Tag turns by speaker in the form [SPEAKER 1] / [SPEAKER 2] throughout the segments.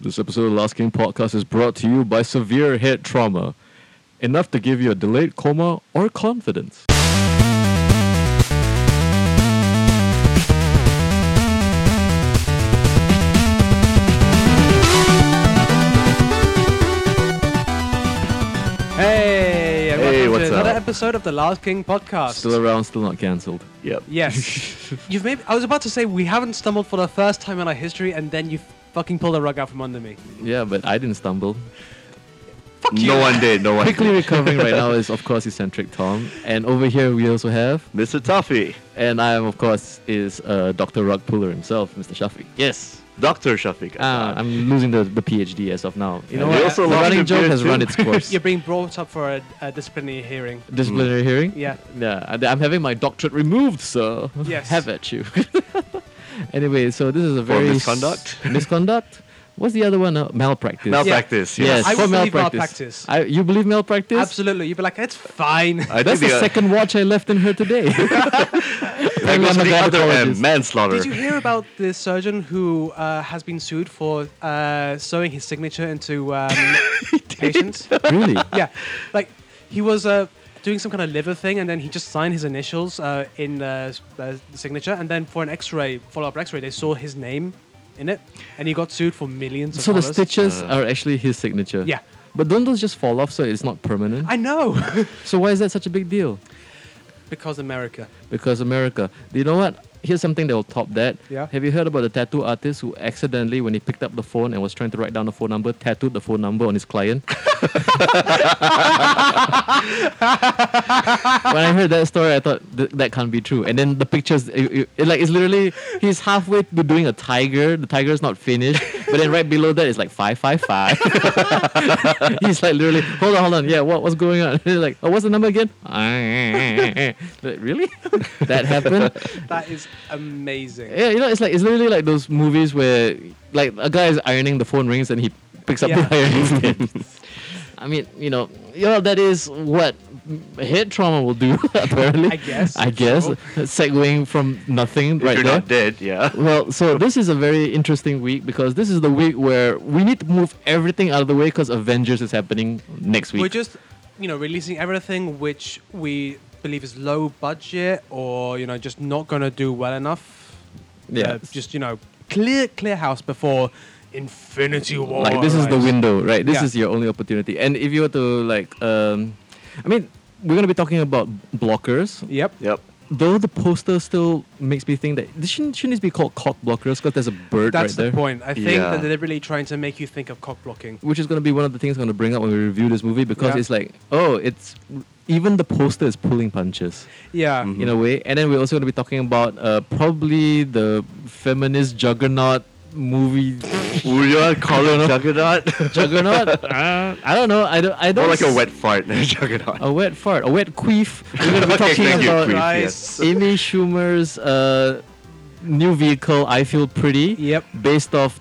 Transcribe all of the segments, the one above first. [SPEAKER 1] This episode of the Last Game Podcast is brought to you by severe head trauma. Enough to give you a delayed coma or confidence.
[SPEAKER 2] Hey, and
[SPEAKER 1] Hey,
[SPEAKER 2] welcome
[SPEAKER 1] what's
[SPEAKER 2] to another
[SPEAKER 1] up?
[SPEAKER 2] episode of the Last King podcast.
[SPEAKER 1] Still around, still not cancelled. Yep.
[SPEAKER 2] yes, you've maybe. I was about to say we haven't stumbled for the first time in our history, and then you fucking pulled the rug out from under me.
[SPEAKER 1] Yeah, but I didn't stumble.
[SPEAKER 2] Fuck you.
[SPEAKER 3] No one did. No one.
[SPEAKER 1] Quickly
[SPEAKER 3] did.
[SPEAKER 1] recovering right now is, of course, eccentric Tom. And over here we also have,
[SPEAKER 3] Mr. Tuffy,
[SPEAKER 1] and I am, of course, is uh, Dr. Rug Puller himself, Mr. Shafi. Yes.
[SPEAKER 3] Doctor Uh, Shafiq.
[SPEAKER 1] Ah, I'm losing the, the PhD as of now. You know
[SPEAKER 3] And
[SPEAKER 1] what?
[SPEAKER 3] we also
[SPEAKER 1] the
[SPEAKER 3] lost
[SPEAKER 1] running
[SPEAKER 3] the
[SPEAKER 1] joke has
[SPEAKER 3] PhD.
[SPEAKER 1] run its course.
[SPEAKER 2] You're being brought up for a, a disciplinary hearing.
[SPEAKER 1] Disciplinary hearing?
[SPEAKER 2] Yeah.
[SPEAKER 1] Yeah, I- I'm having my doctorate removed, sir.
[SPEAKER 2] Yes.
[SPEAKER 1] Have at you. anyway, so this is a very
[SPEAKER 3] misconduct?
[SPEAKER 1] s- misconduct. What's the other one? Uh, malpractice.
[SPEAKER 2] Yeah.
[SPEAKER 3] malpractice.
[SPEAKER 1] Yes,
[SPEAKER 3] Yes.
[SPEAKER 2] I
[SPEAKER 1] for
[SPEAKER 2] would believe
[SPEAKER 1] malpractice.
[SPEAKER 2] malpractice.
[SPEAKER 1] I, you believe malpractice?
[SPEAKER 2] Absolutely. You'd be like, it's fine.
[SPEAKER 3] I
[SPEAKER 1] That's
[SPEAKER 3] think
[SPEAKER 1] the
[SPEAKER 3] the, uh,
[SPEAKER 1] second watch I left in her today.
[SPEAKER 3] That goes to the
[SPEAKER 1] I'm a
[SPEAKER 3] other
[SPEAKER 1] gynecologist.
[SPEAKER 3] end, manslaughter.
[SPEAKER 2] Did you hear about the surgeon who uh, has been sued for uh, sewing his signature into um, patients?
[SPEAKER 1] really?
[SPEAKER 2] yeah, like he was uh, doing some kind of liver thing, and then he just signed his initials uh, in uh, s- uh, the signature, and then for an X-ray follow-up X-ray, they saw his name in it, and he got sued for millions of
[SPEAKER 1] So the
[SPEAKER 2] dollars.
[SPEAKER 1] stitches
[SPEAKER 3] Uh.
[SPEAKER 1] are actually his signature.
[SPEAKER 2] Yeah.
[SPEAKER 1] But don't those just fall off so it's not permanent?
[SPEAKER 2] I know,
[SPEAKER 1] so why is that such a big deal?
[SPEAKER 2] because America.
[SPEAKER 1] because America. You know what? Here's something that will top that.
[SPEAKER 2] Yeah.
[SPEAKER 1] Have you heard about the tattoo artist who accidentally, when he picked up the phone and was trying to write down the phone number, tattooed the phone number on his client? when I heard that story, I thought "Th- that can't be true. And then the pictures, it, it- it- like it's literally he's halfway to doing a tiger. The tiger's not finished, but then right below that is like five five five. he's like literally, hold on, hold on, yeah, what, what's going on? He's like, oh, what's the number again? like, really? that happened?
[SPEAKER 2] That is amazing.
[SPEAKER 1] Yeah, you know, it's like it's literally like those movies where like a guy is ironing the phone rings and he picks up
[SPEAKER 2] Yeah.
[SPEAKER 1] the iron instead. I mean, you know, you know that is what head trauma will do. apparently,
[SPEAKER 2] I guess.
[SPEAKER 1] I guess
[SPEAKER 2] So.
[SPEAKER 1] segueing from nothing
[SPEAKER 3] If
[SPEAKER 1] right
[SPEAKER 3] you're
[SPEAKER 1] there.
[SPEAKER 3] not dead, yeah.
[SPEAKER 1] Well, so this is a very interesting week because this is the week where we need to move everything out of the way because Avengers is happening next week.
[SPEAKER 2] We're just, you know, releasing everything which we believe is low budget or you know just not going to do well enough.
[SPEAKER 1] Yeah.
[SPEAKER 2] Uh, just you know, clear clear house before Infinity War.
[SPEAKER 1] like this is the
[SPEAKER 2] arrives.
[SPEAKER 1] window right this
[SPEAKER 2] Yeah.
[SPEAKER 1] is your only opportunity and if you were to like um i mean we're going to be talking about blockers
[SPEAKER 2] Yep.
[SPEAKER 3] Yep.
[SPEAKER 1] though the poster still makes me think that this shouldn't, shouldn't this be called cock blockers because there's a bird
[SPEAKER 2] That's
[SPEAKER 1] right
[SPEAKER 2] the
[SPEAKER 1] there
[SPEAKER 2] point. I think
[SPEAKER 3] Yeah.
[SPEAKER 2] that they're really trying to make you think of cock blocking.
[SPEAKER 1] which is going to be one of the things i'm going to bring up when we review this movie because
[SPEAKER 2] Yeah.
[SPEAKER 1] it's like oh it's even the poster is pulling punches
[SPEAKER 2] Yeah.
[SPEAKER 1] in a way and then we're also going to be talking about uh, probably the feminist juggernaut movie
[SPEAKER 3] Would you not call it juggernaut?
[SPEAKER 1] juggernaut uh, i don't know i don't i
[SPEAKER 3] or
[SPEAKER 1] don't
[SPEAKER 3] like a
[SPEAKER 1] s-
[SPEAKER 3] wet fart, juggernaut.
[SPEAKER 1] a wet fart, a wet queef. We're gonna be
[SPEAKER 3] Okay,
[SPEAKER 1] talking
[SPEAKER 3] thank you,
[SPEAKER 1] about
[SPEAKER 3] queef.
[SPEAKER 2] Christ.
[SPEAKER 1] Amy Schumer's uh, new vehicle, "I Feel Pretty,"
[SPEAKER 2] Yep.
[SPEAKER 1] based off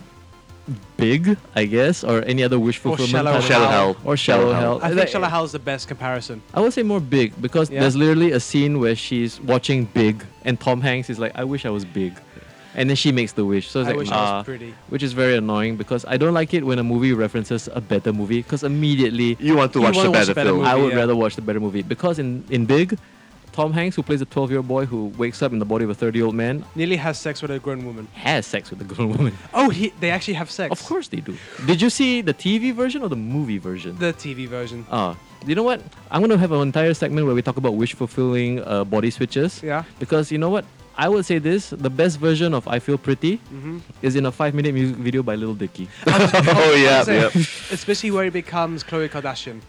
[SPEAKER 1] Big, I guess, or any other wish
[SPEAKER 2] Or
[SPEAKER 1] fulfillment.
[SPEAKER 2] Shallow
[SPEAKER 1] title.
[SPEAKER 3] Shallow
[SPEAKER 2] Hell.
[SPEAKER 3] hell.
[SPEAKER 1] Or Shallow Hell.
[SPEAKER 2] I
[SPEAKER 1] Like,
[SPEAKER 2] think Shallow Hell's the best comparison.
[SPEAKER 1] I would say more Big because
[SPEAKER 2] Yeah.
[SPEAKER 1] there's literally a scene where she's watching Big, and Tom Hanks is like, "I wish I was big," and then she makes the wish. So
[SPEAKER 2] I
[SPEAKER 1] it's like,
[SPEAKER 2] wish I
[SPEAKER 1] "Ah."
[SPEAKER 2] was pretty.
[SPEAKER 1] Which is very annoying because I don't like it when a movie references a better movie because immediately
[SPEAKER 3] You want to
[SPEAKER 2] You
[SPEAKER 3] watch
[SPEAKER 2] wanna
[SPEAKER 3] the
[SPEAKER 2] watch
[SPEAKER 3] better
[SPEAKER 2] a better
[SPEAKER 3] film?
[SPEAKER 2] movie.
[SPEAKER 1] I would
[SPEAKER 2] yeah.
[SPEAKER 1] rather watch the better movie because in, in Big, Tom Hanks, who plays a 12 year old boy who wakes up in the body of a 30 year old man,
[SPEAKER 2] Nearly has sex with a grown woman.
[SPEAKER 1] has sex with a grown woman.
[SPEAKER 2] Oh, he, they actually have sex.
[SPEAKER 1] Of course they do. Did you see the TV version or the movie version?
[SPEAKER 2] The TV version.
[SPEAKER 1] Ah, you know what? I'm gonna have an entire segment where we talk about wish fulfilling uh, body switches.
[SPEAKER 2] Yeah.
[SPEAKER 1] Because you know what? I would say this: the best version of "I Feel Pretty"
[SPEAKER 2] Mm-hmm.
[SPEAKER 1] is in a five-minute music video by Little Dicky.
[SPEAKER 3] oh yeah,
[SPEAKER 2] Say,
[SPEAKER 3] yeah.
[SPEAKER 2] Especially where he becomes Khloe Kardashian.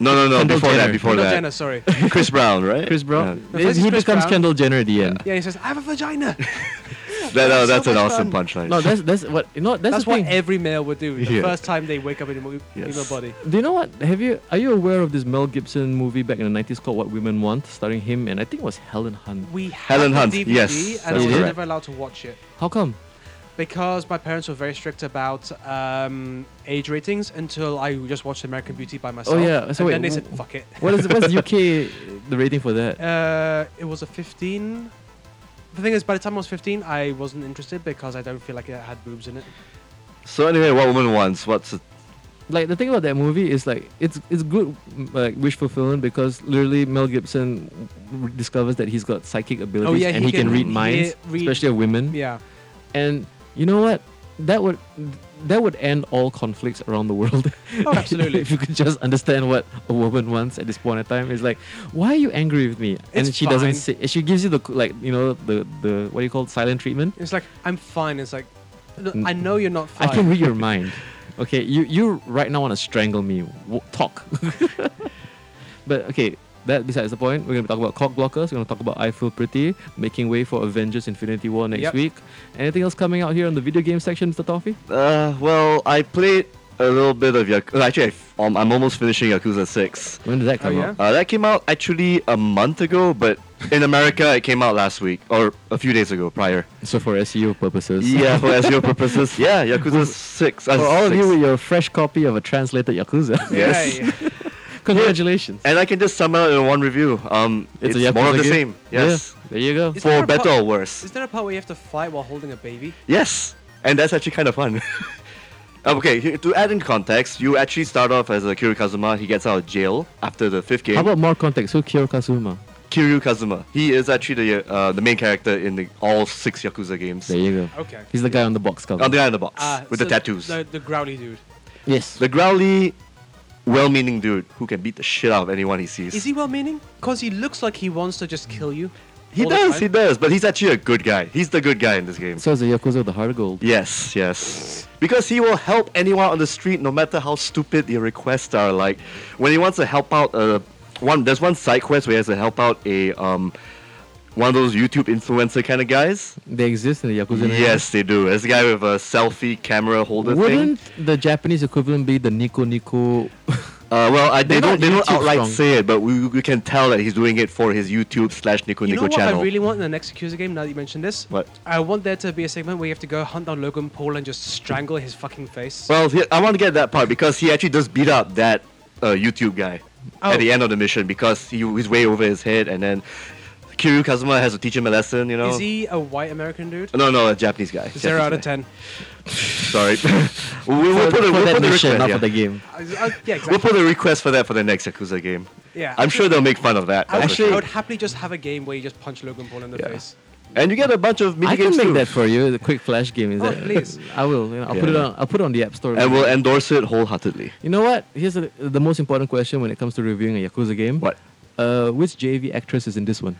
[SPEAKER 3] No, no, no.
[SPEAKER 1] Kendall
[SPEAKER 3] Before
[SPEAKER 1] Jenner.
[SPEAKER 3] that, before
[SPEAKER 2] Kendall
[SPEAKER 3] that.
[SPEAKER 2] Jenner, sorry.
[SPEAKER 3] Chris Brown, right?
[SPEAKER 1] Chris Brown.
[SPEAKER 2] No, first
[SPEAKER 1] he
[SPEAKER 2] Chris
[SPEAKER 1] becomes
[SPEAKER 2] Brown.
[SPEAKER 1] Kendall Jenner at the end.
[SPEAKER 2] Yeah, he says, I have a vagina.
[SPEAKER 3] Yeah. That, no,
[SPEAKER 2] So
[SPEAKER 3] that's an
[SPEAKER 2] much
[SPEAKER 3] awesome
[SPEAKER 2] fun.
[SPEAKER 3] punchline.
[SPEAKER 1] No, that's that's what you know. what? That's,
[SPEAKER 2] That's
[SPEAKER 1] the
[SPEAKER 2] what
[SPEAKER 1] thing.
[SPEAKER 2] every male would do the
[SPEAKER 3] Yeah.
[SPEAKER 2] first time they wake up in a mo-
[SPEAKER 3] Yes.
[SPEAKER 2] female body.
[SPEAKER 1] Do you know what? Have you are you aware of this Mel Gibson movie back in the nineties called What Women Want, starring him and I think it was Helen Hunt.
[SPEAKER 2] We had
[SPEAKER 3] Helen
[SPEAKER 2] the
[SPEAKER 3] Hunt,
[SPEAKER 2] DVD,
[SPEAKER 3] yes,
[SPEAKER 2] and I
[SPEAKER 1] that's
[SPEAKER 2] was
[SPEAKER 1] correct.
[SPEAKER 2] never allowed to watch it.
[SPEAKER 1] How come?
[SPEAKER 2] because my parents were very strict about um, age ratings until I just watched American Beauty by
[SPEAKER 3] Oh,
[SPEAKER 2] myself.
[SPEAKER 1] yeah, so
[SPEAKER 2] and
[SPEAKER 1] wait,
[SPEAKER 2] then they said,
[SPEAKER 1] w-
[SPEAKER 2] "Fuck it."
[SPEAKER 1] What is what's UK the rating for that?
[SPEAKER 2] Uh, it was a 15. The thing is, by the time I was 15, I wasn't interested because I don't feel like it had boobs in it.
[SPEAKER 3] So anyway, what woman wants? What's it?
[SPEAKER 1] like the thing about that movie is like it's it's good m- like wish fulfillment because literally Mel Gibson r- discovers that he's got psychic abilities
[SPEAKER 2] Oh, yeah,
[SPEAKER 1] and
[SPEAKER 2] he
[SPEAKER 1] he, can,
[SPEAKER 2] can
[SPEAKER 1] read
[SPEAKER 2] re-
[SPEAKER 1] minds,
[SPEAKER 2] read-
[SPEAKER 1] especially of women.
[SPEAKER 2] Yeah.
[SPEAKER 1] And you know what? That would that would end all conflicts around the world.
[SPEAKER 2] Oh, absolutely.
[SPEAKER 1] if you could just understand what a woman wants at this point in time, it's like, why are you angry with me? and
[SPEAKER 2] It's
[SPEAKER 1] she
[SPEAKER 2] fine.
[SPEAKER 1] doesn't say. She gives you the c- like you know the the what do you call it, silent treatment.
[SPEAKER 2] It's like I'm fine. It's like "Look,
[SPEAKER 1] Mm.
[SPEAKER 2] I know you're not fine.
[SPEAKER 1] I can read your mind. Okay, you you right now want to strangle me. W- talk. but okay, that besides the point, we're gonna be talking about cock blockers. We're gonna talk about I Feel Pretty, making way for Avengers: Infinity War next
[SPEAKER 2] Yep.
[SPEAKER 1] week. Anything else coming out here on the video game section, Mr. Toffee?
[SPEAKER 3] Uh, well, I played a little bit of Yakuza. Actually, I f- um, I'm almost finishing Yakuza Six.
[SPEAKER 1] When did that
[SPEAKER 2] Oh,
[SPEAKER 1] come
[SPEAKER 2] yeah?
[SPEAKER 1] out?
[SPEAKER 3] Uh, that came out actually a month ago, but in America it came out last week or a few days ago prior.
[SPEAKER 1] So for SEO purposes.
[SPEAKER 3] Yeah, for SEO purposes. Yeah, Yakuza Six. uh,
[SPEAKER 1] For all of
[SPEAKER 3] six.
[SPEAKER 1] you with your fresh copy of a translated Yakuza,
[SPEAKER 3] Yes.
[SPEAKER 2] Yeah, yeah.
[SPEAKER 1] congratulations.
[SPEAKER 3] And I can just sum it up in one review. Um, it's,
[SPEAKER 1] a Yakuza
[SPEAKER 3] more of the
[SPEAKER 1] game.
[SPEAKER 3] same.
[SPEAKER 1] Yeah,
[SPEAKER 3] Yes.
[SPEAKER 1] there you go.
[SPEAKER 2] Is there
[SPEAKER 3] For
[SPEAKER 2] a
[SPEAKER 3] better
[SPEAKER 2] part-
[SPEAKER 3] or worse.
[SPEAKER 2] Is there a part where you have to fight while holding a baby?
[SPEAKER 3] Yes, and that's actually kind of fun. okay, he- to add in context, you actually start off as a Kiryu Kazuma. He gets out of jail after the fifth game.
[SPEAKER 1] How about more context? Who Kyo Kazuma?
[SPEAKER 3] Kiryu Kazuma? He is actually the uh, the main character in the, all six Yakuza games.
[SPEAKER 1] There you go.
[SPEAKER 2] Okay.
[SPEAKER 1] He's the guy on the box cover.
[SPEAKER 3] On Oh, the guy in the box
[SPEAKER 2] Ah,
[SPEAKER 3] with
[SPEAKER 2] so
[SPEAKER 3] the tattoos.
[SPEAKER 2] The, the growly dude.
[SPEAKER 1] yes.
[SPEAKER 3] The growly, well-meaning dude who can beat the shit out of anyone he sees.
[SPEAKER 2] Is he well-meaning? Cause he looks like he wants to just kill you.
[SPEAKER 3] He
[SPEAKER 2] all the
[SPEAKER 3] does,
[SPEAKER 2] time.
[SPEAKER 3] he does, but he's actually a good guy. He's the good guy in this game.
[SPEAKER 1] so is the Yakuza with the heart of gold.
[SPEAKER 3] Yes, yes. Because he will help anyone on the street, no matter how stupid your requests are. Like when he wants to help out, uh, one there's one side quest where he has to help out a um, one of those YouTube influencer kind of guys.
[SPEAKER 1] They exist in the Yakuza. now.
[SPEAKER 3] Yes, they do. It's a guy with a selfie camera holder
[SPEAKER 1] Wouldn't
[SPEAKER 3] thing.
[SPEAKER 1] the Japanese equivalent be the Nico Nico?
[SPEAKER 3] Uh, well, I,
[SPEAKER 1] They're
[SPEAKER 3] they don't
[SPEAKER 1] not
[SPEAKER 3] they don't
[SPEAKER 1] YouTube
[SPEAKER 3] outright
[SPEAKER 1] strong.
[SPEAKER 3] say it, but we, we can tell that he's doing it for his YouTube slash Nico
[SPEAKER 2] You know
[SPEAKER 3] Nico
[SPEAKER 2] what
[SPEAKER 3] channel.
[SPEAKER 2] I really want in the next Yakuza game? Now that you mentioned this,
[SPEAKER 3] What?
[SPEAKER 2] I want there to be a segment where you have to go hunt down Logan Paul and just strangle his fucking face.
[SPEAKER 3] Well, he, I want to get that part because he actually does beat up that uh, YouTube guy
[SPEAKER 2] Oh.
[SPEAKER 3] at the end of the mission because he was way over his head, and then Kiryu Kazuma has to teach him a lesson. You know.
[SPEAKER 2] Is he a white American dude?
[SPEAKER 3] No, no, a Japanese guy.
[SPEAKER 2] Zero
[SPEAKER 3] Japanese
[SPEAKER 2] out of ten.
[SPEAKER 3] guy. Sorry. we
[SPEAKER 1] for
[SPEAKER 3] will put a,
[SPEAKER 1] for
[SPEAKER 3] we'll
[SPEAKER 1] that
[SPEAKER 3] put a request.
[SPEAKER 1] mission, not
[SPEAKER 3] yeah.
[SPEAKER 1] for the game.
[SPEAKER 2] I- I- Uh, yeah, exactly.
[SPEAKER 3] We'll put a request for that for the next Yakuza game.
[SPEAKER 2] Yeah.
[SPEAKER 3] I'm sure they'll make fun of that.
[SPEAKER 2] I would,
[SPEAKER 3] that's for
[SPEAKER 2] I
[SPEAKER 3] sure.
[SPEAKER 2] would happily just have a game where you just punch Logan Paul in the
[SPEAKER 3] Yeah.
[SPEAKER 2] face.
[SPEAKER 3] and you get a bunch of mini
[SPEAKER 1] I can
[SPEAKER 3] games
[SPEAKER 1] make
[SPEAKER 3] too.
[SPEAKER 1] that for you. The quick flash game is
[SPEAKER 2] Oh,
[SPEAKER 1] that?
[SPEAKER 2] please.
[SPEAKER 1] I will. you know, I'll put it
[SPEAKER 3] Yeah.
[SPEAKER 1] on. I'll put it on the app store.
[SPEAKER 3] and we'll endorse it wholeheartedly.
[SPEAKER 1] you know what? Here's the the most important question when it comes to reviewing a Yakuza game.
[SPEAKER 3] What?
[SPEAKER 1] Uh, which JV actress is in this one?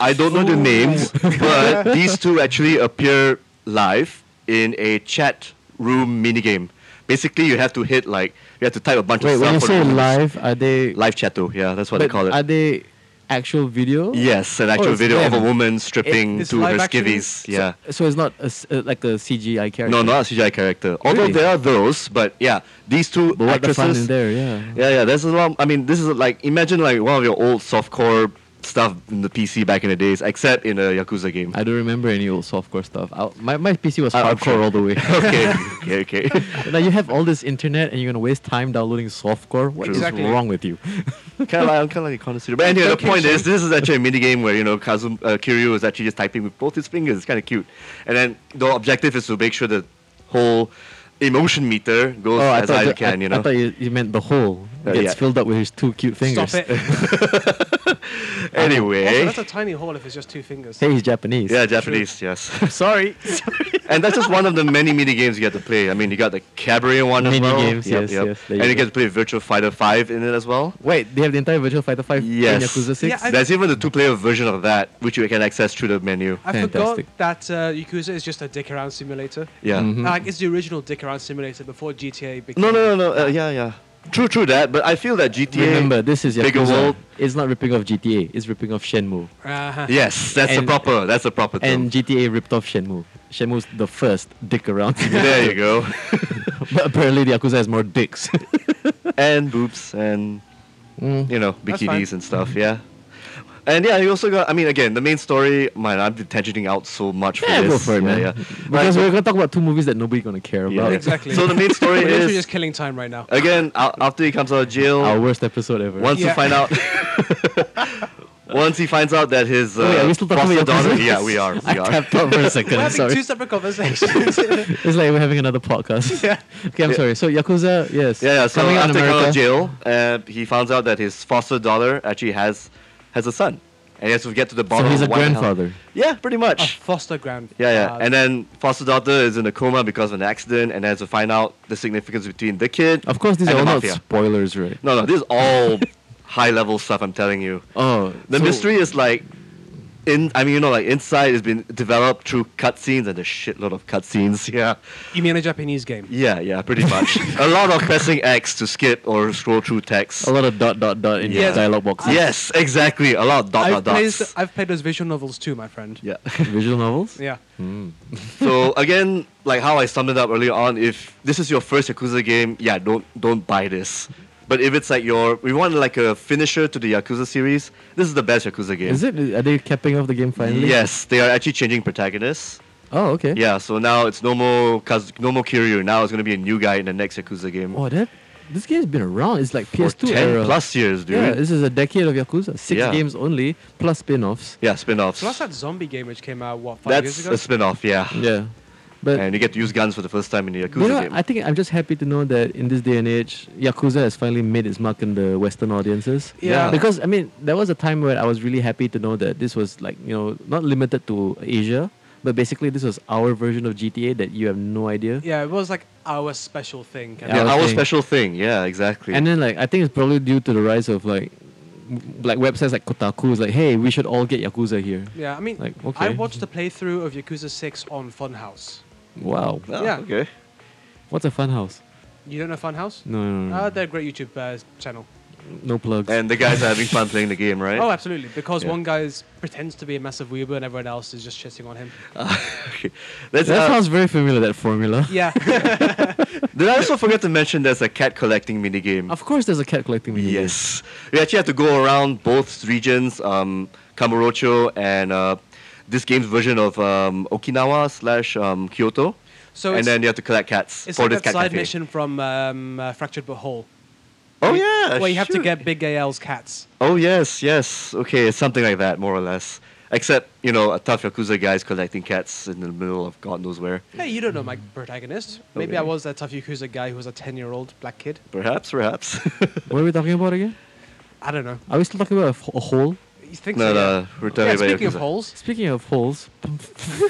[SPEAKER 3] I don't know the names, but these two actually appear live in a chat room minigame. Basically, you have to hit like you have to type a bunch
[SPEAKER 1] Wait,
[SPEAKER 3] of
[SPEAKER 1] when you
[SPEAKER 3] stuff. for
[SPEAKER 1] say
[SPEAKER 3] the rules.
[SPEAKER 1] live, are they
[SPEAKER 3] live chat though, yeah, that's what they
[SPEAKER 1] but
[SPEAKER 3] call it.
[SPEAKER 1] Are they actual video?
[SPEAKER 3] yes, an actual
[SPEAKER 1] it's
[SPEAKER 3] video of a
[SPEAKER 1] them.
[SPEAKER 3] woman stripping
[SPEAKER 2] It- it's
[SPEAKER 3] to her
[SPEAKER 2] live action?
[SPEAKER 3] skivvies.
[SPEAKER 1] So-
[SPEAKER 3] Yeah,
[SPEAKER 1] So, it's not a s uh, like a CGI character.
[SPEAKER 3] no, not a CGI character. Although
[SPEAKER 1] Really?
[SPEAKER 3] there are those, but yeah, these two
[SPEAKER 1] But what the
[SPEAKER 3] actresses.
[SPEAKER 1] fun in there? Yeah.
[SPEAKER 3] Yeah, yeah. There's a lot. I mean, this is like imagine like one of your old softcore stuff in the PC back in the days, except in a Yakuza game.
[SPEAKER 1] I don't remember any old softcore stuff. I, my, my PC was
[SPEAKER 3] I- I'm
[SPEAKER 1] hardcore
[SPEAKER 3] sure.
[SPEAKER 1] all the way.
[SPEAKER 3] okay, okay, okay.
[SPEAKER 1] now you have all this internet and you're gonna waste time downloading softcore. What is
[SPEAKER 2] Exactly.
[SPEAKER 1] wrong with you?
[SPEAKER 3] kind of like, I'm kind of like a connoisseur. But anyway, the point is, this is actually a mini game where you know Kazum, uh, Kiryu is actually just typing with both his fingers. It's kind of cute. And then the objective is to make sure the whole emotion meter goes as high as
[SPEAKER 1] you-
[SPEAKER 3] it
[SPEAKER 1] Oh,
[SPEAKER 3] can.
[SPEAKER 1] I,
[SPEAKER 3] you know.
[SPEAKER 1] I thought you, you meant the hole
[SPEAKER 3] Uh,
[SPEAKER 1] gets
[SPEAKER 3] yeah.
[SPEAKER 1] filled up with his two cute fingers.
[SPEAKER 2] Stop it. Also,
[SPEAKER 3] anyway,
[SPEAKER 2] that's a tiny hole if it's just two fingers.
[SPEAKER 1] Hey, he's Japanese.
[SPEAKER 3] yeah, Japanese, yes.
[SPEAKER 1] Sorry.
[SPEAKER 3] and that's just one of the many mini games you get to play. I mean, you got the cabaret one as
[SPEAKER 1] Mini
[SPEAKER 3] well.
[SPEAKER 1] games, yes, yes, there you
[SPEAKER 3] And you
[SPEAKER 1] go.
[SPEAKER 3] get to play Virtual Fighter Five in it as well.
[SPEAKER 1] Wait, they have the entire Virtual Fighter 5 in
[SPEAKER 3] Yes.
[SPEAKER 1] Yakuza 6?
[SPEAKER 2] Yeah, I-
[SPEAKER 3] There's even the two-player version of that, which you can access through the menu.
[SPEAKER 2] I
[SPEAKER 1] Fantastic.
[SPEAKER 2] forgot that uh, Yakuza is just a dick around simulator.
[SPEAKER 3] Yeah.
[SPEAKER 1] Mhm.
[SPEAKER 2] Like it's the original dick around simulator before GTA became.
[SPEAKER 3] Mm. No, no, no, no. Uh, yeah, yeah. True, true that. But I feel that GTA.
[SPEAKER 1] Remember, this is
[SPEAKER 3] Bigger
[SPEAKER 1] Yakuza.
[SPEAKER 3] world.
[SPEAKER 1] It's not ripping off GTA. It's ripping off Shenmue.
[SPEAKER 2] Uh-huh.
[SPEAKER 3] Yes, that's the
[SPEAKER 1] And-
[SPEAKER 3] proper. That's the proper term.
[SPEAKER 1] And GTA ripped off Shenmue. Shenmue's the first dick around.
[SPEAKER 3] there you go.
[SPEAKER 1] but apparently, the Yakuza has more dicks.
[SPEAKER 3] and boobs and
[SPEAKER 1] Mm.
[SPEAKER 3] you know
[SPEAKER 2] That's fine.
[SPEAKER 3] bikinis and stuff. Yeah. And yeah, you also got. I mean, again, the main story. Man, I'm detentioning out so much
[SPEAKER 1] Yeah,
[SPEAKER 3] for
[SPEAKER 1] go
[SPEAKER 3] this.
[SPEAKER 1] for it,
[SPEAKER 3] yeah,
[SPEAKER 1] man.
[SPEAKER 3] Yeah.
[SPEAKER 1] Because
[SPEAKER 3] Right,
[SPEAKER 1] we're gonna talk about two movies that nobody's gonna care
[SPEAKER 3] yeah.
[SPEAKER 1] about.
[SPEAKER 2] Exactly.
[SPEAKER 3] So the main story
[SPEAKER 2] We're literally
[SPEAKER 3] is
[SPEAKER 2] just killing time right now.
[SPEAKER 3] again a- after he comes out of jail,
[SPEAKER 1] Our worst episode ever.
[SPEAKER 3] wants
[SPEAKER 2] Yeah.
[SPEAKER 3] to find out. Once he finds out that his uh,
[SPEAKER 1] Oh, yeah, we still talking about
[SPEAKER 3] foster
[SPEAKER 1] your
[SPEAKER 3] daughter,
[SPEAKER 1] cousins?
[SPEAKER 3] yeah, we are, we
[SPEAKER 1] I
[SPEAKER 3] are.
[SPEAKER 1] tapped out for a second.
[SPEAKER 2] We're
[SPEAKER 1] I'm
[SPEAKER 2] having
[SPEAKER 1] sorry.
[SPEAKER 2] two separate conversations.
[SPEAKER 1] It's like we're having another podcast.
[SPEAKER 2] yeah.
[SPEAKER 1] Okay, I'm
[SPEAKER 3] Yeah.
[SPEAKER 1] sorry. So Yakuza, yes.
[SPEAKER 3] Yeah, yeah. So
[SPEAKER 1] coming out in
[SPEAKER 3] after coming
[SPEAKER 1] America.
[SPEAKER 3] out of jail, uh, he finds out that his foster daughter actually has has a son, and he has to get to the bottom.
[SPEAKER 1] so he's a
[SPEAKER 3] of what the hell-
[SPEAKER 1] grandfather. Oh.
[SPEAKER 3] Yeah, pretty
[SPEAKER 2] A
[SPEAKER 3] much.
[SPEAKER 2] foster uh, grandfather.
[SPEAKER 3] Yeah, yeah. And then foster daughter is in a coma because of an accident, and has to find out the significance between the kid.
[SPEAKER 1] Of course, these
[SPEAKER 3] and
[SPEAKER 1] are
[SPEAKER 3] the
[SPEAKER 1] all not
[SPEAKER 3] mafia.
[SPEAKER 1] spoilers, right?
[SPEAKER 3] No, no. This is all high level stuff. I'm telling you.
[SPEAKER 1] Oh,
[SPEAKER 3] The
[SPEAKER 1] so-
[SPEAKER 3] mystery is like. In, I mean, you know, like inside has been developed through cutscenes and a shitload of cutscenes. Yeah,
[SPEAKER 2] you mean a Japanese game?
[SPEAKER 3] yeah, yeah, pretty much. a lot of pressing X to skip or scroll through text.
[SPEAKER 1] A lot of dot dot dot in
[SPEAKER 3] Yeah.
[SPEAKER 1] the dialogue boxes.
[SPEAKER 3] Yes, exactly. A lot of dot
[SPEAKER 2] I've
[SPEAKER 3] dot
[SPEAKER 2] played,
[SPEAKER 3] dots.
[SPEAKER 2] I've played those visual novels too, my friend.
[SPEAKER 3] Yeah.
[SPEAKER 1] Visual novels.
[SPEAKER 2] Yeah.
[SPEAKER 3] so again, like how I summed it up earlier on, if this is your first Yakuza game, yeah, don't don't buy this. But if it's like your, we want like a finisher to the Yakuza series. This is the best Yakuza game.
[SPEAKER 1] Is it? Are they capping off the game finally?
[SPEAKER 3] Yes, they are actually changing protagonists.
[SPEAKER 1] Oh, okay.
[SPEAKER 3] Yeah, so now it's Nomo Kaz- Nomo Kiryu. Now it's gonna be a new guy in the next Yakuza game.
[SPEAKER 1] Oh, that this game's been around. It's like
[SPEAKER 3] for
[SPEAKER 1] PS2
[SPEAKER 3] ten
[SPEAKER 1] era.
[SPEAKER 3] plus years, dude.
[SPEAKER 1] Yeah,
[SPEAKER 3] Yeah,
[SPEAKER 1] this is a decade of Yakuza. Six
[SPEAKER 3] Yeah.
[SPEAKER 1] games only, plus spin-offs.
[SPEAKER 3] spin-offs.
[SPEAKER 2] Plus that zombie game which came out, what, five
[SPEAKER 3] That's
[SPEAKER 2] years
[SPEAKER 3] a
[SPEAKER 2] ago?
[SPEAKER 3] spin-off. Yeah.
[SPEAKER 1] Yeah, but
[SPEAKER 3] And you get to use guns for the first time in the Yakuza
[SPEAKER 1] you know,
[SPEAKER 3] game.
[SPEAKER 1] I think I'm just happy to know that in this day and age, Yakuza has finally made its mark in the Western audiences.
[SPEAKER 3] Ah.
[SPEAKER 2] Yeah.
[SPEAKER 1] Because I mean, there was a time where I was really happy to know that this was like you know not limited to Asia, but basically this was our version of GTA that you have no idea.
[SPEAKER 2] yeah, it was like our special thing. kind
[SPEAKER 3] yeah,
[SPEAKER 1] our
[SPEAKER 3] our
[SPEAKER 1] thing.
[SPEAKER 3] special thing. Yeah, exactly.
[SPEAKER 1] And then like I think it's probably due to the rise of like m- like websites like Kotaku. It's like hey, we should all get Yakuza here.
[SPEAKER 2] of- Yeah, I mean,
[SPEAKER 1] Like,
[SPEAKER 2] I
[SPEAKER 1] okay.
[SPEAKER 2] watched a playthrough of Yakuza 6 on Funhouse.
[SPEAKER 1] Wow,
[SPEAKER 3] Oh,
[SPEAKER 2] Yeah.
[SPEAKER 3] Okay.
[SPEAKER 1] what's a fun house?
[SPEAKER 2] You don't know Funhouse?
[SPEAKER 1] No, no,
[SPEAKER 3] Mm.
[SPEAKER 1] no, no,
[SPEAKER 2] Uh, they're a great YouTube uh, channel.
[SPEAKER 1] no plugs.
[SPEAKER 3] And the guys are having fun playing the game, right?
[SPEAKER 2] Oh, absolutely. Because
[SPEAKER 3] Yeah.
[SPEAKER 2] one guy is, pretends to be a massive weeaboo and everyone else is just shitting on him.
[SPEAKER 3] okay. Let's,
[SPEAKER 1] that
[SPEAKER 3] uh,
[SPEAKER 1] sounds very familiar. That formula.
[SPEAKER 2] Yeah.
[SPEAKER 3] did I also forget to mention there's a cat collecting minigame?
[SPEAKER 1] Of course, there's a cat collecting mini.
[SPEAKER 3] Yes. We actually have to go around both regions, um, Kamurocho and uh, this game's version of um, Okinawa slash um, Kyoto.
[SPEAKER 2] So
[SPEAKER 3] and
[SPEAKER 2] it's,
[SPEAKER 3] then you have to collect cats
[SPEAKER 2] it's
[SPEAKER 3] for
[SPEAKER 2] like
[SPEAKER 3] this
[SPEAKER 2] that
[SPEAKER 3] cat
[SPEAKER 2] side
[SPEAKER 3] cafe.
[SPEAKER 2] mission from um, uh, Fractured But Whole.
[SPEAKER 3] Oh yeah.
[SPEAKER 2] Where you have to get
[SPEAKER 3] shoot.
[SPEAKER 2] Big AL's cats.
[SPEAKER 3] Oh yes, yes. Okay, it's something like that, more or less. Except you know, a tough yakuza guy's collecting cats in the middle of God knows where.
[SPEAKER 2] Hey, you don't know my protagonist. Maybe I
[SPEAKER 3] Mm. Okay.
[SPEAKER 2] was that tough Yakuza guy who was a 10 year old black kid.
[SPEAKER 3] Perhaps, perhaps.
[SPEAKER 1] What are we talking about again?
[SPEAKER 2] I don't know.
[SPEAKER 1] Are we still talking about a, f- a hole?
[SPEAKER 2] You think
[SPEAKER 3] no,
[SPEAKER 2] so? yeah?
[SPEAKER 3] no. We're talking
[SPEAKER 2] yeah,
[SPEAKER 3] about
[SPEAKER 2] speaking of
[SPEAKER 3] Yakuza.
[SPEAKER 2] holes,
[SPEAKER 1] Speaking of holes,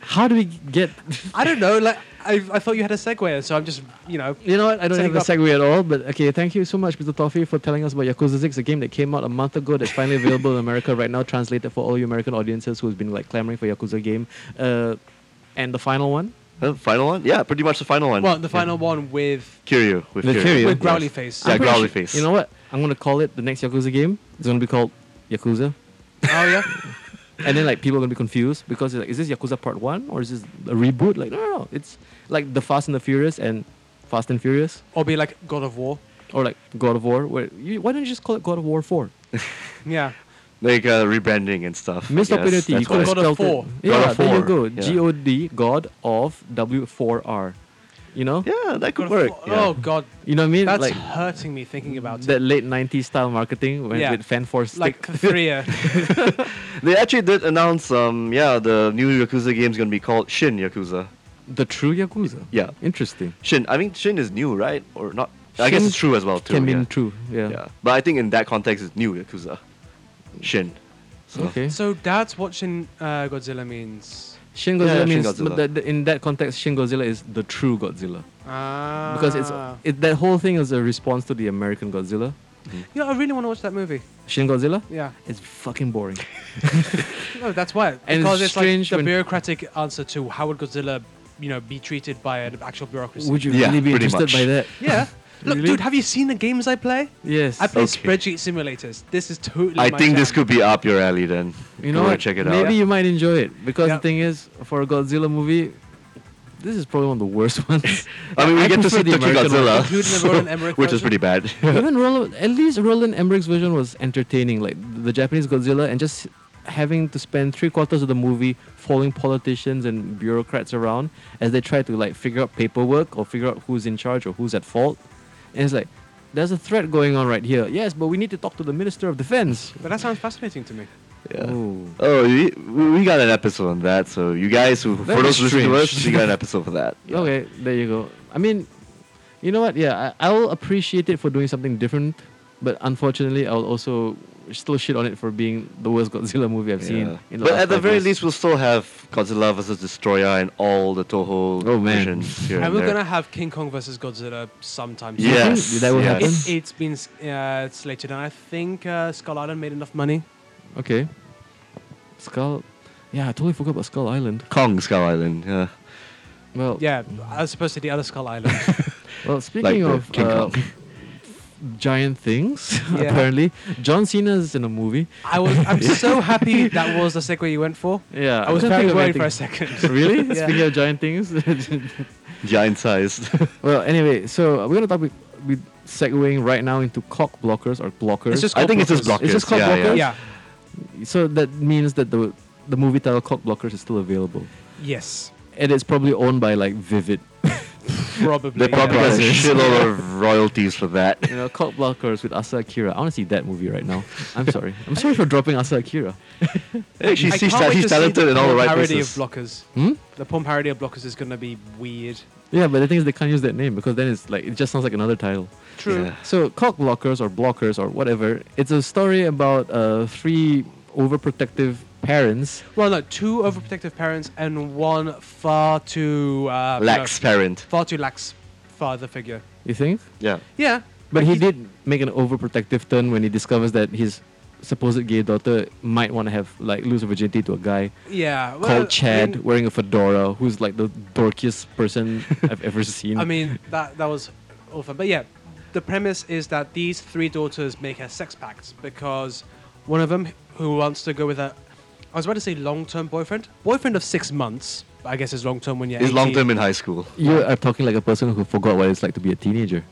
[SPEAKER 1] how do we get?
[SPEAKER 2] I don't know. Like I, I thought you had a segue, so I'm just, you know,
[SPEAKER 1] You know what? I don't
[SPEAKER 2] Setting
[SPEAKER 1] have a
[SPEAKER 2] up.
[SPEAKER 1] segue at all. But okay, thank you so much, Mr. Toffee, for telling us about Yakuza Six, a game that came out a month ago that's finally available in America right now, translated for all you American audiences who've been like clamoring for Yakuza game. Uh, and the final one,
[SPEAKER 3] Uh, final one? Yeah, pretty much the final one.
[SPEAKER 2] well, the final one with
[SPEAKER 3] Kiryu. With
[SPEAKER 1] The Kiryu.
[SPEAKER 2] with Growly
[SPEAKER 3] Yes.
[SPEAKER 2] Face.
[SPEAKER 3] Yeah,
[SPEAKER 1] I'm pretty
[SPEAKER 3] Growly
[SPEAKER 1] sure-
[SPEAKER 3] Face.
[SPEAKER 1] You know what? I'm gonna call it the next Yakuza game. It's gonna be called Yakuza.
[SPEAKER 2] Oh yeah.
[SPEAKER 1] and then like people are gonna be confused because they're like, is this Yakuza Part One or is this a reboot? Like, no, no, no. It's like the Fast and the Furious and Fast and Furious,
[SPEAKER 2] Or be like God of War.
[SPEAKER 1] or like God of War. Where you, why don't you just call it God of War Four?
[SPEAKER 2] Yeah.
[SPEAKER 3] Like uh, rebranding and stuff. I
[SPEAKER 1] Missed
[SPEAKER 3] guess.
[SPEAKER 1] opportunity. You
[SPEAKER 3] That's
[SPEAKER 1] could have
[SPEAKER 3] why.
[SPEAKER 2] God of
[SPEAKER 1] spelled
[SPEAKER 2] Four.
[SPEAKER 1] it. Yeah,
[SPEAKER 3] God of
[SPEAKER 1] there you
[SPEAKER 3] Four,
[SPEAKER 1] go.
[SPEAKER 3] yeah.
[SPEAKER 1] G O D God of W Four R. You know.
[SPEAKER 3] Yeah, that could
[SPEAKER 2] God of
[SPEAKER 3] work.
[SPEAKER 2] War.
[SPEAKER 3] yeah.
[SPEAKER 2] Oh god,
[SPEAKER 1] You know what I mean?
[SPEAKER 2] that's
[SPEAKER 1] like
[SPEAKER 2] hurting me thinking about it.
[SPEAKER 1] that late '90s style marketing when
[SPEAKER 2] Yeah.
[SPEAKER 1] with Fanforce
[SPEAKER 2] Like
[SPEAKER 1] stick.
[SPEAKER 2] Korea.
[SPEAKER 3] They actually did announce, um, yeah, the new Yakuza game's gonna be called Shin Yakuza.
[SPEAKER 1] the true Yakuza.
[SPEAKER 3] Yeah.
[SPEAKER 1] Interesting.
[SPEAKER 3] Shin. I mean, Shin is new, right? Or not? I guess
[SPEAKER 1] Shin
[SPEAKER 3] it's true as well, too.
[SPEAKER 1] Can
[SPEAKER 3] yeah.
[SPEAKER 1] mean true. Yeah.
[SPEAKER 3] Yeah. But I think in that context, it's new Yakuza. Shin. So.
[SPEAKER 1] Okay.
[SPEAKER 2] so dad's watching uh, Godzilla means.
[SPEAKER 1] Shin
[SPEAKER 3] Yeah,
[SPEAKER 1] Godzilla
[SPEAKER 3] yeah, Shin
[SPEAKER 1] means,
[SPEAKER 3] Godzilla.
[SPEAKER 1] but the, the- in that context, Shin Godzilla is the true Godzilla
[SPEAKER 2] Ah.
[SPEAKER 1] because it's it, that whole thing is a response to the American Godzilla.
[SPEAKER 2] You know, I really want to watch that movie.
[SPEAKER 1] Shin Godzilla,
[SPEAKER 2] Yeah.
[SPEAKER 1] it's fucking boring.
[SPEAKER 2] No, that's why.
[SPEAKER 1] And
[SPEAKER 2] because
[SPEAKER 1] it's
[SPEAKER 2] it's like
[SPEAKER 1] strange
[SPEAKER 2] the
[SPEAKER 1] when-
[SPEAKER 2] bureaucratic answer to how would Godzilla, you know, be treated by an actual bureaucracy.
[SPEAKER 1] Would you
[SPEAKER 3] Yeah,
[SPEAKER 1] really be
[SPEAKER 3] pretty
[SPEAKER 1] interested
[SPEAKER 3] much.
[SPEAKER 1] by that?
[SPEAKER 2] yeah. Look,
[SPEAKER 1] Really?
[SPEAKER 2] dude, have you seen the games I play?
[SPEAKER 1] Yes.
[SPEAKER 2] I play
[SPEAKER 3] Okay.
[SPEAKER 2] spreadsheet simulators. This is totally.
[SPEAKER 3] I
[SPEAKER 2] my
[SPEAKER 3] think this
[SPEAKER 2] jam.
[SPEAKER 3] could be up your alley then.
[SPEAKER 1] you know
[SPEAKER 3] Go
[SPEAKER 1] what?
[SPEAKER 3] check it
[SPEAKER 1] Maybe
[SPEAKER 3] out.
[SPEAKER 1] you might enjoy it because
[SPEAKER 2] Yeah.
[SPEAKER 1] the thing is, for a Godzilla movie, this is probably one of the worst ones.
[SPEAKER 3] I mean, we
[SPEAKER 1] I
[SPEAKER 3] get to
[SPEAKER 1] prefer
[SPEAKER 3] see
[SPEAKER 1] the
[SPEAKER 3] Tokyo
[SPEAKER 1] American one,
[SPEAKER 3] Godzilla,
[SPEAKER 2] including the Roland Emmerich
[SPEAKER 3] which is
[SPEAKER 2] version.
[SPEAKER 3] pretty bad.
[SPEAKER 1] Even Roland, at least Roland Emmerich's version was entertaining, like the Japanese Godzilla, and just having to spend three quarters of the movie following politicians and bureaucrats around as they try to like figure out paperwork or figure out who's in charge or who's at fault. And it's like, there's a threat going on right here. Yes, but we need to talk to the Minister of Defense.
[SPEAKER 2] But that sounds fascinating to me.
[SPEAKER 3] Yeah.
[SPEAKER 1] Oh.
[SPEAKER 3] Oh, we, we got an episode on that. So you guys, who, for
[SPEAKER 1] Very
[SPEAKER 3] those listening to
[SPEAKER 1] strange.
[SPEAKER 3] us, you got an episode for that. Yeah.
[SPEAKER 1] Okay, there you go. I mean, you know what? Yeah, I, I'll appreciate it for doing something different, but unfortunately, I'll also still shit on it for being the worst Godzilla movie I've seen.
[SPEAKER 3] Yeah.
[SPEAKER 1] In the
[SPEAKER 3] but
[SPEAKER 1] last
[SPEAKER 3] at the
[SPEAKER 1] five
[SPEAKER 3] very
[SPEAKER 1] years.
[SPEAKER 3] least, we'll still have Godzilla vs. Destroyer and all the Toho
[SPEAKER 1] Oh, man.
[SPEAKER 3] versions here
[SPEAKER 2] and
[SPEAKER 3] and
[SPEAKER 2] we're
[SPEAKER 3] there.
[SPEAKER 2] gonna have King Kong versus Godzilla sometime. soon.
[SPEAKER 1] Yeah.
[SPEAKER 3] Yes,
[SPEAKER 1] That will
[SPEAKER 3] yes.
[SPEAKER 1] happen?
[SPEAKER 2] It, it's been uh, slated, and I think uh, Skull Island made enough money.
[SPEAKER 1] Okay. Skull. Yeah, I totally forgot about Skull Island.
[SPEAKER 3] Kong Skull Island. Yeah.
[SPEAKER 1] Well,
[SPEAKER 2] Yeah, as opposed to the other Skull Island.
[SPEAKER 1] Well, speaking
[SPEAKER 3] the
[SPEAKER 1] of
[SPEAKER 3] King
[SPEAKER 1] uh,
[SPEAKER 3] Kong.
[SPEAKER 1] giant things,
[SPEAKER 2] Yeah.
[SPEAKER 1] apparently John Cena is in a movie.
[SPEAKER 2] I was, I'm so happy that was the segue you went for.
[SPEAKER 3] Uh,
[SPEAKER 1] Yeah,
[SPEAKER 2] I was
[SPEAKER 1] don't
[SPEAKER 2] very
[SPEAKER 1] think
[SPEAKER 2] worried
[SPEAKER 1] I've
[SPEAKER 2] for a
[SPEAKER 1] got
[SPEAKER 2] second.
[SPEAKER 1] anything- Really?
[SPEAKER 2] Yeah.
[SPEAKER 1] Speaking of giant things.
[SPEAKER 3] Giant sized.
[SPEAKER 1] well, anyway, so we're gonna talk. with- We segueing right now into cock blockers or blockers.
[SPEAKER 2] It's just
[SPEAKER 3] I think it's just blockers.
[SPEAKER 2] Blockers.
[SPEAKER 1] It's just called
[SPEAKER 3] yeah, yeah.
[SPEAKER 1] blockers?
[SPEAKER 2] Yeah.
[SPEAKER 1] so that means that the the movie title cock blockers is still available,
[SPEAKER 2] Yes.
[SPEAKER 1] and it's probably owned by like Vivid.
[SPEAKER 2] Probably.
[SPEAKER 3] They probably
[SPEAKER 2] yeah.
[SPEAKER 3] got a
[SPEAKER 1] Yeah.
[SPEAKER 3] shitload of royalties for that.
[SPEAKER 1] You know, cock blockers with Asa Akira. I want to see that movie right now. I'm sorry. I'm sorry for dropping Asa Akira.
[SPEAKER 3] Hey,
[SPEAKER 2] I
[SPEAKER 3] she's, she's,
[SPEAKER 2] can't wait
[SPEAKER 3] she's
[SPEAKER 2] to see
[SPEAKER 3] talented in all the
[SPEAKER 2] porn
[SPEAKER 3] right
[SPEAKER 2] parody
[SPEAKER 3] places.
[SPEAKER 2] of blockers.
[SPEAKER 1] Hmm?
[SPEAKER 2] The porn parody of blockers is gonna be weird.
[SPEAKER 1] Yeah, but the thing is, they can't use that name because then it's like it just sounds like another title.
[SPEAKER 2] True.
[SPEAKER 3] Yeah.
[SPEAKER 1] So, cock blockers or blockers or whatever. It's a story about uh, three overprotective parents.
[SPEAKER 2] Well, no, two overprotective parents and one far too uh, you know,
[SPEAKER 3] Lax parent.
[SPEAKER 2] far too lax father figure.
[SPEAKER 1] You think?
[SPEAKER 3] Yeah.
[SPEAKER 2] Yeah.
[SPEAKER 1] But
[SPEAKER 2] Like
[SPEAKER 1] he
[SPEAKER 2] he's-
[SPEAKER 1] did make an overprotective turn when he discovers that his supposed gay daughter might want to have like lose her virginity to a guy
[SPEAKER 2] Yeah. well, I
[SPEAKER 1] called Chad
[SPEAKER 2] mean-
[SPEAKER 1] wearing a fedora, who's like the dorkiest person I've ever seen.
[SPEAKER 2] I mean, that that was all fun. But yeah, the premise is that these three daughters make a sex pact because one of them who wants to go with a, I was about to say long-term boyfriend, boyfriend of six months. I guess is long-term when you're.
[SPEAKER 3] It's
[SPEAKER 2] 18.
[SPEAKER 3] long term in high school.
[SPEAKER 1] you are talking like a person who forgot what it's like to be a teenager.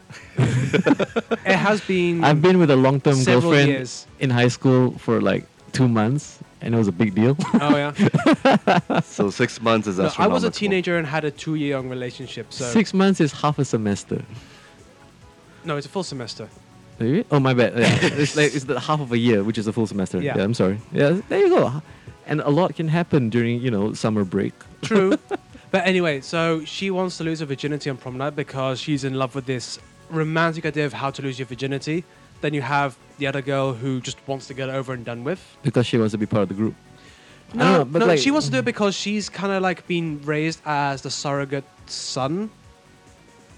[SPEAKER 2] It has been.
[SPEAKER 1] I've been with a long-term
[SPEAKER 2] Hmm. Several
[SPEAKER 1] girlfriend
[SPEAKER 2] years.
[SPEAKER 1] in high school for like two months, and it was a big deal.
[SPEAKER 2] Oh yeah.
[SPEAKER 3] So six months is
[SPEAKER 2] No, I was a
[SPEAKER 3] astronomical.
[SPEAKER 2] teenager and had a two-year long relationship. So
[SPEAKER 1] Six months is half a semester.
[SPEAKER 2] No, it's a full semester.
[SPEAKER 1] Maybe? Oh my bad. Yeah. it's like it's the half of a year, which is a full semester.
[SPEAKER 2] Yeah.
[SPEAKER 1] Yeah. I'm sorry. Yeah, there you go. And a lot can happen during you know summer break.
[SPEAKER 2] True. but anyway, so she wants to lose her virginity on prom night because she's in love with this romantic idea of how to lose your virginity. Then you have the other girl who just wants to get it over and done with.
[SPEAKER 1] because she wants to be part of the group. I
[SPEAKER 2] No,
[SPEAKER 1] don't know, but
[SPEAKER 2] no,
[SPEAKER 1] like-
[SPEAKER 2] she wants to do it because she's kind of like been raised as the surrogate son.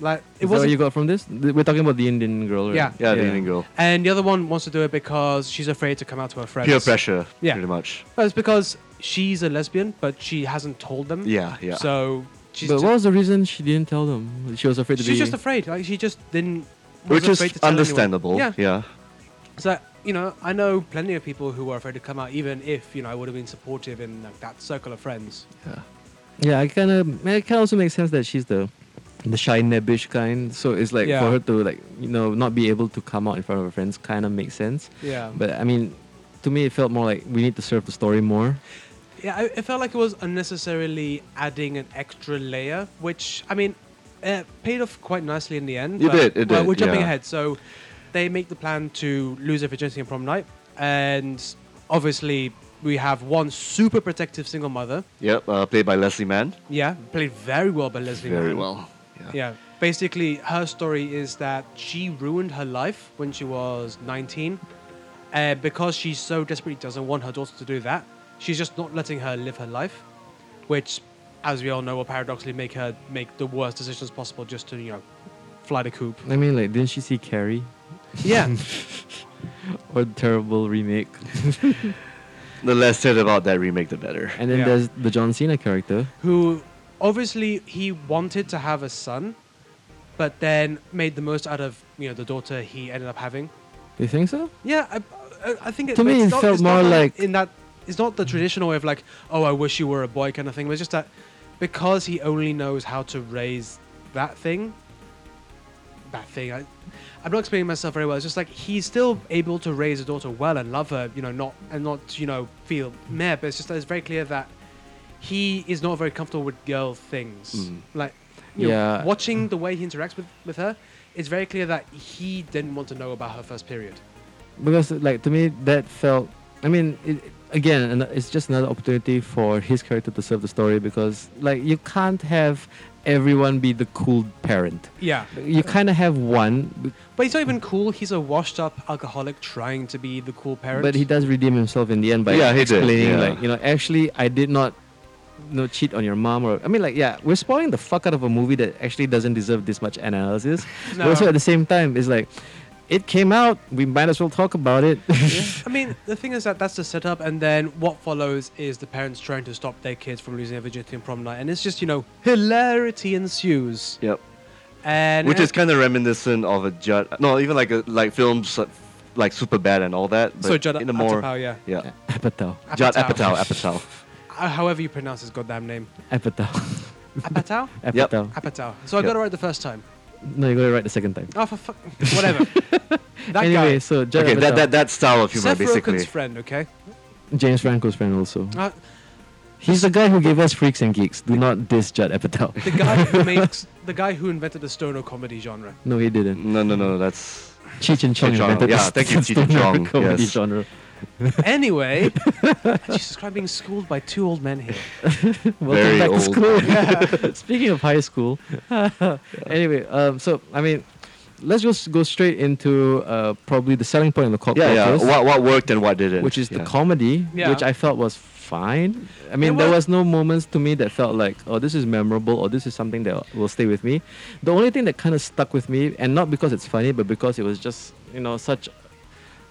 [SPEAKER 2] Like it
[SPEAKER 1] Is that what
[SPEAKER 2] wasn't.
[SPEAKER 1] you got from this? Th- We're talking about the Indian girl, right?
[SPEAKER 2] Yeah.
[SPEAKER 3] Yeah, the Indian girl.
[SPEAKER 2] and the other one wants to do it because she's afraid to come out to her friends.
[SPEAKER 3] Peer pressure,
[SPEAKER 2] Yeah.
[SPEAKER 3] pretty much.
[SPEAKER 2] But it's because she's a lesbian, but she hasn't told them.
[SPEAKER 3] Yeah, yeah.
[SPEAKER 2] So she's.
[SPEAKER 1] but
[SPEAKER 2] ju-
[SPEAKER 1] what was the reason she didn't tell them? She was afraid to
[SPEAKER 2] she's
[SPEAKER 1] be.
[SPEAKER 2] just afraid. Like she just didn't. was
[SPEAKER 3] Which is
[SPEAKER 2] afraid to tell anyone.
[SPEAKER 3] understandable.
[SPEAKER 2] Yeah.
[SPEAKER 3] yeah.
[SPEAKER 2] So you know, I know plenty of people who were afraid to come out, even if you know I would have been supportive in like, that circle of friends.
[SPEAKER 1] yeah, I kind of. It kind of also makes sense that she's the, the shy nebbish kind. So it's like
[SPEAKER 2] Yeah.
[SPEAKER 1] for her to like you know not be able to come out in front of her friends kind of makes sense.
[SPEAKER 2] Yeah.
[SPEAKER 1] But I mean, to me it felt more like we need to serve the story more.
[SPEAKER 2] yeah, I, it felt like it was unnecessarily adding an extra layer, which I mean, it paid off quite nicely in the end.
[SPEAKER 3] It
[SPEAKER 2] but-
[SPEAKER 3] did, it
[SPEAKER 2] well,
[SPEAKER 3] did,
[SPEAKER 2] we're jumping
[SPEAKER 3] yeah.
[SPEAKER 2] ahead. So they make the plan to lose their virginity on prom night, and obviously we have one super protective single mother.
[SPEAKER 3] Yep, uh, played by Leslie Mann.
[SPEAKER 2] Yeah, played very well by Leslie.
[SPEAKER 3] Very
[SPEAKER 2] Mann.
[SPEAKER 3] well. Yeah.
[SPEAKER 2] Yeah. Basically, her story is that she ruined her life when she was 19. And because she so desperately doesn't want her daughter to do that, she's just not letting her live her life, which, as we all know, will paradoxically make her make the worst decisions possible just to, you know, fly the coop.
[SPEAKER 1] I mean, like, didn't she see Carrie
[SPEAKER 2] Yeah.
[SPEAKER 1] or the terrible remake?
[SPEAKER 3] The less said about that remake, the better.
[SPEAKER 1] And then
[SPEAKER 2] Yeah.
[SPEAKER 1] there's the John Cena character.
[SPEAKER 2] who obviously he wanted to have a son, but then made the most out of, you know, the daughter he ended up having.
[SPEAKER 1] Do you think so?
[SPEAKER 2] Yeah, I, I- I think it,
[SPEAKER 1] To me,
[SPEAKER 2] it's
[SPEAKER 1] it
[SPEAKER 2] not,
[SPEAKER 1] felt
[SPEAKER 2] it's not
[SPEAKER 1] more
[SPEAKER 2] that-
[SPEAKER 1] like-
[SPEAKER 2] in that it's not the traditional way of like, oh, I wish you were a boy kind of thing. But it's just that because he only knows how to raise that thing, that thing. I, I'm not explaining myself very well. It's just like he's still able to raise a daughter well and love her, you know, not and not you know feel meh. But it's just that it's very clear that he is not very comfortable with girl things.
[SPEAKER 3] Mm.
[SPEAKER 2] Like, you know,
[SPEAKER 1] Yeah.
[SPEAKER 2] watching the way he interacts with, with her, it's very clear that he didn't want to know about her first period.
[SPEAKER 1] because like to me that felt i mean it, again an- it's just another opportunity for his character to serve the story because like you can't have everyone be the cool parent
[SPEAKER 2] Yeah.
[SPEAKER 1] you kind of have one
[SPEAKER 2] But he's not even cool. He's a washed up alcoholic trying to be the cool parent.
[SPEAKER 1] but he does redeem himself in the end by
[SPEAKER 3] Yeah, he did,
[SPEAKER 1] explaining
[SPEAKER 3] yeah.
[SPEAKER 1] like you know actually i did not you know, cheat on your mom or i mean like yeah we're spoiling the fuck out of a movie that actually doesn't deserve this much analysis but
[SPEAKER 2] No.
[SPEAKER 1] also at the same time it's like it came out we might as well talk about it
[SPEAKER 2] I mean, the thing is that that's the setup, and then what follows is the parents trying to stop their kids from losing their virginity on prom night, and it's just you know hilarity ensues.
[SPEAKER 3] Yep.
[SPEAKER 2] And
[SPEAKER 3] Which is kind of reminiscent of a Judd. No, even like a, like films uh, like Superbad and all that. But
[SPEAKER 2] so Judd
[SPEAKER 3] in a more
[SPEAKER 2] Apatow, yeah.
[SPEAKER 3] yeah.
[SPEAKER 1] apatow
[SPEAKER 3] Judd
[SPEAKER 2] Apatow.
[SPEAKER 3] Apatow. Apatow.
[SPEAKER 2] Uh, However you pronounce his goddamn name,
[SPEAKER 1] apatow
[SPEAKER 2] Apatow,
[SPEAKER 3] Yep.
[SPEAKER 1] apatow
[SPEAKER 2] Apatow. So I
[SPEAKER 3] Yep.
[SPEAKER 2] got it right the first time.
[SPEAKER 1] No, you got it right the second time.
[SPEAKER 2] Oh for fuck, whatever. that
[SPEAKER 1] anyway,
[SPEAKER 2] guy,
[SPEAKER 1] so Judd
[SPEAKER 3] Okay, that,
[SPEAKER 1] Apatow,
[SPEAKER 3] that that style of humor
[SPEAKER 2] Seth
[SPEAKER 3] basically.
[SPEAKER 2] Rogen's friend, okay.
[SPEAKER 1] James Franco's friend also.
[SPEAKER 2] Uh,
[SPEAKER 1] He's the guy who gave us Freaks and Geeks. Do not diss Judd Apatow.
[SPEAKER 2] the guy who makes the guy who invented the stoner comedy genre.
[SPEAKER 1] No, he didn't.
[SPEAKER 3] No, no, no. That's
[SPEAKER 1] Cheech and Chong
[SPEAKER 3] Mm. Chong,
[SPEAKER 1] invented
[SPEAKER 3] yeah,
[SPEAKER 1] this-
[SPEAKER 3] thank you,
[SPEAKER 1] this
[SPEAKER 3] Cheech and
[SPEAKER 1] stoner
[SPEAKER 3] Chong,
[SPEAKER 1] comedy
[SPEAKER 3] yes.
[SPEAKER 1] genre.
[SPEAKER 2] Anyway, Jesus Christ, being schooled by two old men here.
[SPEAKER 1] Welcome
[SPEAKER 3] Very
[SPEAKER 1] back
[SPEAKER 3] old.
[SPEAKER 1] to school. Speaking of high school, anyway, um, so I mean, let's just go straight into uh, probably the selling point of the cocktail
[SPEAKER 3] yeah, yeah.
[SPEAKER 1] first,
[SPEAKER 3] What what worked and what didn't.
[SPEAKER 1] which is
[SPEAKER 3] yeah.
[SPEAKER 1] the comedy,
[SPEAKER 2] Yeah.
[SPEAKER 1] which I felt was fine. I mean, there
[SPEAKER 2] wa-
[SPEAKER 1] was no moments to me that felt like, oh, this is memorable or this is something that will stay with me. The only thing that kind of stuck with me, and not because it's funny, but because it was just you know such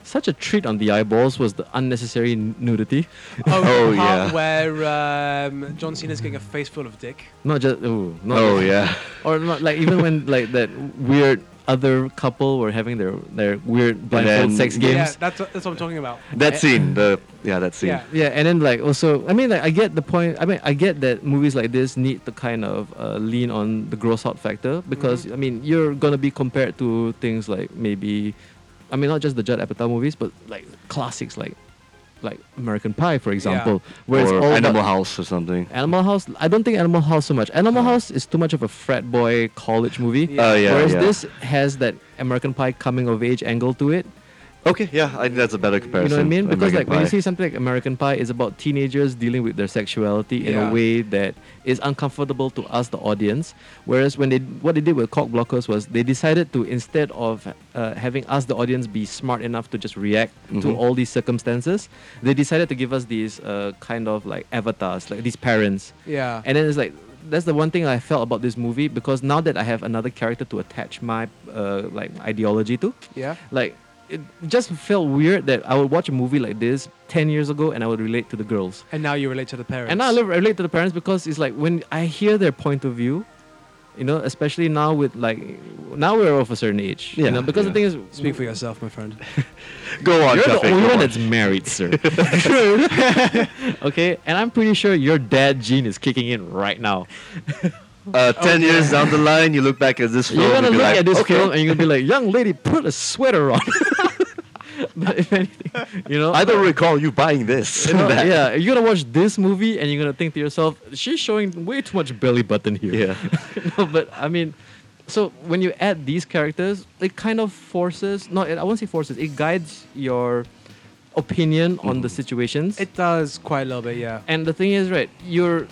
[SPEAKER 1] such a treat on the eyeballs, was the unnecessary n- nudity.
[SPEAKER 2] Oh,
[SPEAKER 3] Oh,
[SPEAKER 2] the part
[SPEAKER 3] yeah.
[SPEAKER 2] where um, John Cena's getting a face full of dick.
[SPEAKER 1] Not just ooh, not
[SPEAKER 3] Oh yeah.
[SPEAKER 1] or not like even when like that weird other couple were having their their weird blindfold
[SPEAKER 3] then-
[SPEAKER 1] sex games.
[SPEAKER 2] Yeah, that's, what- that's what I'm talking about.
[SPEAKER 3] That scene. The yeah. That scene.
[SPEAKER 2] Yeah.
[SPEAKER 1] Yeah, and then like also, I mean, like I get the point. I mean, I get that movies like this need to kind of uh, lean on the gross out factor because I mean you're gonna be compared to things like maybe, I mean, not just the Judd Apatow movies, but like classics like, like American Pie, for example, where it's
[SPEAKER 3] Or
[SPEAKER 1] all
[SPEAKER 3] Animal
[SPEAKER 1] about-
[SPEAKER 3] House or something.
[SPEAKER 1] Animal House. I don't think Animal House so much. Animal House is too much of a frat boy college movie.
[SPEAKER 2] Yeah.
[SPEAKER 3] Oh yeah.
[SPEAKER 1] Whereas
[SPEAKER 3] yeah.
[SPEAKER 1] this has that American Pie coming of age angle to it.
[SPEAKER 3] Okay. Yeah. I think that's a better comparison.
[SPEAKER 1] You know what I mean? Because
[SPEAKER 3] American
[SPEAKER 1] like when you
[SPEAKER 3] Pie.
[SPEAKER 1] see something like American Pie, it's about teenagers dealing with their sexuality in a
[SPEAKER 2] Yeah.
[SPEAKER 1] way that is uncomfortable to us, the audience. Whereas when they what they did with Cock Blockers was they decided to instead of uh, having us, the audience, be smart enough to just react to
[SPEAKER 3] Mhm.
[SPEAKER 1] all these circumstances, they decided to give us these uh, kind of like avatars, like these parents.
[SPEAKER 2] Yeah.
[SPEAKER 1] And then it's like that's the one thing I felt about this movie because now that I have another character to attach my uh, like ideology to,
[SPEAKER 2] yeah.
[SPEAKER 1] like it just felt weird that I would watch a movie like this ten years ago and I would relate to the girls.
[SPEAKER 2] And now you relate to the parents.
[SPEAKER 1] And now I li- relate to the parents because it's like when I hear their point of view, you know, especially now with like now we're of a certain age. You
[SPEAKER 3] Yeah,
[SPEAKER 1] know, because the
[SPEAKER 3] yeah.
[SPEAKER 1] thing is,
[SPEAKER 2] Speak for yourself, my friend.
[SPEAKER 3] Go on,
[SPEAKER 1] you're the
[SPEAKER 3] Shafiq,
[SPEAKER 1] only
[SPEAKER 3] go
[SPEAKER 1] one
[SPEAKER 3] on.
[SPEAKER 1] that's married, sir. okay, and I'm pretty sure your dad gene is kicking in right now. Oh,
[SPEAKER 3] Uh, ten years down the line, you look back at this film.
[SPEAKER 1] You're gonna
[SPEAKER 3] and be
[SPEAKER 1] look
[SPEAKER 3] like,
[SPEAKER 1] at this
[SPEAKER 3] okay,
[SPEAKER 1] film and you're gonna be like, "Young lady, put a sweater on." but if anything, you know,
[SPEAKER 3] I don't recall you buying this.
[SPEAKER 1] you know,
[SPEAKER 3] that.
[SPEAKER 1] yeah, you're gonna watch this movie and you're gonna think to yourself, "She's showing way too much belly button here."
[SPEAKER 3] Yeah.
[SPEAKER 1] no, but I mean, so when you add these characters, it kind of forces. No, it, I won't say forces. It guides your opinion on
[SPEAKER 3] Mm.
[SPEAKER 1] the situations.
[SPEAKER 2] it does quite a little bit, yeah.
[SPEAKER 1] and the thing is, right? You're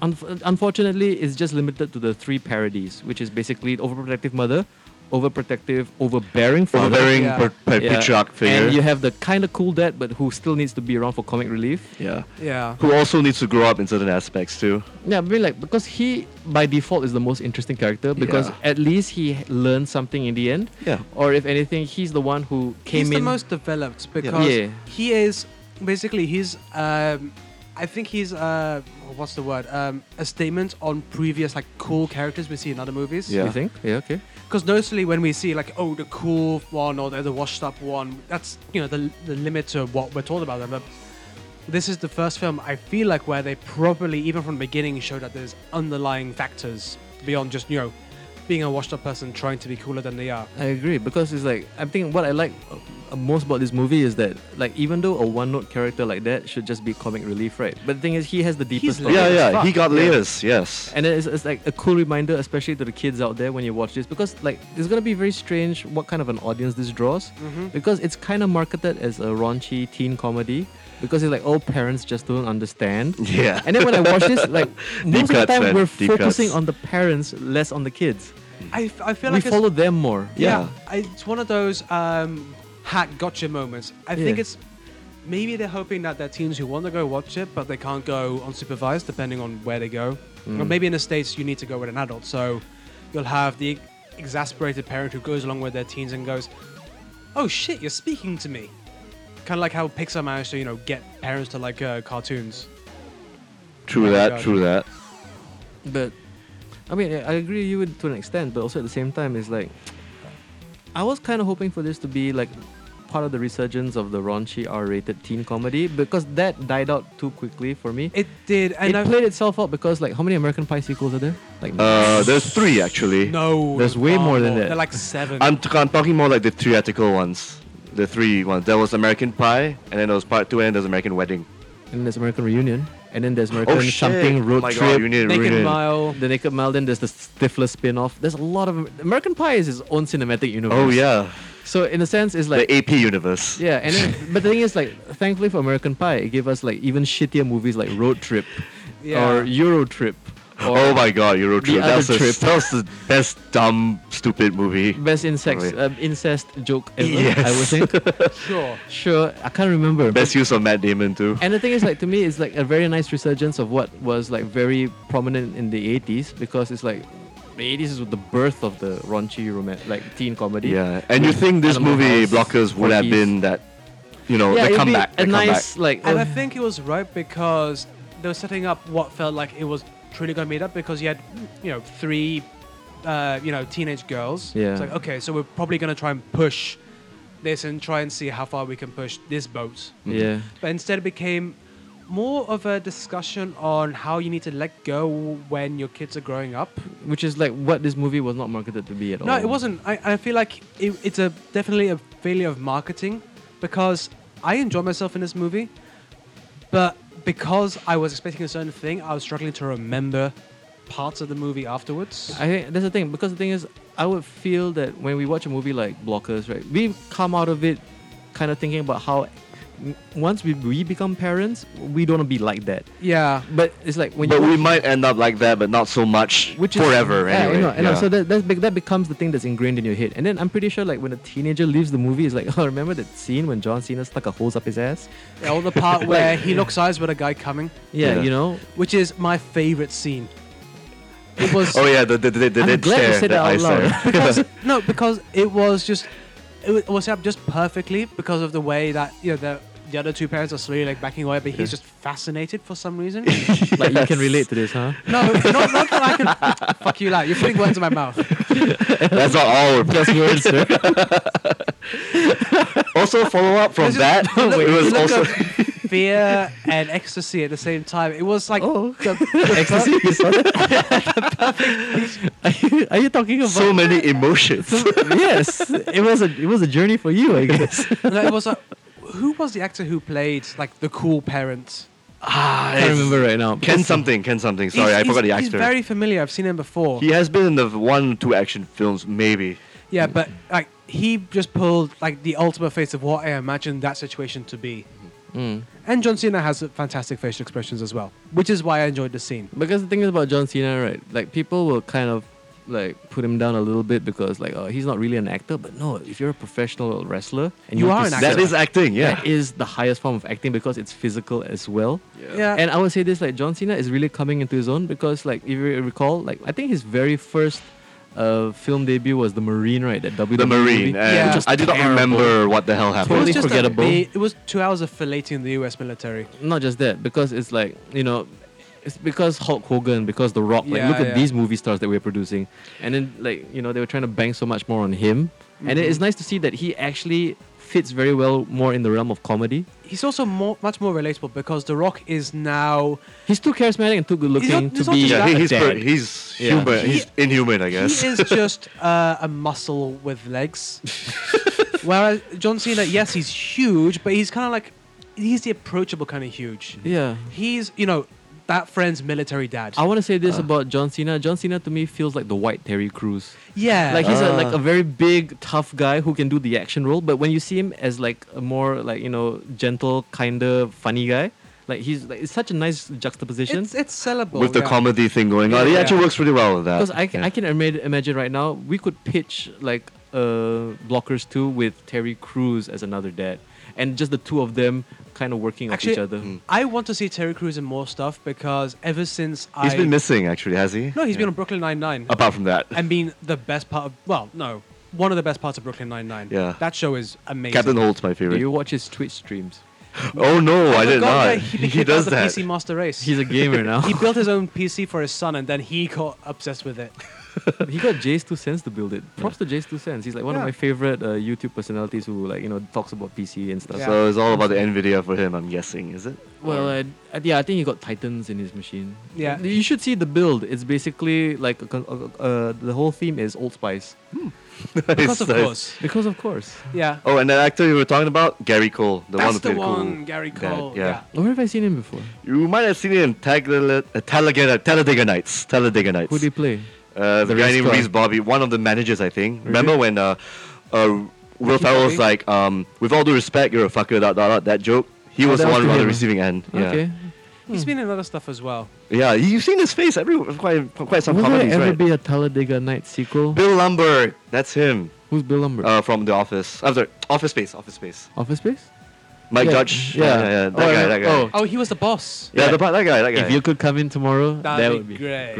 [SPEAKER 1] unf unfortunately it's just limited to the three parodies, which is basically overprotective mother, overprotective, overbearing father.
[SPEAKER 3] Overbearing
[SPEAKER 2] Yeah.
[SPEAKER 3] per, per
[SPEAKER 1] Yeah.
[SPEAKER 3] patriarch figure.
[SPEAKER 1] And you have the kind of cool dad, but who still needs to be around for comic relief.
[SPEAKER 3] yeah.
[SPEAKER 2] Yeah.
[SPEAKER 3] Who also needs to grow up in certain aspects too.
[SPEAKER 1] Yeah, I mean, like because he by default is the most interesting character because
[SPEAKER 3] Yeah.
[SPEAKER 1] at least he h- learned something in the end.
[SPEAKER 3] Yeah.
[SPEAKER 1] Or if anything, he's the one who came
[SPEAKER 2] he's
[SPEAKER 1] in.
[SPEAKER 2] the most developed because
[SPEAKER 1] Yeah.
[SPEAKER 2] he is basically he's um, I think he's uh, what's the word um, a statement on previous like cool characters we see in other movies.
[SPEAKER 3] Yeah.
[SPEAKER 1] You think? Yeah. Okay.
[SPEAKER 2] Because mostly when we see like oh the cool one or the, the washed up one, that's you know the the limit to what we're talking about them. But this is the first film I feel like where they properly even from the beginning showed that there's underlying factors beyond just you know being a washed up person trying to be cooler than they are.
[SPEAKER 1] I agree because it's like I think what I like uh, most about this movie is that like even though a one note character like that should just be comic relief, right? But the thing is, he has the deepest. story.
[SPEAKER 3] yeah, yeah. He got
[SPEAKER 1] Yeah.
[SPEAKER 3] layers. Yes.
[SPEAKER 1] And it's, it's like a cool reminder, especially to the kids out there when you watch this, because like it's gonna be very strange what kind of an audience this draws, because it's kind of marketed as a raunchy teen comedy, because it's like oh parents just don't understand.
[SPEAKER 3] Yeah.
[SPEAKER 1] And then when I watch this, like most of the
[SPEAKER 3] cuts,
[SPEAKER 1] time
[SPEAKER 3] man.
[SPEAKER 1] we're
[SPEAKER 3] Deep
[SPEAKER 1] focusing
[SPEAKER 3] cuts.
[SPEAKER 1] on the parents, less on the kids.
[SPEAKER 2] I, f- I feel
[SPEAKER 1] We
[SPEAKER 2] like it's-
[SPEAKER 1] follow them more.
[SPEAKER 3] Yeah.
[SPEAKER 2] I, it's one of those um, hack gotcha moments. I think
[SPEAKER 1] Yeah.
[SPEAKER 2] it's maybe they're hoping that their teens who want to go watch it, but they can't go unsupervised, depending on where they go.
[SPEAKER 1] Mm.
[SPEAKER 2] Or maybe in the states you need to go with an adult, so you'll have the exasperated parent who goes along with their teens and goes, "Oh shit, you're speaking to me." Kind of like how Pixar managed to, you know, get parents to like uh, cartoons.
[SPEAKER 3] True
[SPEAKER 2] Oh my
[SPEAKER 3] that.
[SPEAKER 2] God.
[SPEAKER 3] True that.
[SPEAKER 1] But I mean, I I agree with you with- to an extent, but also at the same time, it's like I was kind of hoping for this to be like part of the resurgence of the raunchy R-rated teen comedy because that died out too quickly for me.
[SPEAKER 2] It did, and
[SPEAKER 1] It
[SPEAKER 2] I've-
[SPEAKER 1] played itself out because like how many American Pie sequels are there? Like
[SPEAKER 3] Uh, there's three actually.
[SPEAKER 2] no,
[SPEAKER 1] There's way
[SPEAKER 2] far
[SPEAKER 1] more than that.
[SPEAKER 2] They're like seven.
[SPEAKER 3] I'm, t- I'm talking more like the theatrical ones. The three ones. There was American Pie, and then there was Part Two, and then there was American Wedding.
[SPEAKER 1] and then there's American Reunion, and then there's American
[SPEAKER 3] oh shit!
[SPEAKER 1] something road
[SPEAKER 3] oh my
[SPEAKER 1] trip.
[SPEAKER 3] God, you need
[SPEAKER 2] Naked
[SPEAKER 3] ruin it.
[SPEAKER 2] Mile.
[SPEAKER 1] the Naked Mile, then there's the Stifler spin-off. There's a lot of American Pie is its own cinematic universe.
[SPEAKER 3] Oh yeah,
[SPEAKER 1] So in a sense, it's like
[SPEAKER 3] the AP universe.
[SPEAKER 1] Yeah, and then, but the thing is, like, thankfully for American Pie, it gave us like even shittier movies like Road Trip,
[SPEAKER 2] Yeah.
[SPEAKER 1] or Euro Trip, or
[SPEAKER 3] oh my god, Euro Trip.
[SPEAKER 1] other
[SPEAKER 3] That's the
[SPEAKER 1] trip.
[SPEAKER 3] that was the best dumb stupid movie.
[SPEAKER 1] best insects,
[SPEAKER 3] Wait.
[SPEAKER 1] uh, incest joke ever. I would
[SPEAKER 3] Yes.
[SPEAKER 1] think.
[SPEAKER 2] sure.
[SPEAKER 1] sure, I can't remember.
[SPEAKER 3] Best use of Matt Damon too.
[SPEAKER 1] And the thing is, like, to me, it's like a very nice resurgence of what was like very prominent in the '80s because it's like the '80s is the birth of the raunchy romance, like teen comedy.
[SPEAKER 3] Yeah, and you think this
[SPEAKER 1] Animal
[SPEAKER 3] movie
[SPEAKER 1] House,
[SPEAKER 3] Blockers would have
[SPEAKER 1] 40s.
[SPEAKER 3] been that, you know,
[SPEAKER 1] Yeah,
[SPEAKER 3] the
[SPEAKER 1] it'd be
[SPEAKER 3] comeback,
[SPEAKER 1] a
[SPEAKER 3] the
[SPEAKER 1] nice like.
[SPEAKER 2] And
[SPEAKER 1] uh,
[SPEAKER 2] I think it was right because they were setting up what felt like it was truly going to meet up because you had, you know, three, uh, you know, teenage girls.
[SPEAKER 1] Yeah.
[SPEAKER 2] It's like, okay, so we're probably going to try and push this and try and see how far we can push this boat.
[SPEAKER 3] Mm.
[SPEAKER 1] yeah.
[SPEAKER 2] But instead, it became more of a discussion on how you need to let go when your kids are growing up.
[SPEAKER 1] Which is like what this movie was not marketed to be at all.
[SPEAKER 2] No, it wasn't. I, I feel like it, it's a definitely a failure of marketing because I enjoyed myself in this movie, but because I was expecting a certain thing, I was struggling to remember parts of the movie afterwards.
[SPEAKER 1] I think that's the thing because the thing is, I would feel that when we watch a movie like Blockers, right, we come out of it kind of thinking about how m- once we, we become parents, we don't want to be like that.
[SPEAKER 2] yeah,
[SPEAKER 1] But it's like when
[SPEAKER 3] But
[SPEAKER 1] you
[SPEAKER 3] we might end up like that, but not so much forever.
[SPEAKER 1] yeah, you
[SPEAKER 3] anyway.
[SPEAKER 1] know, and
[SPEAKER 3] yeah.
[SPEAKER 1] so that that's, bec- that becomes the thing that's ingrained in your head. And then I'm pretty sure like when a teenager leaves the movie, it's like, oh, remember that scene when John Cena stuck a hose up his ass?
[SPEAKER 2] yeah, all the part
[SPEAKER 1] Like-
[SPEAKER 2] where he locks eyes with a guy coming,
[SPEAKER 1] Yeah,
[SPEAKER 3] Yeah.
[SPEAKER 1] you know.
[SPEAKER 2] which is my favorite scene. It was
[SPEAKER 3] oh yeah, the the the, the
[SPEAKER 1] I'm
[SPEAKER 3] dead
[SPEAKER 1] glad
[SPEAKER 3] stare,
[SPEAKER 1] you said
[SPEAKER 3] the
[SPEAKER 1] that
[SPEAKER 3] eye
[SPEAKER 1] out loud.
[SPEAKER 3] stare.
[SPEAKER 2] because no, because it was just it wa- it was set up just perfectly because of the way that you know the the other two parents are slowly like backing away, but he's just fascinated for some reason.
[SPEAKER 1] Like you can relate to this, huh?
[SPEAKER 2] no, not, not that I can. Fuck you, like you're putting words in my mouth.
[SPEAKER 3] That's not all.
[SPEAKER 1] Just words, sir.
[SPEAKER 3] Also, follow up from
[SPEAKER 2] There's
[SPEAKER 3] that,
[SPEAKER 2] just-
[SPEAKER 3] it was
[SPEAKER 2] look
[SPEAKER 3] also
[SPEAKER 2] of fear and ecstasy at the same time. It was like
[SPEAKER 1] Oh, ecstasy. you saw that? are, you, are you talking about?
[SPEAKER 3] so many emotions.
[SPEAKER 1] yes, it was a it was a journey for you, I guess.
[SPEAKER 2] no, it was like who was the actor who played like the cool parent?
[SPEAKER 3] ah,
[SPEAKER 1] I can't remember right now.
[SPEAKER 3] Ken something, Ken something. Sorry,
[SPEAKER 2] He's-
[SPEAKER 3] I forgot the
[SPEAKER 2] he's-
[SPEAKER 3] actor.
[SPEAKER 2] He's very familiar. I've seen him before.
[SPEAKER 3] he has been in the one or two action films, maybe.
[SPEAKER 2] Yeah, but like he just pulled like the ultimate face of what I imagine that situation to be.
[SPEAKER 3] Mm-hmm.
[SPEAKER 1] Mm.
[SPEAKER 2] And John Cena has fantastic facial expressions as well, which is why I enjoyed the scene.
[SPEAKER 1] Because the thing is about John Cena, right? Like people will kind of like put him down a little bit because like oh he's not really an actor, but no, if you're a professional wrestler and
[SPEAKER 2] You
[SPEAKER 1] want to
[SPEAKER 2] are an
[SPEAKER 1] sell-
[SPEAKER 2] actor.
[SPEAKER 3] That is acting, yeah.
[SPEAKER 1] that is the highest form of acting because it's physical as well.
[SPEAKER 2] Yeah.
[SPEAKER 1] And I would say this like John Cena is really coming into his own because like if you recall, like I think his very first uh, film debut was The Marine, right? That WWE
[SPEAKER 3] The Marine.
[SPEAKER 1] movie.
[SPEAKER 3] and
[SPEAKER 2] Yeah. Which
[SPEAKER 1] was
[SPEAKER 3] I did not
[SPEAKER 1] terrible.
[SPEAKER 3] remember what the hell
[SPEAKER 2] It was
[SPEAKER 3] happened.
[SPEAKER 1] Totally
[SPEAKER 2] just a
[SPEAKER 1] forgettable.
[SPEAKER 2] bit- it was two hours of filleting the U.S. military.
[SPEAKER 1] not just that because it's like you know it's because Hulk Hogan, because The Rock. Like,
[SPEAKER 2] Yeah,
[SPEAKER 1] look at
[SPEAKER 2] yeah.
[SPEAKER 1] these movie stars that we're producing, and then like you know they were trying to bang so much more on him, and
[SPEAKER 2] Mm-hmm.
[SPEAKER 1] it's nice to see that he actually fits very well more in the realm of comedy.
[SPEAKER 2] He's also more, much more relatable because The Rock is now
[SPEAKER 1] He's too charismatic and too good
[SPEAKER 2] He's not-
[SPEAKER 1] looking
[SPEAKER 2] he's
[SPEAKER 1] to
[SPEAKER 2] not
[SPEAKER 1] be
[SPEAKER 2] just
[SPEAKER 3] Yeah,
[SPEAKER 2] that
[SPEAKER 1] a
[SPEAKER 3] he, he's per,
[SPEAKER 1] dad.
[SPEAKER 3] he's
[SPEAKER 1] Yeah.
[SPEAKER 3] human.
[SPEAKER 2] He-
[SPEAKER 3] he's inhuman, I guess.
[SPEAKER 2] He is just uh, a muscle with legs. Whereas John Cena, yes, he's huge, but he's kind of like he's the approachable kind of huge.
[SPEAKER 1] yeah.
[SPEAKER 2] He's you know that friend's military dad.
[SPEAKER 1] I want to say
[SPEAKER 2] Uh.
[SPEAKER 1] this about John Cena. John Cena to me feels like the white Terry Crews.
[SPEAKER 2] yeah,
[SPEAKER 1] Like he's a, like
[SPEAKER 3] Ah.
[SPEAKER 1] a very big, tough guy who can do the action role. But when you see him as like a more like you know gentle, kind of funny guy, like he's like, it's such a nice juxtaposition.
[SPEAKER 2] it's it's sellable
[SPEAKER 3] with the
[SPEAKER 2] yeah.
[SPEAKER 3] comedy thing going on. He
[SPEAKER 2] Yeah.
[SPEAKER 3] actually works really well with that.
[SPEAKER 1] Because I, ca-
[SPEAKER 3] Yeah.
[SPEAKER 1] I can ima- imagine right now we could pitch like uh, Blockers 2 with Terry Crews as another dad, and just the two of them kind of working off
[SPEAKER 2] Actually,
[SPEAKER 1] each other.
[SPEAKER 3] Mm.
[SPEAKER 2] I want to see Terry Crews in more stuff because ever since I
[SPEAKER 3] He's been missing, Oh. actually, has he?
[SPEAKER 2] no, he's been on Brooklyn Nine Nine.
[SPEAKER 3] Apart from that,
[SPEAKER 2] I mean, the best part of well, no, one of the best parts of Brooklyn Nine Nine.
[SPEAKER 3] Yeah.
[SPEAKER 2] that show is amazing.
[SPEAKER 3] Captain Holt's my
[SPEAKER 1] Do
[SPEAKER 3] favorite.
[SPEAKER 1] you watch his Twitch streams?
[SPEAKER 3] oh no,
[SPEAKER 2] forgot
[SPEAKER 3] I, did not.
[SPEAKER 2] that He,
[SPEAKER 3] He,
[SPEAKER 2] became part of
[SPEAKER 3] does
[SPEAKER 2] the
[SPEAKER 3] that.
[SPEAKER 2] PC Master Race.
[SPEAKER 1] He's a gamer now.
[SPEAKER 2] he built his own PC for his son, and then he got obsessed with it.
[SPEAKER 1] he got Jay's two cents to build it. Props to Jay's two cents. He's like one
[SPEAKER 2] Yeah.
[SPEAKER 1] of my favorite uh, YouTube personalities who like you know talks about PC and stuff.
[SPEAKER 2] Yeah.
[SPEAKER 3] So it's all about the Nvidia for him. I'm guessing, is it?
[SPEAKER 1] Well, uh, uh, yeah, I think he got Titans in his machine.
[SPEAKER 2] Yeah.
[SPEAKER 1] you should see the build. It's basically like a, con- uh, uh, the whole theme is Old Spice
[SPEAKER 2] Because of
[SPEAKER 3] Nice.
[SPEAKER 2] course,
[SPEAKER 1] because of course.
[SPEAKER 2] yeah.
[SPEAKER 3] Oh, and that actor you were talking about, Gary Cole, the one
[SPEAKER 2] That's
[SPEAKER 3] who
[SPEAKER 2] the
[SPEAKER 3] played Cole.
[SPEAKER 2] one, Gary
[SPEAKER 3] Dad,
[SPEAKER 2] Cole.
[SPEAKER 3] yeah.
[SPEAKER 2] yeah.
[SPEAKER 1] Where have I seen him before?
[SPEAKER 3] You might have seen him in Tagla- uh, Talladega, Talladega Nights. Talladega Nights.
[SPEAKER 1] Who did he play?
[SPEAKER 3] Uh,
[SPEAKER 1] The
[SPEAKER 3] the guy
[SPEAKER 1] race
[SPEAKER 3] named
[SPEAKER 1] car.
[SPEAKER 3] Reese Bobby, one of the managers, I think. Remember when uh, uh, Will Ferrell was
[SPEAKER 2] Bobby?
[SPEAKER 3] like, um, "With all due respect, you're a fucker." Dot dot dot. That joke. He
[SPEAKER 1] Oh,
[SPEAKER 3] was
[SPEAKER 1] that
[SPEAKER 3] the
[SPEAKER 1] was
[SPEAKER 3] one
[SPEAKER 1] to
[SPEAKER 3] on the
[SPEAKER 1] him.
[SPEAKER 3] receiving end. Yeah.
[SPEAKER 1] Okay.
[SPEAKER 2] He's
[SPEAKER 3] Hmm.
[SPEAKER 2] been in other stuff as well.
[SPEAKER 3] Yeah. You've seen his face every quite quite some
[SPEAKER 1] Will there
[SPEAKER 3] comedies,
[SPEAKER 1] ever
[SPEAKER 3] right?
[SPEAKER 1] be a Talladega Night sequel?
[SPEAKER 3] Bill Lumberg. That's him
[SPEAKER 1] Who's Bill Lumber?
[SPEAKER 3] uh, from The Office. I'm sorry, Office Space. Office Space.
[SPEAKER 1] Office Space?
[SPEAKER 3] Mike
[SPEAKER 1] Yeah,
[SPEAKER 3] Judge.
[SPEAKER 1] yeah.
[SPEAKER 3] Yeah, yeah, yeah. That
[SPEAKER 1] Oh,
[SPEAKER 3] guy.
[SPEAKER 1] yeah,
[SPEAKER 3] That guy.
[SPEAKER 1] oh.
[SPEAKER 2] Oh, he was the boss.
[SPEAKER 3] Yeah,
[SPEAKER 1] Yeah.
[SPEAKER 3] The, part- that guy. That guy.
[SPEAKER 1] If you could come in tomorrow, that
[SPEAKER 2] That'd
[SPEAKER 1] would
[SPEAKER 2] be
[SPEAKER 1] be
[SPEAKER 2] great.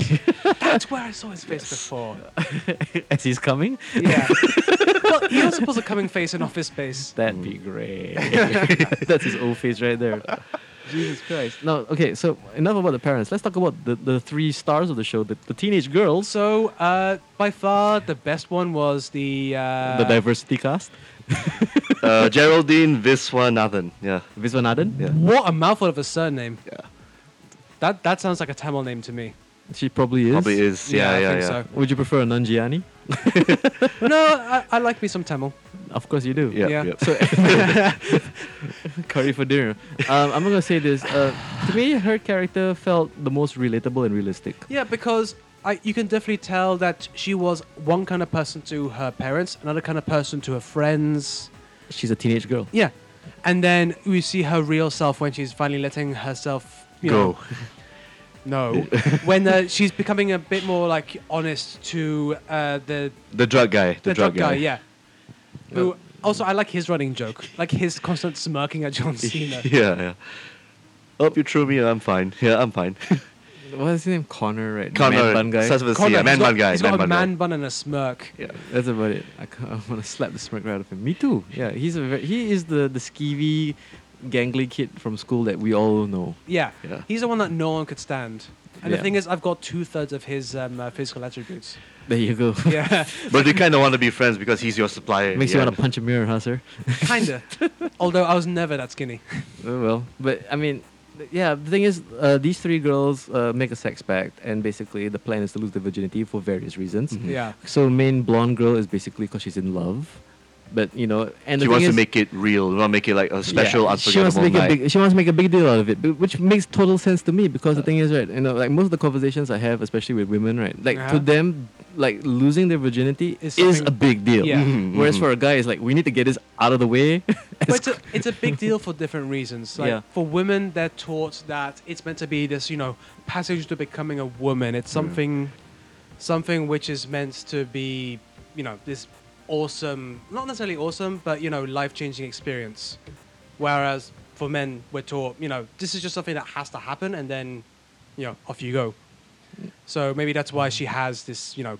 [SPEAKER 1] great.
[SPEAKER 2] That's where I saw his face before.
[SPEAKER 1] As he's coming,
[SPEAKER 2] Yeah. well, he also was a coming face in Office Space.
[SPEAKER 1] that'd be great. That's his old face right there. Jesus Christ. No, okay, so enough about the parents. Let's talk about the, the three stars of the show, the, the teenage girls,
[SPEAKER 2] So, uh, by far, the best one was the. Uh,
[SPEAKER 1] the diversity cast,
[SPEAKER 3] uh, Geraldine Viswanathan. Yeah.
[SPEAKER 1] Viswanathan.
[SPEAKER 3] Yeah.
[SPEAKER 2] What a mouthful of a surname. Yeah. That that sounds like a Tamil name to me.
[SPEAKER 1] She probably is.
[SPEAKER 3] Probably is. Yeah, yeah,
[SPEAKER 2] I
[SPEAKER 3] yeah.
[SPEAKER 2] think so.
[SPEAKER 1] Would you prefer a Nanjiani?
[SPEAKER 2] no, I, I like me some Tamil.
[SPEAKER 1] Of course you do.
[SPEAKER 3] Yeah,
[SPEAKER 2] Yeah.
[SPEAKER 3] yeah.
[SPEAKER 1] So curry for dinner. Um, I'm not gonna say this. Uh, to me, her character felt the most relatable and realistic.
[SPEAKER 2] Yeah, because I, you can definitely tell that she was one kind of person to her parents, another kind of person to her friends.
[SPEAKER 1] She's a teenage girl.
[SPEAKER 2] Yeah, and then we see her real self when she's finally letting herself you
[SPEAKER 3] Go.
[SPEAKER 2] Know, no, when uh, she's becoming a bit more like honest to uh, the
[SPEAKER 3] The drug guy. Uh, The,
[SPEAKER 2] the, drug, guy. Yeah. Who also I like his running joke, like his constant smirking at John Cena.
[SPEAKER 3] yeah, yeah. Oh, you threw me. I'm fine. Yeah, I'm fine.
[SPEAKER 1] What is his name? Connor, right? The
[SPEAKER 3] Connor,
[SPEAKER 1] Man bun guy.
[SPEAKER 3] starts with a C,
[SPEAKER 2] Connor,
[SPEAKER 3] yeah,
[SPEAKER 2] he's
[SPEAKER 3] man
[SPEAKER 2] got-
[SPEAKER 3] bun guy.
[SPEAKER 2] He's got a
[SPEAKER 3] man bun
[SPEAKER 2] man bun and a smirk.
[SPEAKER 3] guy. Yeah.
[SPEAKER 1] That's about it. I, ca- I want to slap the smirk right off him. Me too. Yeah, he's a very, he is the the skeevy, gangly kid from school that we all know.
[SPEAKER 2] Yeah.
[SPEAKER 3] Yeah.
[SPEAKER 2] He's the one that no one could stand. And the
[SPEAKER 1] Yeah.
[SPEAKER 2] thing is, I've got two thirds of his um, uh, physical attributes.
[SPEAKER 1] There you go.
[SPEAKER 2] Yeah,
[SPEAKER 3] But you kind of want to be friends because he's your supplier.
[SPEAKER 1] Makes
[SPEAKER 3] yeah.
[SPEAKER 1] you want to punch a mirror, huh, sir?
[SPEAKER 2] kinda. Although I was never that skinny.
[SPEAKER 1] Oh, well, but I mean, th- yeah. The thing is, uh, these three girls uh, make a sex pact, and basically the plan is to lose their virginity for various reasons.
[SPEAKER 2] Yeah.
[SPEAKER 1] So main blonde girl is basically because she's in love, but you know, and the thing
[SPEAKER 3] She wants to
[SPEAKER 1] is-
[SPEAKER 3] make it real. You want to make it like a
[SPEAKER 1] yeah,
[SPEAKER 3] special,
[SPEAKER 1] she wants to
[SPEAKER 3] unforgettable
[SPEAKER 1] make
[SPEAKER 3] night.
[SPEAKER 1] a big she wants to make a big deal out of it, but- which makes total sense to me
[SPEAKER 3] Uh.
[SPEAKER 1] because the thing is, right? You know, like most of the conversations I have, especially with women, right? Like
[SPEAKER 2] Yeah.
[SPEAKER 1] to them, like losing their virginity
[SPEAKER 2] Is
[SPEAKER 1] is,
[SPEAKER 2] something-
[SPEAKER 1] a big deal. Mm-hmm.
[SPEAKER 2] Yeah.
[SPEAKER 3] Mhm,
[SPEAKER 1] Whereas
[SPEAKER 3] mhm.
[SPEAKER 1] for a guy, it's like we need to get this out of the way.
[SPEAKER 2] But it's a, it's a big deal for different reasons. Like
[SPEAKER 1] Yeah.
[SPEAKER 2] for women, they're taught that it's meant to be this, you know, passage to becoming a woman. It's something, something which is meant to be, you know, this awesome, not necessarily awesome, but you know, life-changing experience. Whereas for men, we're taught, you know, this is just something that has to happen, and then, you know, off you go. So maybe that's why she has this, you know,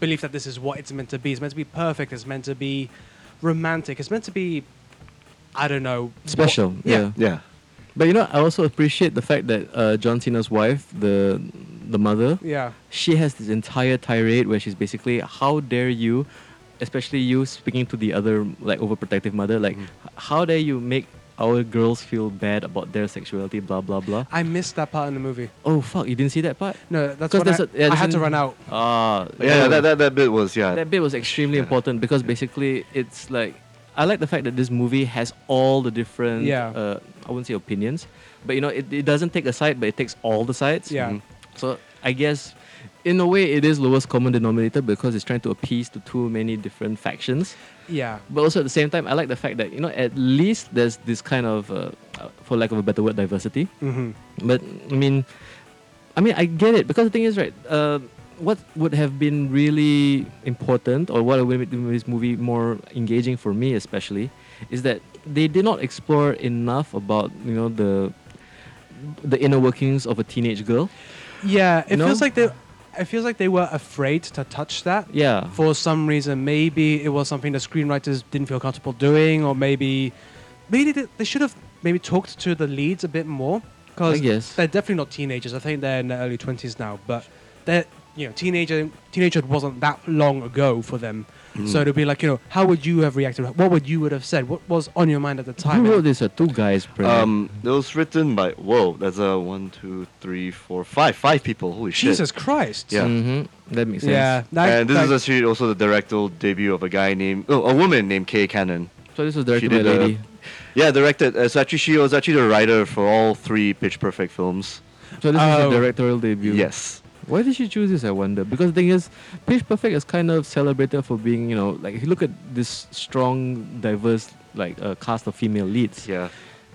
[SPEAKER 2] belief that this is what it's meant to be. It's meant to be perfect. It's meant to be romantic. It's meant to be, I don't know,
[SPEAKER 1] Special,
[SPEAKER 2] what-
[SPEAKER 1] yeah.
[SPEAKER 3] yeah.
[SPEAKER 1] But you know, I also appreciate the fact that uh, John Cena's wife, the the mother,
[SPEAKER 2] Yeah.
[SPEAKER 1] she has this entire tirade where she's basically, "How dare you?" Especially you speaking to the other like overprotective mother, like,
[SPEAKER 2] Mm-hmm.
[SPEAKER 1] "H- "How dare you make our girls feel bad about their sexuality?" Blah blah blah.
[SPEAKER 2] I missed that part in the movie.
[SPEAKER 1] Oh fuck! You didn't see that part?
[SPEAKER 2] No, that's
[SPEAKER 1] 'Cause
[SPEAKER 2] when I,
[SPEAKER 1] there's a- yeah,
[SPEAKER 2] I had to
[SPEAKER 1] isn't-
[SPEAKER 2] run out.
[SPEAKER 1] Ah,
[SPEAKER 3] Yeah, that, that, that bit was yeah.
[SPEAKER 1] that bit was extremely important because basically it's like I like the fact that this movie has all the different
[SPEAKER 2] Yeah.
[SPEAKER 1] uh, I wouldn't say opinions, but you know it, it doesn't take a side but it takes all the sides. Mm-hmm.
[SPEAKER 2] Yeah.
[SPEAKER 3] Mhm.
[SPEAKER 1] So I guess in a way it is lowest common denominator because it's trying to appease to too many different factions.
[SPEAKER 2] Yeah.
[SPEAKER 1] But also at the same time I like the fact that you know at least there's this kind of uh, uh, for lack of a better word diversity.
[SPEAKER 2] hmm
[SPEAKER 1] But I mean, I mean, I get it because the thing is, right? Uh, what would have been really important, or what would make this movie more engaging for me, especially, is that they did not explore enough about you know the the inner workings of a teenage girl.
[SPEAKER 2] Yeah. It
[SPEAKER 1] No?
[SPEAKER 2] feels like they. It feels like they were afraid to touch that.
[SPEAKER 1] Yeah,
[SPEAKER 2] for some reason. Maybe it was something the screenwriters didn't feel comfortable doing, or maybe maybe they, they should have maybe talked to the leads a bit more
[SPEAKER 1] I
[SPEAKER 2] because
[SPEAKER 1] guess.
[SPEAKER 2] they're definitely not teenagers. I think they're in their early twenties now, but they're you know teenager teenager wasn't that long ago for them. So it'd be like you know how would you have reacted? What would you would have said? What was on your mind at the time?
[SPEAKER 1] Who wrote this? Uh, two guys, bro.
[SPEAKER 3] Um, it was written by whoa. That's a one, two, three, four, five, five people. Holy
[SPEAKER 2] Jesus
[SPEAKER 3] shit!
[SPEAKER 2] Christ!
[SPEAKER 3] yeah.
[SPEAKER 1] Mhm, that makes sense.
[SPEAKER 2] yeah. that-
[SPEAKER 3] and this
[SPEAKER 2] that-
[SPEAKER 3] is actually also the directorial debut of a guy named oh, a woman named Kay Cannon.
[SPEAKER 1] So this was directed by a
[SPEAKER 3] did a-
[SPEAKER 1] lady.
[SPEAKER 3] Yeah, directed. Uh, so actually, she was actually the writer for all three Pitch Perfect films.
[SPEAKER 1] So this is
[SPEAKER 2] Oh.
[SPEAKER 1] her directorial debut.
[SPEAKER 3] Yes.
[SPEAKER 1] Why did she choose this? I wonder. Because the thing is, Pitch Perfect is kind of celebrated for being, you know, like if you look at this strong, diverse, like uh, cast of female leads,
[SPEAKER 3] Yeah.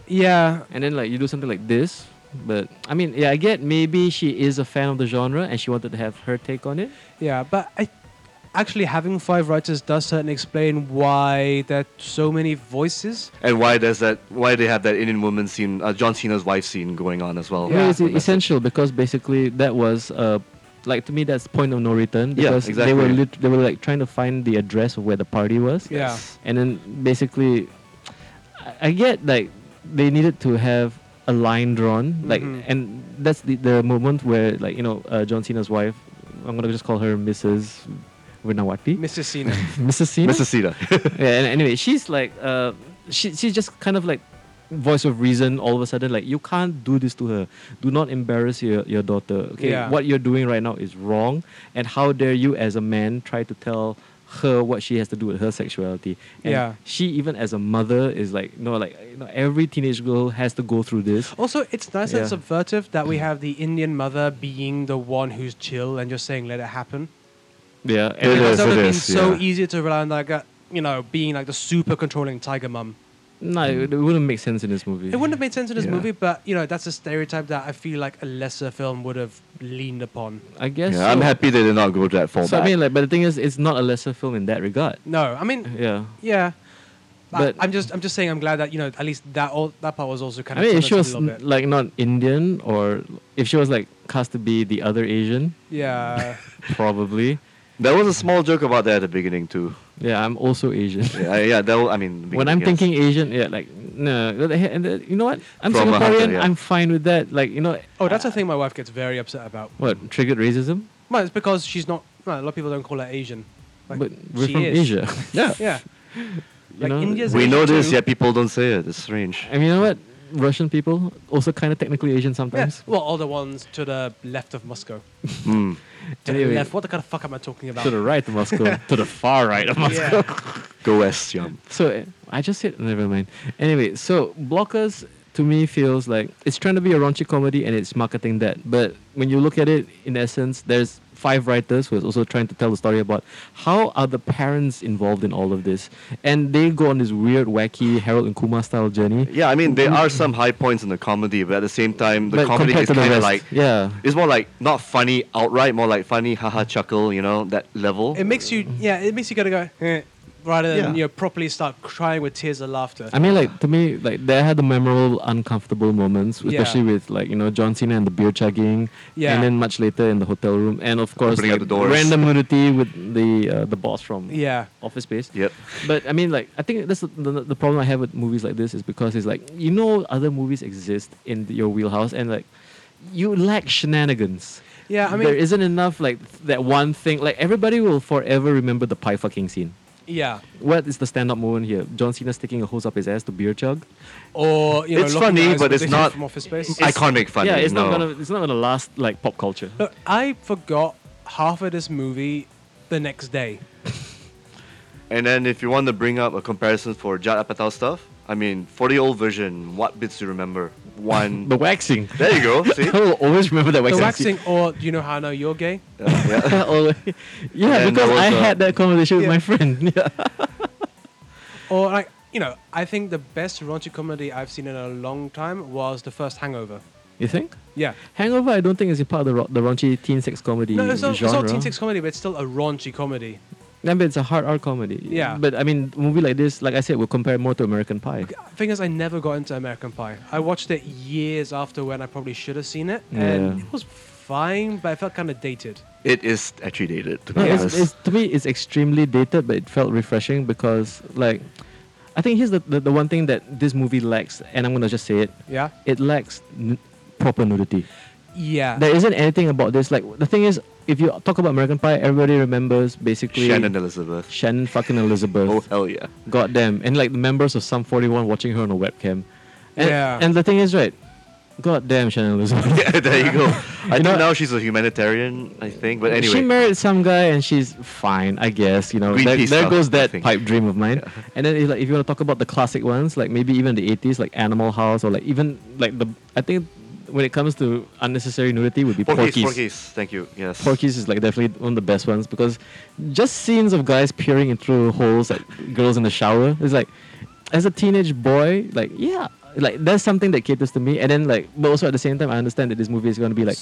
[SPEAKER 2] yeah.
[SPEAKER 1] and then like you do something like this. But I mean, yeah, I get maybe she is a fan of the genre and she wanted to have her take on it.
[SPEAKER 2] Yeah, but I actually having five writers does certainly explain why there are so many voices.
[SPEAKER 3] And why there's that? Why they have that Indian woman scene, uh, John Cena's wife scene going on as well?
[SPEAKER 1] I mean,
[SPEAKER 2] Yeah.
[SPEAKER 1] it's essential because basically that was, uh, like to me, that's point of no return
[SPEAKER 3] Yeah,
[SPEAKER 1] because they were
[SPEAKER 3] exactly.
[SPEAKER 1] lit- they were like trying to find the address of where the party was. and then basically I- i get like they needed to have a line drawn like
[SPEAKER 2] Mhm.
[SPEAKER 1] and that's the, the moment where like you know uh, john cena's wife i'm gonna just call her mrs
[SPEAKER 2] Yeah.
[SPEAKER 1] Vinawati.
[SPEAKER 2] Mr. Cena.
[SPEAKER 1] mrs cena
[SPEAKER 3] Mrs. Cena.
[SPEAKER 1] yeah and anyway she's like uh she, she's just kind of like voice of reason all of a sudden like you can't do this to her do not embarrass your, your daughter okay
[SPEAKER 2] Yeah.
[SPEAKER 1] what you're doing right now is wrong and how dare you as a man try to tell her what she has to do with her sexuality and
[SPEAKER 2] Yeah.
[SPEAKER 1] she even as a mother is like no like you know, every teenage girl has to go through this
[SPEAKER 2] also, it's nice and
[SPEAKER 1] Yeah.
[SPEAKER 2] subvertive that we have the Indian mother being the one who's chill and just saying let it happen.
[SPEAKER 1] yeah
[SPEAKER 3] It
[SPEAKER 1] and
[SPEAKER 2] because
[SPEAKER 3] is,
[SPEAKER 2] that would
[SPEAKER 3] it
[SPEAKER 2] have been
[SPEAKER 3] is,
[SPEAKER 2] so
[SPEAKER 3] yeah.
[SPEAKER 2] easy to rely on like a, you know being like the super controlling tiger mum.
[SPEAKER 1] no it, it wouldn't make sense in this movie
[SPEAKER 2] It wouldn't have made sense in this
[SPEAKER 1] Yeah.
[SPEAKER 2] movie, but you know that's a stereotype that I feel like a lesser film would have leaned upon.
[SPEAKER 1] i guess
[SPEAKER 3] yeah, I'm
[SPEAKER 1] so.
[SPEAKER 3] happy they did not go that far
[SPEAKER 1] so i
[SPEAKER 3] back.
[SPEAKER 1] mean like but the thing is it's not a lesser film in that regard
[SPEAKER 2] No, I mean
[SPEAKER 1] yeah
[SPEAKER 2] Yeah. But
[SPEAKER 1] But-
[SPEAKER 2] I, am just I'm just saying I'm glad that you know at least that all, that part was also kind
[SPEAKER 1] I
[SPEAKER 2] of
[SPEAKER 1] mean, if she
[SPEAKER 2] told us
[SPEAKER 1] was
[SPEAKER 2] a little bit.
[SPEAKER 1] like not Indian, or if she was like cast to be the other Asian,
[SPEAKER 2] yeah
[SPEAKER 1] probably.
[SPEAKER 3] there was a small joke about that at the beginning too.
[SPEAKER 1] Yeah, I'm also Asian.
[SPEAKER 3] Yeah, yeah. That was, I mean,
[SPEAKER 1] when I'm
[SPEAKER 3] beginning, yes.
[SPEAKER 1] thinking Asian, yeah, like no, what the he- and the- you know what? I'm
[SPEAKER 3] From a
[SPEAKER 1] Singaporean.
[SPEAKER 3] hunter, yeah.
[SPEAKER 1] I'm fine with that. Like you know,
[SPEAKER 2] oh that's a thing my wife gets very upset about
[SPEAKER 1] what triggered racism?
[SPEAKER 2] well it's because she's not well, a lot of people don't call her Asian like,
[SPEAKER 1] but we're
[SPEAKER 2] she
[SPEAKER 1] from
[SPEAKER 2] is.
[SPEAKER 1] Asia.
[SPEAKER 3] Yeah.
[SPEAKER 2] yeah
[SPEAKER 1] You
[SPEAKER 2] like
[SPEAKER 1] know?
[SPEAKER 2] India's
[SPEAKER 3] We
[SPEAKER 2] Asian
[SPEAKER 3] know this,
[SPEAKER 2] too.
[SPEAKER 3] yet people don't say it. It's strange.
[SPEAKER 1] I mean, you know what? Russian people also kind of technically Asian
[SPEAKER 2] yeah.
[SPEAKER 1] sometimes.
[SPEAKER 2] well all the ones to the left of Moscow
[SPEAKER 3] Mm.
[SPEAKER 2] to the
[SPEAKER 1] Anyway.
[SPEAKER 2] left what the kind of fuck am I talking about
[SPEAKER 1] To the right of Moscow, to the far right of Moscow.
[SPEAKER 2] yeah
[SPEAKER 3] Go west, yum.
[SPEAKER 1] So uh, I just said never mind. Anyway, so Blockers to me feels like it's trying to be a raunchy comedy and it's marketing that. But when you look at it, in essence, there's five writers who is also trying to tell the story about how are the parents involved in all of this, and they go on this weird, wacky Harold and Kumar style journey.
[SPEAKER 3] Yeah, I mean there are some high points in the comedy, but at the same time, the comedy is kind of like
[SPEAKER 1] yeah,
[SPEAKER 3] it's more like not funny outright, more like funny haha chuckle, you know, that level.
[SPEAKER 2] it makes you yeah it makes you gotta go eh. rather than
[SPEAKER 3] Yeah.
[SPEAKER 2] you know properly start crying with tears of laughter.
[SPEAKER 1] I mean, like to me, like they had the memorable, uncomfortable moments,
[SPEAKER 2] Yeah.
[SPEAKER 1] especially with like you know John Cena and the beer chugging,
[SPEAKER 2] Yeah.
[SPEAKER 1] and then much later in the hotel room, and of course
[SPEAKER 3] Opening up
[SPEAKER 1] like,
[SPEAKER 3] the doors.
[SPEAKER 1] random nudity with the uh, the boss from
[SPEAKER 2] yeah,
[SPEAKER 1] Office Space.
[SPEAKER 3] Yep.
[SPEAKER 1] But I mean, like I think that's the, the, the problem I have with movies like this is because it's like you know other movies exist in your wheelhouse, and like you lack shenanigans.
[SPEAKER 2] yeah. I
[SPEAKER 1] there
[SPEAKER 2] mean,
[SPEAKER 1] isn't enough like that one thing. Like everybody will forever remember the pie fucking scene.
[SPEAKER 2] yeah.
[SPEAKER 1] What is the stand-up moment here? John Cena sticking a hose up his ass to beer chug.
[SPEAKER 2] Or you know,
[SPEAKER 3] It's
[SPEAKER 2] locking
[SPEAKER 3] funny,
[SPEAKER 2] eyes
[SPEAKER 3] but
[SPEAKER 2] with
[SPEAKER 3] it's
[SPEAKER 2] the kid
[SPEAKER 3] not-
[SPEAKER 2] from Office Space.
[SPEAKER 3] Iconic funny.
[SPEAKER 1] yeah, it's
[SPEAKER 3] no.
[SPEAKER 1] not gonna it's not gonna last like pop culture.
[SPEAKER 2] Look, I forgot half of this movie the next day.
[SPEAKER 3] And then if you want to bring up a comparison for Judd Apatow stuff, I mean, for the old version, what bits do you remember? One.
[SPEAKER 1] The waxing.
[SPEAKER 3] there you go. See.
[SPEAKER 1] I will always remember that
[SPEAKER 2] The
[SPEAKER 1] waxing.
[SPEAKER 2] waxing, or do you know how I know you're gay?
[SPEAKER 3] Yeah, yeah.
[SPEAKER 1] Always- yeah,
[SPEAKER 3] And there
[SPEAKER 1] because
[SPEAKER 3] was
[SPEAKER 1] I
[SPEAKER 3] a-
[SPEAKER 1] had that conversation with
[SPEAKER 2] Yeah.
[SPEAKER 1] my friend. Yeah.
[SPEAKER 2] Or like you know, I think the best raunchy comedy I've seen in a long time was the first Hangover.
[SPEAKER 1] You think?
[SPEAKER 2] Yeah.
[SPEAKER 1] Hangover, I don't think is a part of the, ro- the raunchy teen sex comedy
[SPEAKER 2] No, it's not, it's
[SPEAKER 1] genre.
[SPEAKER 2] not teen sex comedy, but it's still a raunchy comedy.
[SPEAKER 1] I mean, it's a hard art comedy.
[SPEAKER 2] Yeah.
[SPEAKER 1] But I mean, movie like this, like I said, will compare more to American Pie.
[SPEAKER 2] Thing is, I never got into American Pie. I watched it years after when I probably should have seen it, and
[SPEAKER 1] Yeah.
[SPEAKER 2] it was fine, but I felt kind of dated.
[SPEAKER 3] It is actually dated, to be
[SPEAKER 1] No, it's,
[SPEAKER 3] honest.
[SPEAKER 1] it's, to me, it's extremely dated, but it felt refreshing because, like, I think here's the, the, the one thing that this movie lacks, and I'm going to just say it
[SPEAKER 2] Yeah,
[SPEAKER 1] it lacks n- proper nudity.
[SPEAKER 2] yeah,
[SPEAKER 1] There isn't anything about this. Like, the thing is, if you talk about American Pie, everybody remembers basically
[SPEAKER 3] Shannon Elizabeth.
[SPEAKER 1] Shannon fucking Elizabeth.
[SPEAKER 3] Oh, hell yeah.
[SPEAKER 1] Goddamn. And like the members of Sum 41 watching her on a webcam. And,
[SPEAKER 2] Yeah.
[SPEAKER 1] And the thing is, right? Goddamn Shannon Elizabeth.
[SPEAKER 3] yeah there you go. I
[SPEAKER 1] You
[SPEAKER 3] think
[SPEAKER 1] know-
[SPEAKER 3] now she's a humanitarian, I think. But anyway.
[SPEAKER 1] She married some guy and she's fine, I guess. You know,
[SPEAKER 3] Greenpeace
[SPEAKER 1] there, there
[SPEAKER 3] stuff,
[SPEAKER 1] goes
[SPEAKER 3] I
[SPEAKER 1] that
[SPEAKER 3] think.
[SPEAKER 1] pipe dream of mine. And then, it's like, if you want to talk about the classic ones, like maybe even the eighties, like Animal House, or like even like the, I think when it comes to unnecessary nudity, would be Porky's.
[SPEAKER 3] Porkies, Porkies, Thank you. Yes.
[SPEAKER 1] Porky's is like definitely one of the best ones because just scenes of guys peering in through holes like girls in the shower. It's like as a teenage boy, like yeah, like that's something that caters to me. And then like, but also at the same time, I understand that this movie is going to be like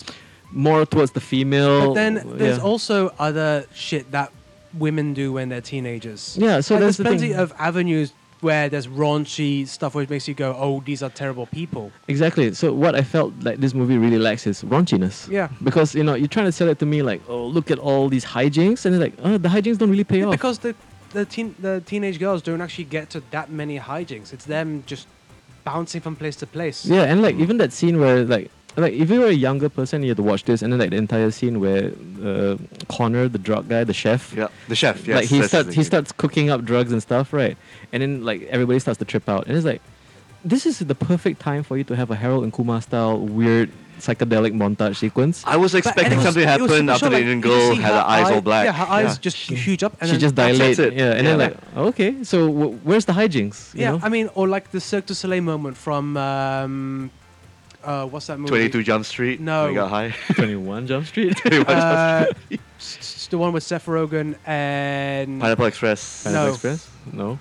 [SPEAKER 1] more towards the female.
[SPEAKER 2] But then there's
[SPEAKER 1] Oh, yeah.
[SPEAKER 2] also other shit that women do when they're teenagers.
[SPEAKER 1] Yeah, so that's
[SPEAKER 2] Like, there's
[SPEAKER 1] the
[SPEAKER 2] plenty
[SPEAKER 1] thing.
[SPEAKER 2] of avenues where there's raunchy stuff which makes you go, "Oh, these are terrible people."
[SPEAKER 1] Exactly. So what I felt like this movie really lacks is raunchiness.
[SPEAKER 2] Yeah.
[SPEAKER 1] Because you know you're trying to sell it to me like, oh look at all these hijinks, and it's like, oh the hijinks don't really pay off.
[SPEAKER 2] Because the the teen the teenage girls don't actually get to that many hijinks. It's them just bouncing from place to place.
[SPEAKER 1] Yeah, and like even that scene where like like if you were a younger person, you had to watch this, and then like the entire scene where uh, Connor, the drug guy, the chef,
[SPEAKER 3] Yeah. The chef. Yes.
[SPEAKER 1] like he
[SPEAKER 3] that's the
[SPEAKER 1] starts he
[SPEAKER 3] thing.
[SPEAKER 1] starts cooking up drugs and stuff, right? And then like everybody starts to trip out, and it's like this is the perfect time for you to have a Harold and Kumar style weird psychedelic montage sequence.
[SPEAKER 3] I was
[SPEAKER 2] But- and it
[SPEAKER 3] expecting
[SPEAKER 2] was-
[SPEAKER 3] something to
[SPEAKER 2] it was
[SPEAKER 3] happen
[SPEAKER 2] super
[SPEAKER 3] after
[SPEAKER 2] short,
[SPEAKER 3] the
[SPEAKER 2] like,
[SPEAKER 3] Indian
[SPEAKER 2] you just
[SPEAKER 3] girl
[SPEAKER 2] see
[SPEAKER 3] had
[SPEAKER 2] her
[SPEAKER 3] her eyes all
[SPEAKER 2] eye-
[SPEAKER 3] black.
[SPEAKER 2] Yeah, her eyes
[SPEAKER 3] Yeah.
[SPEAKER 2] just huge up, and
[SPEAKER 1] she
[SPEAKER 2] then
[SPEAKER 1] just
[SPEAKER 2] that's it.
[SPEAKER 1] dilates,
[SPEAKER 3] it.
[SPEAKER 1] yeah, and then
[SPEAKER 3] Yeah.
[SPEAKER 1] like okay, so w- where's the hijinks? you
[SPEAKER 2] Yeah,
[SPEAKER 1] know?
[SPEAKER 2] I mean, or like the Cirque du Soleil moment from um, uh, what's that movie?
[SPEAKER 3] 22 Jump Street.
[SPEAKER 2] No.
[SPEAKER 3] We got high.
[SPEAKER 1] 21 Jump Street.
[SPEAKER 2] Uh, s- s- the one with Seth Rogen and
[SPEAKER 3] Pineapple Express.
[SPEAKER 1] Pineapple
[SPEAKER 2] No.
[SPEAKER 1] Express? No.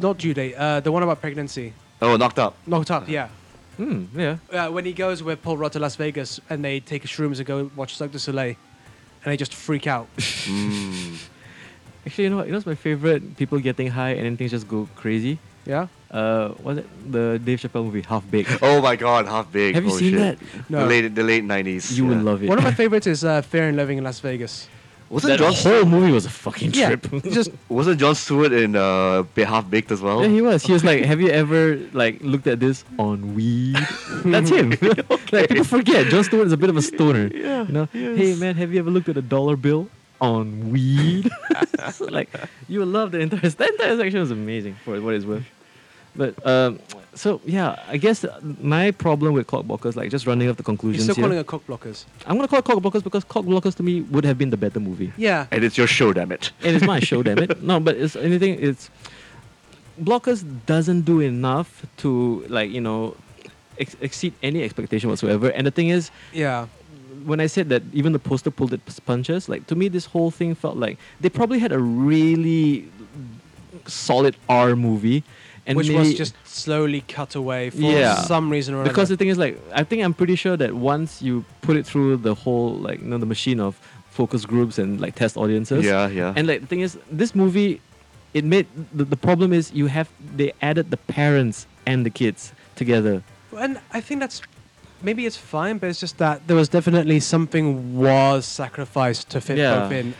[SPEAKER 2] not due date. Uh, the one about pregnancy.
[SPEAKER 3] Oh, knocked up.
[SPEAKER 2] Knocked up. Yeah.
[SPEAKER 1] Hmm. Yeah.
[SPEAKER 2] Uh, when he goes with Paul Rudd to Las Vegas and they take shrooms and go watch Cirque du Soleil, and they just freak out.
[SPEAKER 3] Mm.
[SPEAKER 1] Actually, you know what? You know what's my favorite? People getting high and then things just go crazy.
[SPEAKER 2] yeah.
[SPEAKER 1] Uh, what's it? The Dave Chappelle movie, Half Baked.
[SPEAKER 3] Oh my god, half big.
[SPEAKER 1] Have you
[SPEAKER 3] Holy
[SPEAKER 1] seen
[SPEAKER 3] shit.
[SPEAKER 1] that?
[SPEAKER 2] No.
[SPEAKER 3] The late, the late 90s.
[SPEAKER 1] You
[SPEAKER 3] yeah.
[SPEAKER 1] will love it.
[SPEAKER 2] One of my favorites is uh, Fair and Loving in Las Vegas.
[SPEAKER 1] that
[SPEAKER 3] Wasn't John
[SPEAKER 1] whole movie was a fucking
[SPEAKER 2] Yeah.
[SPEAKER 1] trip.
[SPEAKER 2] It's just
[SPEAKER 3] Wasn't John Stewart in uh, Ba- Half Baked as well?
[SPEAKER 1] Yeah, he was. He was like, "Have you ever like looked at this on weed?" That's him. like people forget, John Stewart is a bit of a stoner. Yeah. You know, hey man, have you ever looked at a dollar bill on weed? So, like, you will love the entire. That entire section was amazing for what it's worth. But um, so yeah, I guess my problem with Clockblockers, like just running off the
[SPEAKER 2] you're
[SPEAKER 1] conclusions
[SPEAKER 2] still
[SPEAKER 1] here.
[SPEAKER 2] calling it cock blockers.
[SPEAKER 1] I'm gonna call it Clockblockers because Clockblockers to me would have been the better movie
[SPEAKER 2] Yeah.
[SPEAKER 3] And it's your show, damn it.
[SPEAKER 1] and it's my show, damn it. No, but it's anything. It's Blockers doesn't do enough to like you know ex- exceed any expectation whatsoever. And the thing is,
[SPEAKER 2] Yeah.
[SPEAKER 1] when I said that even the poster pulled its punches, like to me this whole thing felt like they probably had a really solid R movie, and
[SPEAKER 2] Which was
[SPEAKER 1] maybe-
[SPEAKER 2] just slowly cut away for
[SPEAKER 1] Yeah.
[SPEAKER 2] some reason or another.
[SPEAKER 1] because the thing is like I think I'm pretty sure that once you put it through the whole like you know the machine of focus groups and like test audiences,
[SPEAKER 3] Yeah, yeah.
[SPEAKER 1] and like the thing is, this movie it made the, the problem is you have they added the parents and the kids together.
[SPEAKER 2] And I think that's maybe it's fine, but it's just that there was definitely something was sacrificed to fit
[SPEAKER 1] Yeah.
[SPEAKER 2] both in.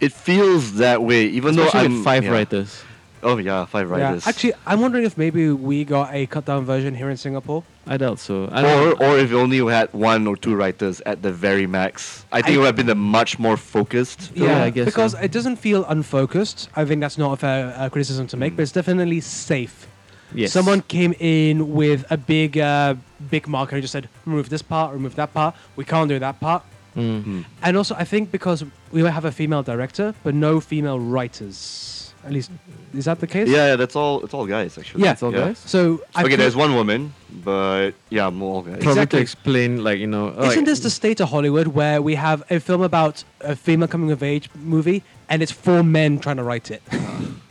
[SPEAKER 3] It feels that way, even
[SPEAKER 1] Especially
[SPEAKER 3] though I'm
[SPEAKER 1] with five
[SPEAKER 3] yeah.
[SPEAKER 1] writers.
[SPEAKER 3] Oh yeah, five
[SPEAKER 2] Yeah.
[SPEAKER 3] writers.
[SPEAKER 2] Actually, I'm wondering if maybe we got a cut down version here in Singapore.
[SPEAKER 1] I doubt so. I
[SPEAKER 3] or
[SPEAKER 1] don't-
[SPEAKER 3] or if you only had one or two writers at the very max, I think
[SPEAKER 2] I-
[SPEAKER 3] it would have been a much more focused.
[SPEAKER 1] Yeah, I guess
[SPEAKER 2] because
[SPEAKER 1] so.
[SPEAKER 2] it doesn't feel unfocused. I think that's not a fair uh, criticism to make, but it's definitely safe.
[SPEAKER 1] Mm. yes.
[SPEAKER 2] Someone came in with a big, uh, big marker and just said, remove this part, remove that part. We can't do that part.
[SPEAKER 1] Mm.
[SPEAKER 2] And also, I think because we have a female director, but no female writers. At least, is that the case?
[SPEAKER 3] Yeah, yeah, that's all. It's all guys actually.
[SPEAKER 2] Yeah.
[SPEAKER 1] It's all
[SPEAKER 3] Yeah.
[SPEAKER 1] guys.
[SPEAKER 2] So I
[SPEAKER 3] okay,
[SPEAKER 2] feel-
[SPEAKER 3] there's one woman, but yeah, more all guys.
[SPEAKER 1] Probably
[SPEAKER 2] Exactly.
[SPEAKER 1] to explain, like you know, like,
[SPEAKER 2] Isn't this the state of Hollywood where we have a film about a female coming of age movie and it's four men trying to write it?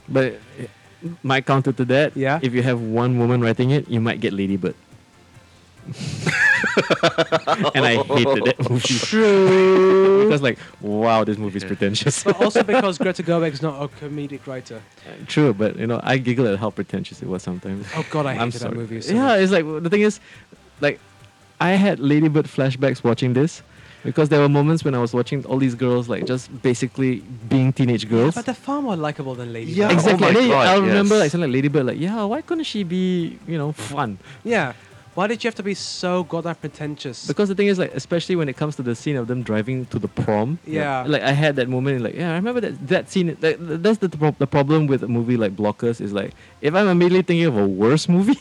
[SPEAKER 1] But uh, my counter to that,
[SPEAKER 2] Yeah.
[SPEAKER 1] if you have one woman writing it, you might get Ladybird. and I hated that movie. True. because like, wow, this movie is pretentious.
[SPEAKER 2] but also because Greta Gerwig's not a comedic writer.
[SPEAKER 1] True, but you know, I giggle at how pretentious it was sometimes.
[SPEAKER 2] Oh god, I
[SPEAKER 1] I'm
[SPEAKER 2] hated that
[SPEAKER 1] sorry.
[SPEAKER 2] movie. So
[SPEAKER 1] yeah,
[SPEAKER 2] much.
[SPEAKER 1] it's like the thing is, like, I had Ladybird flashbacks watching this. Because there were moments when I was watching all these girls, like just basically being teenage girls.
[SPEAKER 2] but they're far more likable than Lady.
[SPEAKER 3] Yeah.
[SPEAKER 2] Bird.
[SPEAKER 3] Ex-
[SPEAKER 1] Exactly.
[SPEAKER 3] Oh my
[SPEAKER 1] And then
[SPEAKER 3] God,
[SPEAKER 1] I remember
[SPEAKER 3] yes.
[SPEAKER 1] like something like Ladybird, like, yeah, why couldn't she be, you know, fun?
[SPEAKER 2] yeah. Why did you have to be so goddamn pretentious?
[SPEAKER 1] Because the thing is, like, especially when it comes to the scene of them driving to the prom.
[SPEAKER 2] Yeah.
[SPEAKER 1] Like, I had that moment, like, yeah, I remember that that scene. Like, th- that's the, pro- the problem with a movie like Blockers is like, if I'm immediately thinking of a worse movie,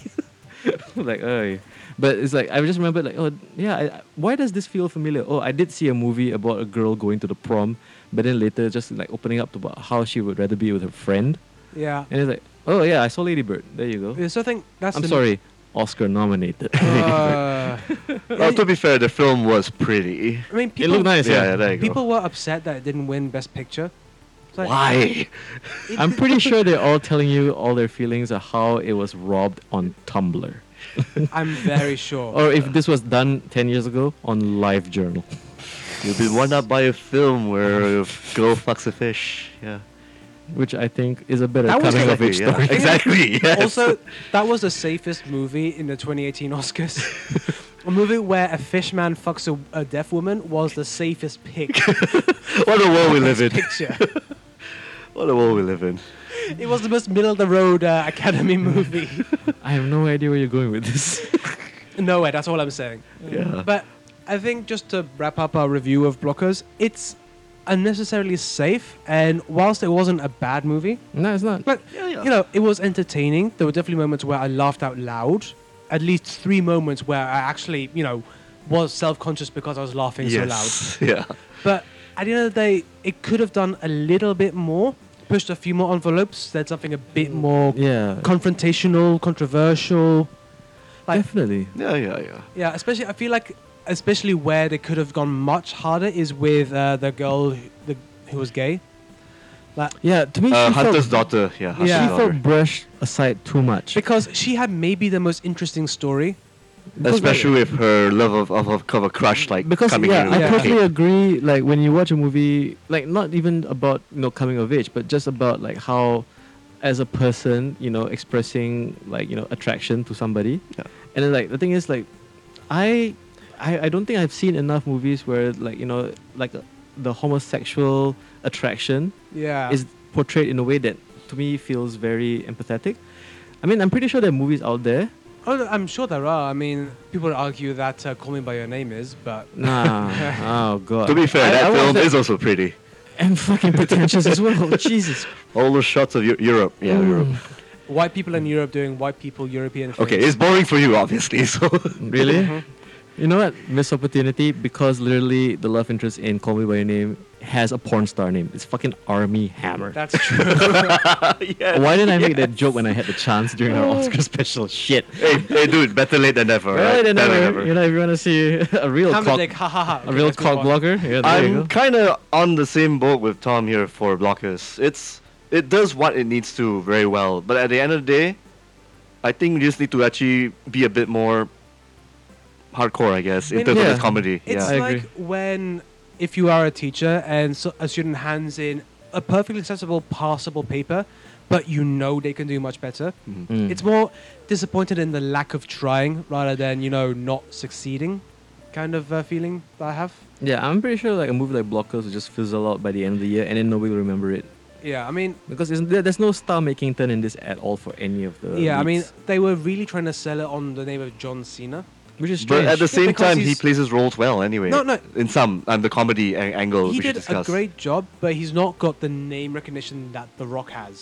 [SPEAKER 1] like, oh, but it's like I just remember, like, oh, yeah, I, I- why does this feel familiar? Oh, I did see a movie about a girl going to the prom, but then later just like opening up to about how she would rather be with her friend,
[SPEAKER 2] yeah.
[SPEAKER 1] and it's like, oh yeah, I saw Lady Bird. There you go.
[SPEAKER 2] Yeah, So I think that's.
[SPEAKER 1] I'm
[SPEAKER 2] the-
[SPEAKER 1] sorry, Oscar nominated.
[SPEAKER 2] Uh,
[SPEAKER 3] Well, to be fair, the film was pretty.
[SPEAKER 2] I mean,
[SPEAKER 1] it
[SPEAKER 2] people,
[SPEAKER 1] looked nice.
[SPEAKER 3] yeah,
[SPEAKER 1] Yeah,
[SPEAKER 3] yeah, there you
[SPEAKER 2] people were upset that it didn't win Best Picture. It's
[SPEAKER 3] go.
[SPEAKER 2] like,
[SPEAKER 3] Why?
[SPEAKER 2] it-
[SPEAKER 1] I'm pretty sure they're all telling you all their feelings of how it was robbed on Tumblr,
[SPEAKER 2] I'm very sure.
[SPEAKER 1] or if this was done ten years ago on LiveJournal.
[SPEAKER 3] You've been won up by a film where a girl fucks a fish. Yeah.
[SPEAKER 1] Which I think is a better
[SPEAKER 2] That was
[SPEAKER 1] coming of
[SPEAKER 3] Exactly.
[SPEAKER 1] age
[SPEAKER 3] yeah.
[SPEAKER 1] story.
[SPEAKER 3] Exactly. Yes.
[SPEAKER 2] Also, that was the safest movie in the 2018 Oscars. a movie where a fish man fucks a, a deaf woman was the safest pick
[SPEAKER 3] what a world we live in.
[SPEAKER 2] picture.
[SPEAKER 3] What a world we live in.
[SPEAKER 2] It was the most middle of the road uh, Academy movie.
[SPEAKER 1] I have no idea where you're going with this.
[SPEAKER 2] no way, that's all I'm saying.
[SPEAKER 3] Yeah.
[SPEAKER 2] But I think just to wrap up our review of Blockers, it's unnecessarily safe, and whilst it wasn't a bad movie,
[SPEAKER 1] no, it's not.
[SPEAKER 2] but
[SPEAKER 3] Yeah, yeah.
[SPEAKER 2] you know, it was entertaining. There were definitely moments where I laughed out loud. At least three moments where I actually, you know, was self-conscious because I was laughing so
[SPEAKER 3] yes. Yeah.
[SPEAKER 2] loud. But at the end of the day, it could have done a little bit more, pushed a few more envelopes, said something a bit more
[SPEAKER 1] Yeah,
[SPEAKER 2] confrontational, controversial. Like,
[SPEAKER 1] definitely.
[SPEAKER 3] Yeah, yeah, yeah.
[SPEAKER 2] yeah, especially I feel like, especially where they could have gone much harder is with uh, the girl who, the, who was gay. Like,
[SPEAKER 1] Yeah, to me,
[SPEAKER 3] Uh,
[SPEAKER 1] she
[SPEAKER 3] Hunter's
[SPEAKER 1] felt,
[SPEAKER 3] daughter. Yeah. Hunter's
[SPEAKER 2] Yeah.
[SPEAKER 1] she
[SPEAKER 3] daughter.
[SPEAKER 1] felt brushed aside too much.
[SPEAKER 2] because she had maybe the most interesting story.
[SPEAKER 3] Especially with her love of of, of, of a crush like
[SPEAKER 1] because
[SPEAKER 3] coming
[SPEAKER 1] yeah,
[SPEAKER 3] in.
[SPEAKER 1] I
[SPEAKER 2] Yeah.
[SPEAKER 1] totally agree. Like when you watch a movie, like not even about you know coming of age, but just about like how, as a person, you know, expressing like you know attraction to somebody,
[SPEAKER 3] Yeah.
[SPEAKER 1] and then like the thing is like, I, I I don't think I've seen enough movies where like you know like uh, the homosexual attraction
[SPEAKER 2] Yeah.
[SPEAKER 1] is portrayed in a way that to me feels very empathetic. I mean, I'm pretty sure there are movies out there.
[SPEAKER 2] Oh, no, I'm sure there are. I mean, people would argue that uh, "Call Me by Your Name" is, but
[SPEAKER 1] Nah. oh god.
[SPEAKER 3] To be fair,
[SPEAKER 1] I- I
[SPEAKER 3] that
[SPEAKER 1] watched
[SPEAKER 3] film
[SPEAKER 1] that-
[SPEAKER 3] is also pretty.
[SPEAKER 1] and fucking pretentious as well. Jesus.
[SPEAKER 3] All those shots of Eu- Europe. Yeah,
[SPEAKER 1] Mm.
[SPEAKER 3] Europe.
[SPEAKER 2] white people in Europe doing white people European things.
[SPEAKER 3] Okay, it's boring for you, obviously. So
[SPEAKER 1] Really? Mm-hmm. You know what? Missed opportunity because literally the love interest in Call Me by Your Name has a porn star name. It's fucking Army Hammer.
[SPEAKER 2] that's true.
[SPEAKER 3] yeah.
[SPEAKER 1] Why didn't I make that joke when I had the chance during our Oscar special? Shit.
[SPEAKER 3] Hey, hey, dude, better late than never.
[SPEAKER 1] Well,
[SPEAKER 3] right?
[SPEAKER 1] then, uh, You know, if you want to see a real
[SPEAKER 2] Hamlet,
[SPEAKER 1] cock,
[SPEAKER 2] like, ha ha ha.
[SPEAKER 1] a real cock
[SPEAKER 2] block.
[SPEAKER 1] blogger, yeah, there you
[SPEAKER 3] I'm
[SPEAKER 1] go.
[SPEAKER 3] kind of on the same boat with Tom here for blockers. It's it does what it needs to very well, but at the end of the day, I think we just need to actually be a bit more hardcore, I guess, in
[SPEAKER 2] mean,
[SPEAKER 3] terms
[SPEAKER 1] Yeah.
[SPEAKER 3] of the comedy.
[SPEAKER 2] It's
[SPEAKER 1] I
[SPEAKER 3] yeah.
[SPEAKER 2] like
[SPEAKER 1] agree.
[SPEAKER 2] when if you are a teacher and so a student hands in a perfectly accessible, passable paper, but you know they can do much better.
[SPEAKER 1] Mm.
[SPEAKER 2] It's more disappointed in the lack of trying rather than you know not succeeding, kind of uh, feeling that I have.
[SPEAKER 1] Yeah, I'm pretty sure like a movie like Blockers will just fizzle out by the end of the year, and then nobody will remember it
[SPEAKER 2] Yeah, I mean,
[SPEAKER 1] because isn't there, there's no star making turn in this at all for any of the.
[SPEAKER 2] yeah, I mean,
[SPEAKER 1] leads,
[SPEAKER 2] they were really trying to sell it on the name of John Cena.
[SPEAKER 1] which is strange.
[SPEAKER 3] But at the
[SPEAKER 2] Yeah,
[SPEAKER 3] same
[SPEAKER 2] because
[SPEAKER 3] time, he
[SPEAKER 2] he's-
[SPEAKER 3] plays his roles well anyway.
[SPEAKER 2] No, no.
[SPEAKER 3] In some, um, the comedy a- angle
[SPEAKER 2] he
[SPEAKER 3] we should
[SPEAKER 2] did a
[SPEAKER 3] discuss.
[SPEAKER 2] great job, but he's not got the name recognition that The Rock has.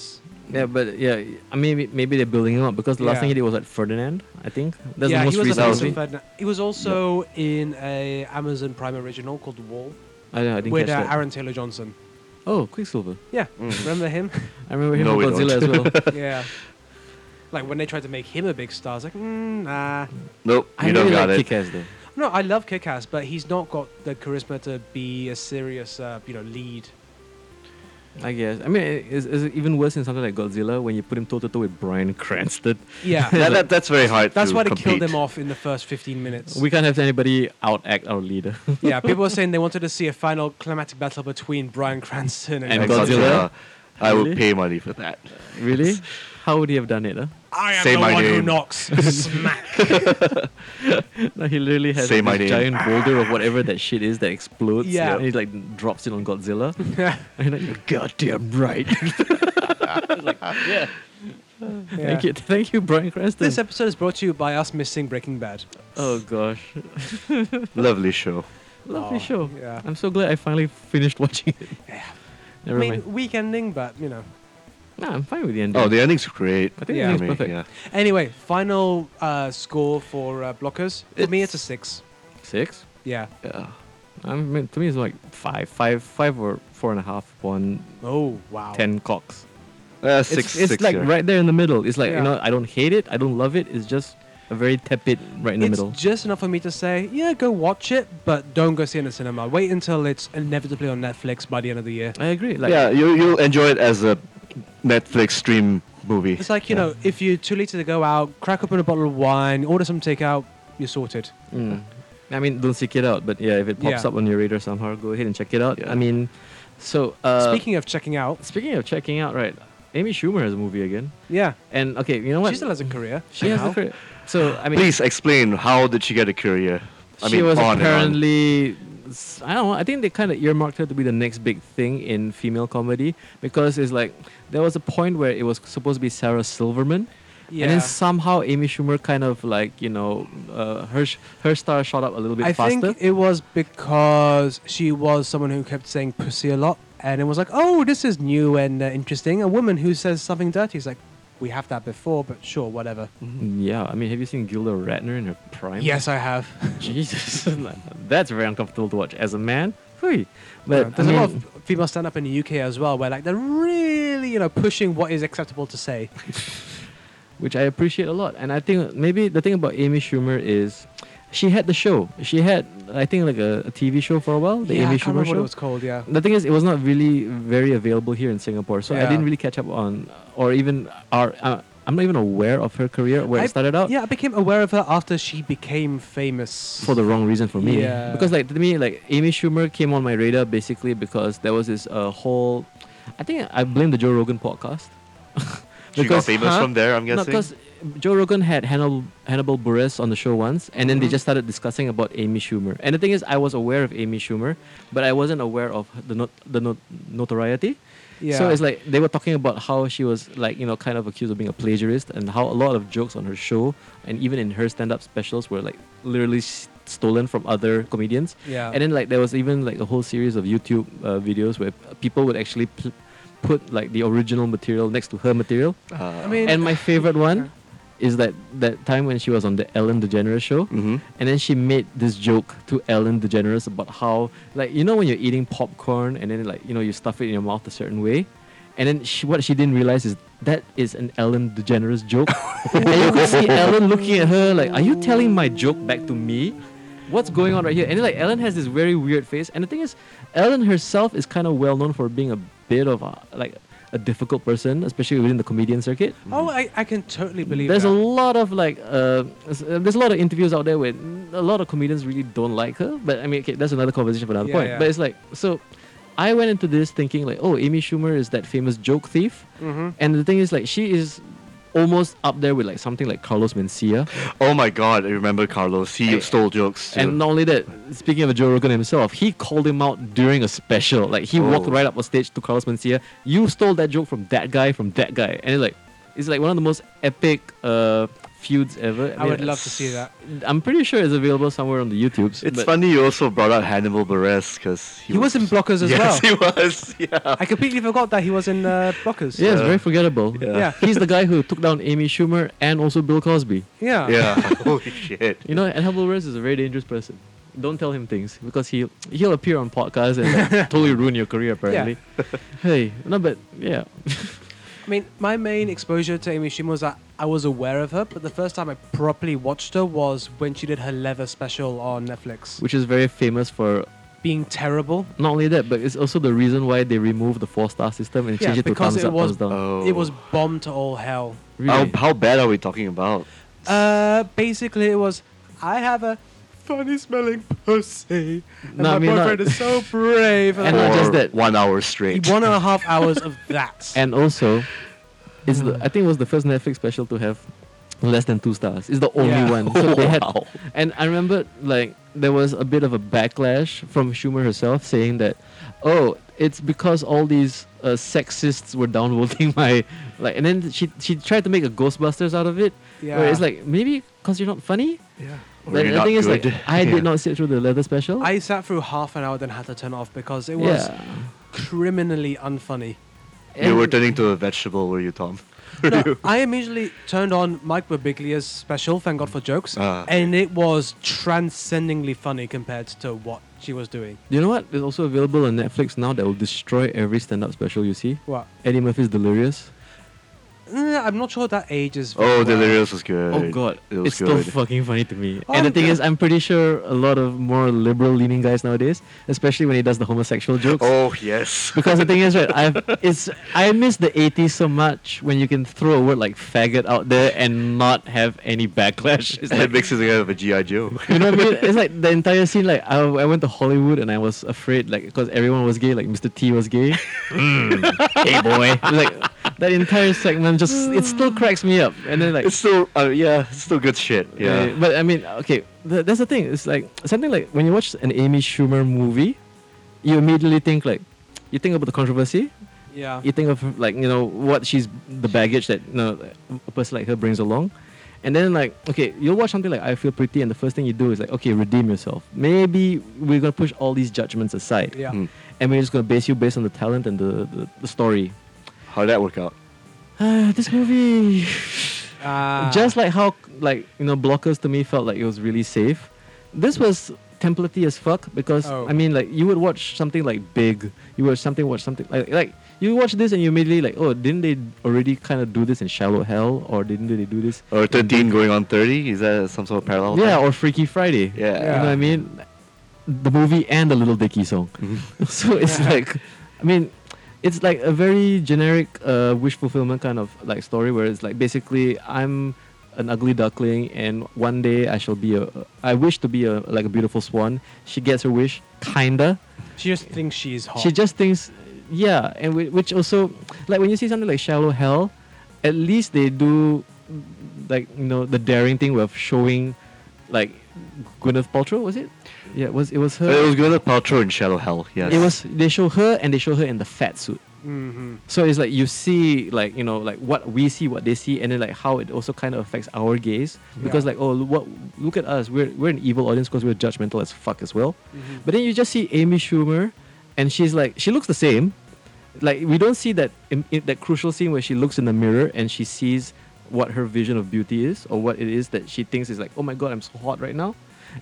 [SPEAKER 1] yeah, but yeah, I mean maybe they're building him up because the last
[SPEAKER 2] Yeah.
[SPEAKER 1] thing he did was like Ferdinand, I think. That's
[SPEAKER 2] yeah,
[SPEAKER 1] the most
[SPEAKER 2] he was
[SPEAKER 1] recent
[SPEAKER 2] a
[SPEAKER 3] recent
[SPEAKER 1] movie.
[SPEAKER 2] Vincent Ferdinand. He was also in a Amazon Prime original called Wall
[SPEAKER 1] I, I didn't
[SPEAKER 2] with
[SPEAKER 1] catch
[SPEAKER 2] uh,
[SPEAKER 1] that. Hmm.
[SPEAKER 2] Aaron Taylor Johnson.
[SPEAKER 1] Oh, Quicksilver.
[SPEAKER 2] Yeah, remember him?
[SPEAKER 1] I remember him
[SPEAKER 3] No,
[SPEAKER 1] from
[SPEAKER 3] we
[SPEAKER 1] Godzilla as
[SPEAKER 3] don't.
[SPEAKER 1] well.
[SPEAKER 2] yeah. Like when they tried to make him a big star, it's like, mm, nah.
[SPEAKER 3] Nope,
[SPEAKER 1] I
[SPEAKER 3] you
[SPEAKER 1] really
[SPEAKER 3] don't got
[SPEAKER 1] like
[SPEAKER 3] it.
[SPEAKER 1] Kick-Ass though.
[SPEAKER 2] No, I love Kick-Ass, but he's not got the charisma to be a serious, uh, you know, lead.
[SPEAKER 1] I guess. I mean, i- is, is it even worse in something like Godzilla when you put him toe to toe with Brian Cranston?
[SPEAKER 2] Yeah,
[SPEAKER 3] That, that, that's very hard.
[SPEAKER 2] that's
[SPEAKER 3] to
[SPEAKER 2] why they
[SPEAKER 3] compete.
[SPEAKER 2] killed him off in the first 15 minutes.
[SPEAKER 1] We can't have anybody out act our leader.
[SPEAKER 2] yeah, people were saying they wanted to see a final climactic battle between Brian Cranston and,
[SPEAKER 1] And
[SPEAKER 3] And
[SPEAKER 1] Godzilla.
[SPEAKER 3] Godzilla. uh, I would
[SPEAKER 1] Really?
[SPEAKER 3] pay money for that.
[SPEAKER 1] really? How would he have done it? Huh?
[SPEAKER 2] I am
[SPEAKER 3] Say
[SPEAKER 2] the
[SPEAKER 3] my
[SPEAKER 2] one who
[SPEAKER 3] name.
[SPEAKER 2] knocks. Smack.
[SPEAKER 1] No, he literally has
[SPEAKER 3] Say
[SPEAKER 1] like,
[SPEAKER 3] my
[SPEAKER 1] this
[SPEAKER 3] name.
[SPEAKER 1] giant boulder of whatever that shit is that explodes.
[SPEAKER 2] Yeah.
[SPEAKER 1] And he like drops it on Godzilla. and you're like, "You're goddamn right. Thank you. Thank you, Brian Cranston.
[SPEAKER 2] This episode is brought to you by us missing Breaking Bad.
[SPEAKER 1] oh gosh.
[SPEAKER 3] Lovely show.
[SPEAKER 1] Lovely
[SPEAKER 2] Oh,
[SPEAKER 1] show.
[SPEAKER 2] yeah.
[SPEAKER 1] I'm so glad I finally finished watching it.
[SPEAKER 2] Yeah.
[SPEAKER 1] Never
[SPEAKER 2] I mean,
[SPEAKER 1] mind.
[SPEAKER 2] weak ending, but you know.
[SPEAKER 1] Nah, I'm fine with the ending.
[SPEAKER 3] Oh, the ending's great.
[SPEAKER 1] I think
[SPEAKER 2] Yeah.
[SPEAKER 1] the ending's
[SPEAKER 3] I mean,
[SPEAKER 1] perfect.
[SPEAKER 3] yeah.
[SPEAKER 2] Anyway, final uh, score for uh, Blockers. For me, it's a six.
[SPEAKER 1] Six?
[SPEAKER 2] Yeah.
[SPEAKER 1] Yeah. I mean, to me, it's like five, five, five or four and a half upon
[SPEAKER 2] Oh wow.
[SPEAKER 1] ten cocks.
[SPEAKER 3] Uh,
[SPEAKER 1] It's-
[SPEAKER 3] six,
[SPEAKER 1] it's
[SPEAKER 3] six.
[SPEAKER 1] like
[SPEAKER 3] yeah.
[SPEAKER 1] right there in the middle. It's like
[SPEAKER 2] Yeah.
[SPEAKER 1] you know, I don't hate it, I don't love it. It's just a very tepid right in the
[SPEAKER 2] it's
[SPEAKER 1] middle.
[SPEAKER 2] just enough for me to say, yeah, go watch it, but don't go see it in the cinema. Wait until it's inevitably on Netflix by the end of the year.
[SPEAKER 1] I agree. Like,
[SPEAKER 3] yeah, you, you'll enjoy it as a Netflix stream movie.
[SPEAKER 2] It's like you know, if you're too lazy to go out, crack open a bottle of wine, order some takeout, you're sorted.
[SPEAKER 1] mm. I mean, don't seek it out, but yeah, if it pops
[SPEAKER 2] Yeah.
[SPEAKER 1] up on your radar somehow, go ahead and check it out.
[SPEAKER 3] Yeah.
[SPEAKER 1] I mean, so uh,
[SPEAKER 2] Speaking of checking out,
[SPEAKER 1] speaking of checking out, right? Amy Schumer has a movie again,
[SPEAKER 2] yeah,
[SPEAKER 1] and okay, you know what?
[SPEAKER 2] she still has a career.
[SPEAKER 1] She has
[SPEAKER 2] somehow.
[SPEAKER 1] the cra- So I mean,
[SPEAKER 3] Please explain how did she get a career? I
[SPEAKER 1] she
[SPEAKER 3] mean,
[SPEAKER 1] was
[SPEAKER 3] on and on.
[SPEAKER 1] apparently s- I don't know. I think they kind of earmarked her to be the next big thing in female comedy because it's like there was a point where it was supposed to be Sarah Silverman,
[SPEAKER 2] Yeah.
[SPEAKER 1] and then somehow Amy Schumer kind of like you know uh, her sh- her star shot up a little bit
[SPEAKER 2] I
[SPEAKER 1] faster.
[SPEAKER 2] think it was because she was someone who kept saying pussy a lot, and it was like, oh, this is new and uh, interesting. A woman who says something dirty is like, we have that before, but sure, whatever.
[SPEAKER 1] Mm-hmm. yeah, I mean, have you seen Gilda Radner in her prime?
[SPEAKER 2] Yes, I have.
[SPEAKER 1] Jesus, that's very uncomfortable to watch as a man. Hui.
[SPEAKER 2] Yeah,
[SPEAKER 1] But I
[SPEAKER 2] There's a lot
[SPEAKER 1] mean-
[SPEAKER 2] of female stand up in the UK as well, where like they're really, you know, pushing what is acceptable to say.
[SPEAKER 1] which I appreciate a lot. And I think maybe the thing about Amy Schumer is she had the show. She had I think like a, a TV show for a while, the
[SPEAKER 2] yeah, I
[SPEAKER 1] Amy
[SPEAKER 2] can't
[SPEAKER 1] Schumer
[SPEAKER 2] remember what
[SPEAKER 1] show.
[SPEAKER 2] it was called. Yeah.
[SPEAKER 1] The thing is, it was not really very available here in Singapore, so I
[SPEAKER 2] Yeah.
[SPEAKER 1] didn't really catch up on or even are. Uh, I'm not even aware of her career where
[SPEAKER 2] I-
[SPEAKER 1] it started out.
[SPEAKER 2] Yeah, I became aware of her after she became famous.
[SPEAKER 1] For the wrong reason for me.
[SPEAKER 2] Yeah.
[SPEAKER 1] Because like to me, like Amy Schumer came on my radar basically because there was this uh, whole. I think I blame the Joe Rogan podcast.
[SPEAKER 3] She got
[SPEAKER 1] Because-
[SPEAKER 3] famous
[SPEAKER 1] huh?
[SPEAKER 3] from there, I'm
[SPEAKER 1] No,
[SPEAKER 3] guessing.
[SPEAKER 1] because Joe Rogan had Hannibal, Hannibal Buress on the show once, and then they
[SPEAKER 2] Mhm.
[SPEAKER 1] just started discussing about Amy Schumer. And the thing is, I was aware of Amy Schumer, but I wasn't aware of the not, the not, notoriety.
[SPEAKER 2] yeah.
[SPEAKER 1] So it's like they were talking about how she was like you know kind of accused of being a plagiarist, and how a lot of jokes on her show and even in her stand-up specials were like literally s- stolen from other comedians.
[SPEAKER 2] yeah.
[SPEAKER 1] And then like there was even like a whole series of YouTube uh, videos where people would actually pl- put like the original material next to her material.
[SPEAKER 3] Uh,
[SPEAKER 2] I mean,
[SPEAKER 1] And my favorite one is that that time when she was on the Ellen DeGeneres show,
[SPEAKER 3] mhm.
[SPEAKER 1] and then she made this joke to Ellen DeGeneres about how, like, you know, when you're eating popcorn and then like you know you stuff it in your mouth a certain way, and then she, what she didn't realize is that is an Ellen DeGeneres joke, and you could see Ellen looking at her like, are you telling my joke back to me? What's going on right here? And then, like Ellen has this very weird face, and the thing is, Ellen herself is kind of well known for being a bit of a like a difficult person, especially within the comedian circuit
[SPEAKER 2] oh, I, I can totally believe
[SPEAKER 1] there's
[SPEAKER 2] that.
[SPEAKER 1] a lot of like uh, s- uh, there's a lot of interviews out there where a lot of comedians really don't like her but i mean okay, that's another conversation for another
[SPEAKER 2] Yeah,
[SPEAKER 1] point
[SPEAKER 2] yeah.
[SPEAKER 1] but it's like so I went into this thinking like, oh, Amy Schumer is that famous joke thief,
[SPEAKER 2] Mm-hmm.
[SPEAKER 1] and the thing is like she is almost up there with like something like Carlos Mencia.
[SPEAKER 3] Oh my god, I remember Carlos. He
[SPEAKER 1] And-
[SPEAKER 3] stole jokes. Too.
[SPEAKER 1] And not only that, speaking of Joe Rogan himself, he called him out during a special. Like he walked
[SPEAKER 3] Oh.
[SPEAKER 1] right up on stage to Carlos Mencia. You stole that joke from that guy, from that guy, and it's like it's like one of the most epic uh, feuds ever.
[SPEAKER 2] I would love to see that.
[SPEAKER 1] I'm pretty sure it's available somewhere on the YouTubes.
[SPEAKER 3] it's
[SPEAKER 1] but-
[SPEAKER 3] funny you also brought up Hannibal Buress because
[SPEAKER 2] He was in Blockers as well.
[SPEAKER 3] yes, he was. Yeah.
[SPEAKER 2] I completely forgot that he was in uh, Blockers.
[SPEAKER 1] Yeah, it's
[SPEAKER 3] Yeah.
[SPEAKER 1] very forgettable.
[SPEAKER 3] Yeah.
[SPEAKER 2] Yeah.
[SPEAKER 1] He's the guy who took down Amy Schumer and also Bill Cosby.
[SPEAKER 2] Yeah.
[SPEAKER 3] Yeah. Holy shit.
[SPEAKER 1] You know, and Hannibal Buress is a very dangerous person. Don't tell him things because he he'll appear on podcasts and like, totally ruin your career. Apparently, hey, no, but yeah,
[SPEAKER 2] I mean, my main exposure to Amy Schumer was that I was aware of her, but the first time I properly watched her was when she did her leather special on Netflix.
[SPEAKER 1] which is very famous for
[SPEAKER 2] Being terrible.
[SPEAKER 1] not only that, but it's also the reason why they removed the four star system and
[SPEAKER 2] Yeah,
[SPEAKER 1] changed it to
[SPEAKER 2] because
[SPEAKER 1] thumbs
[SPEAKER 2] it
[SPEAKER 1] up, thumbs
[SPEAKER 2] was-
[SPEAKER 1] down.
[SPEAKER 3] Oh.
[SPEAKER 2] It was bombed to all hell.
[SPEAKER 1] Really?
[SPEAKER 3] How, how bad are we talking about?
[SPEAKER 2] Uh, basically, it was I have a funny smelling pussy, and
[SPEAKER 1] No,
[SPEAKER 2] my
[SPEAKER 1] I mean, not-
[SPEAKER 2] boyfriend is so brave.
[SPEAKER 1] And not
[SPEAKER 3] For
[SPEAKER 1] just that-
[SPEAKER 3] One hour straight.
[SPEAKER 2] one and a half hours of that.
[SPEAKER 1] and also, it's
[SPEAKER 2] Hmm.
[SPEAKER 1] the, I think it was the first Netflix special to have less than two stars. It's the only
[SPEAKER 2] Yeah.
[SPEAKER 1] one. So they had,
[SPEAKER 3] Wow.
[SPEAKER 1] and I remember like there was a bit of a backlash from Schumer herself saying that, oh, it's because all these uh, sexists were downvoting my like, and then she she tried to make a Ghostbusters out of it. Where it's
[SPEAKER 2] Yeah.
[SPEAKER 1] like maybe because you're not funny.
[SPEAKER 2] yeah.
[SPEAKER 3] Were
[SPEAKER 1] Like,
[SPEAKER 3] you
[SPEAKER 1] the
[SPEAKER 3] not
[SPEAKER 1] thing is like
[SPEAKER 3] good?
[SPEAKER 1] I
[SPEAKER 3] Yeah.
[SPEAKER 1] did not sit through the leather special.
[SPEAKER 2] I sat through half an hour, then had to turn it off because it was
[SPEAKER 1] Yeah.
[SPEAKER 2] criminally unfunny.
[SPEAKER 3] You were
[SPEAKER 1] And-
[SPEAKER 3] turning to a vegetable, were you, Tom?
[SPEAKER 2] No, I immediately turned on Mike Birbiglia's special, Thank God for Jokes,
[SPEAKER 3] Ah.
[SPEAKER 2] and it was transcendingly funny compared to what she was doing.
[SPEAKER 1] You know what? It's also available on Netflix now that will destroy every stand-up special you see.
[SPEAKER 2] What?
[SPEAKER 1] Eddie Murphy's Delirious.
[SPEAKER 2] Eh, I'm not sure that age is.
[SPEAKER 3] Oh, Delirious was good.
[SPEAKER 1] Oh god,
[SPEAKER 3] It was
[SPEAKER 1] it's
[SPEAKER 3] good.
[SPEAKER 1] still fucking funny to me.
[SPEAKER 2] Oh,
[SPEAKER 1] and the
[SPEAKER 2] I'm
[SPEAKER 1] thing
[SPEAKER 2] good.
[SPEAKER 1] is, I'm pretty sure a lot of more liberal-leaning guys nowadays, especially when he does the homosexual jokes.
[SPEAKER 3] oh, yes.
[SPEAKER 1] Because the thing is, right, I've, it's I miss the '80s so much when you can throw a word like "faggot" out there and not have any backlash. It's
[SPEAKER 3] it
[SPEAKER 1] like,
[SPEAKER 3] makes it together with a G.I. Joe.
[SPEAKER 1] you know what I mean? It's like the entire scene. Like I, I went to Hollywood and I was afraid, like because everyone was gay. Like Mr. T was gay.
[SPEAKER 3] Hmm.
[SPEAKER 1] hey boy, like that entire segment just it still cracks me up. And then like
[SPEAKER 3] it's still, uh, yeah, it's still good shit. Yeah.
[SPEAKER 1] Uh, but I mean, okay, th- that's the thing. It's like something like when you watch an Amy Schumer movie, you immediately think like, you think about the controversy,
[SPEAKER 2] Yeah.
[SPEAKER 1] you think of like you know what she's the baggage that you know a person like her brings along, and then like okay, you'll watch something like I Feel Pretty, and the first thing you do is like okay, redeem yourself. Maybe we're gonna push all these judgments aside,
[SPEAKER 2] Yeah.
[SPEAKER 3] Hmm.
[SPEAKER 1] and we're just gonna base you based on the talent and the the, the story.
[SPEAKER 3] How'd that work out?
[SPEAKER 1] Ah, this movie.
[SPEAKER 2] Ah.
[SPEAKER 1] just like how like you know blockers to me felt like it was really safe this was templatey as fuck because
[SPEAKER 2] Oh.
[SPEAKER 1] i mean like you would watch something like big you watch something watch something like like you watch this and you immediately like oh didn't they already kind of do this in shallow hell or didn't they do this
[SPEAKER 3] Or 13 going on 30? Is that some sort of parallel?
[SPEAKER 1] yeah
[SPEAKER 3] there?
[SPEAKER 1] or freaky friday
[SPEAKER 3] Yeah.
[SPEAKER 1] you know what i mean the movie and the little dicky song so it's like i mean it's like a very generic uh, wish fulfillment kind of like story where it's like basically i'm an ugly duckling and one day i shall be a i wish to be a like a beautiful swan she gets her wish kinda
[SPEAKER 2] she just thinks she's hot.
[SPEAKER 1] she just thinks yeah and whi- which also like when you see something like shallow hell at least they do like you know the daring thing with showing like gwyneth paltrow was it yeah it was it was her
[SPEAKER 3] It was good at Paltrow in Shallow Hell. Yes.
[SPEAKER 1] it was they show her and they show her in the fat suit
[SPEAKER 2] hmm
[SPEAKER 1] so it's like you see like you know like what we see what they see and then like how it also kind of affects our gaze because
[SPEAKER 2] Yeah.
[SPEAKER 1] like oh l- what look at us we're we're an evil audience because we're judgmental as fuck as well
[SPEAKER 2] Mm-hmm.
[SPEAKER 1] Mm-hmm. but then you just see Amy Schumer, and she's like, she looks the same. Like we don't see that im im- that crucial scene where she looks in the mirror and she sees what her vision of beauty is, or what it is that she thinks is like, oh my god, I'm so hot right now,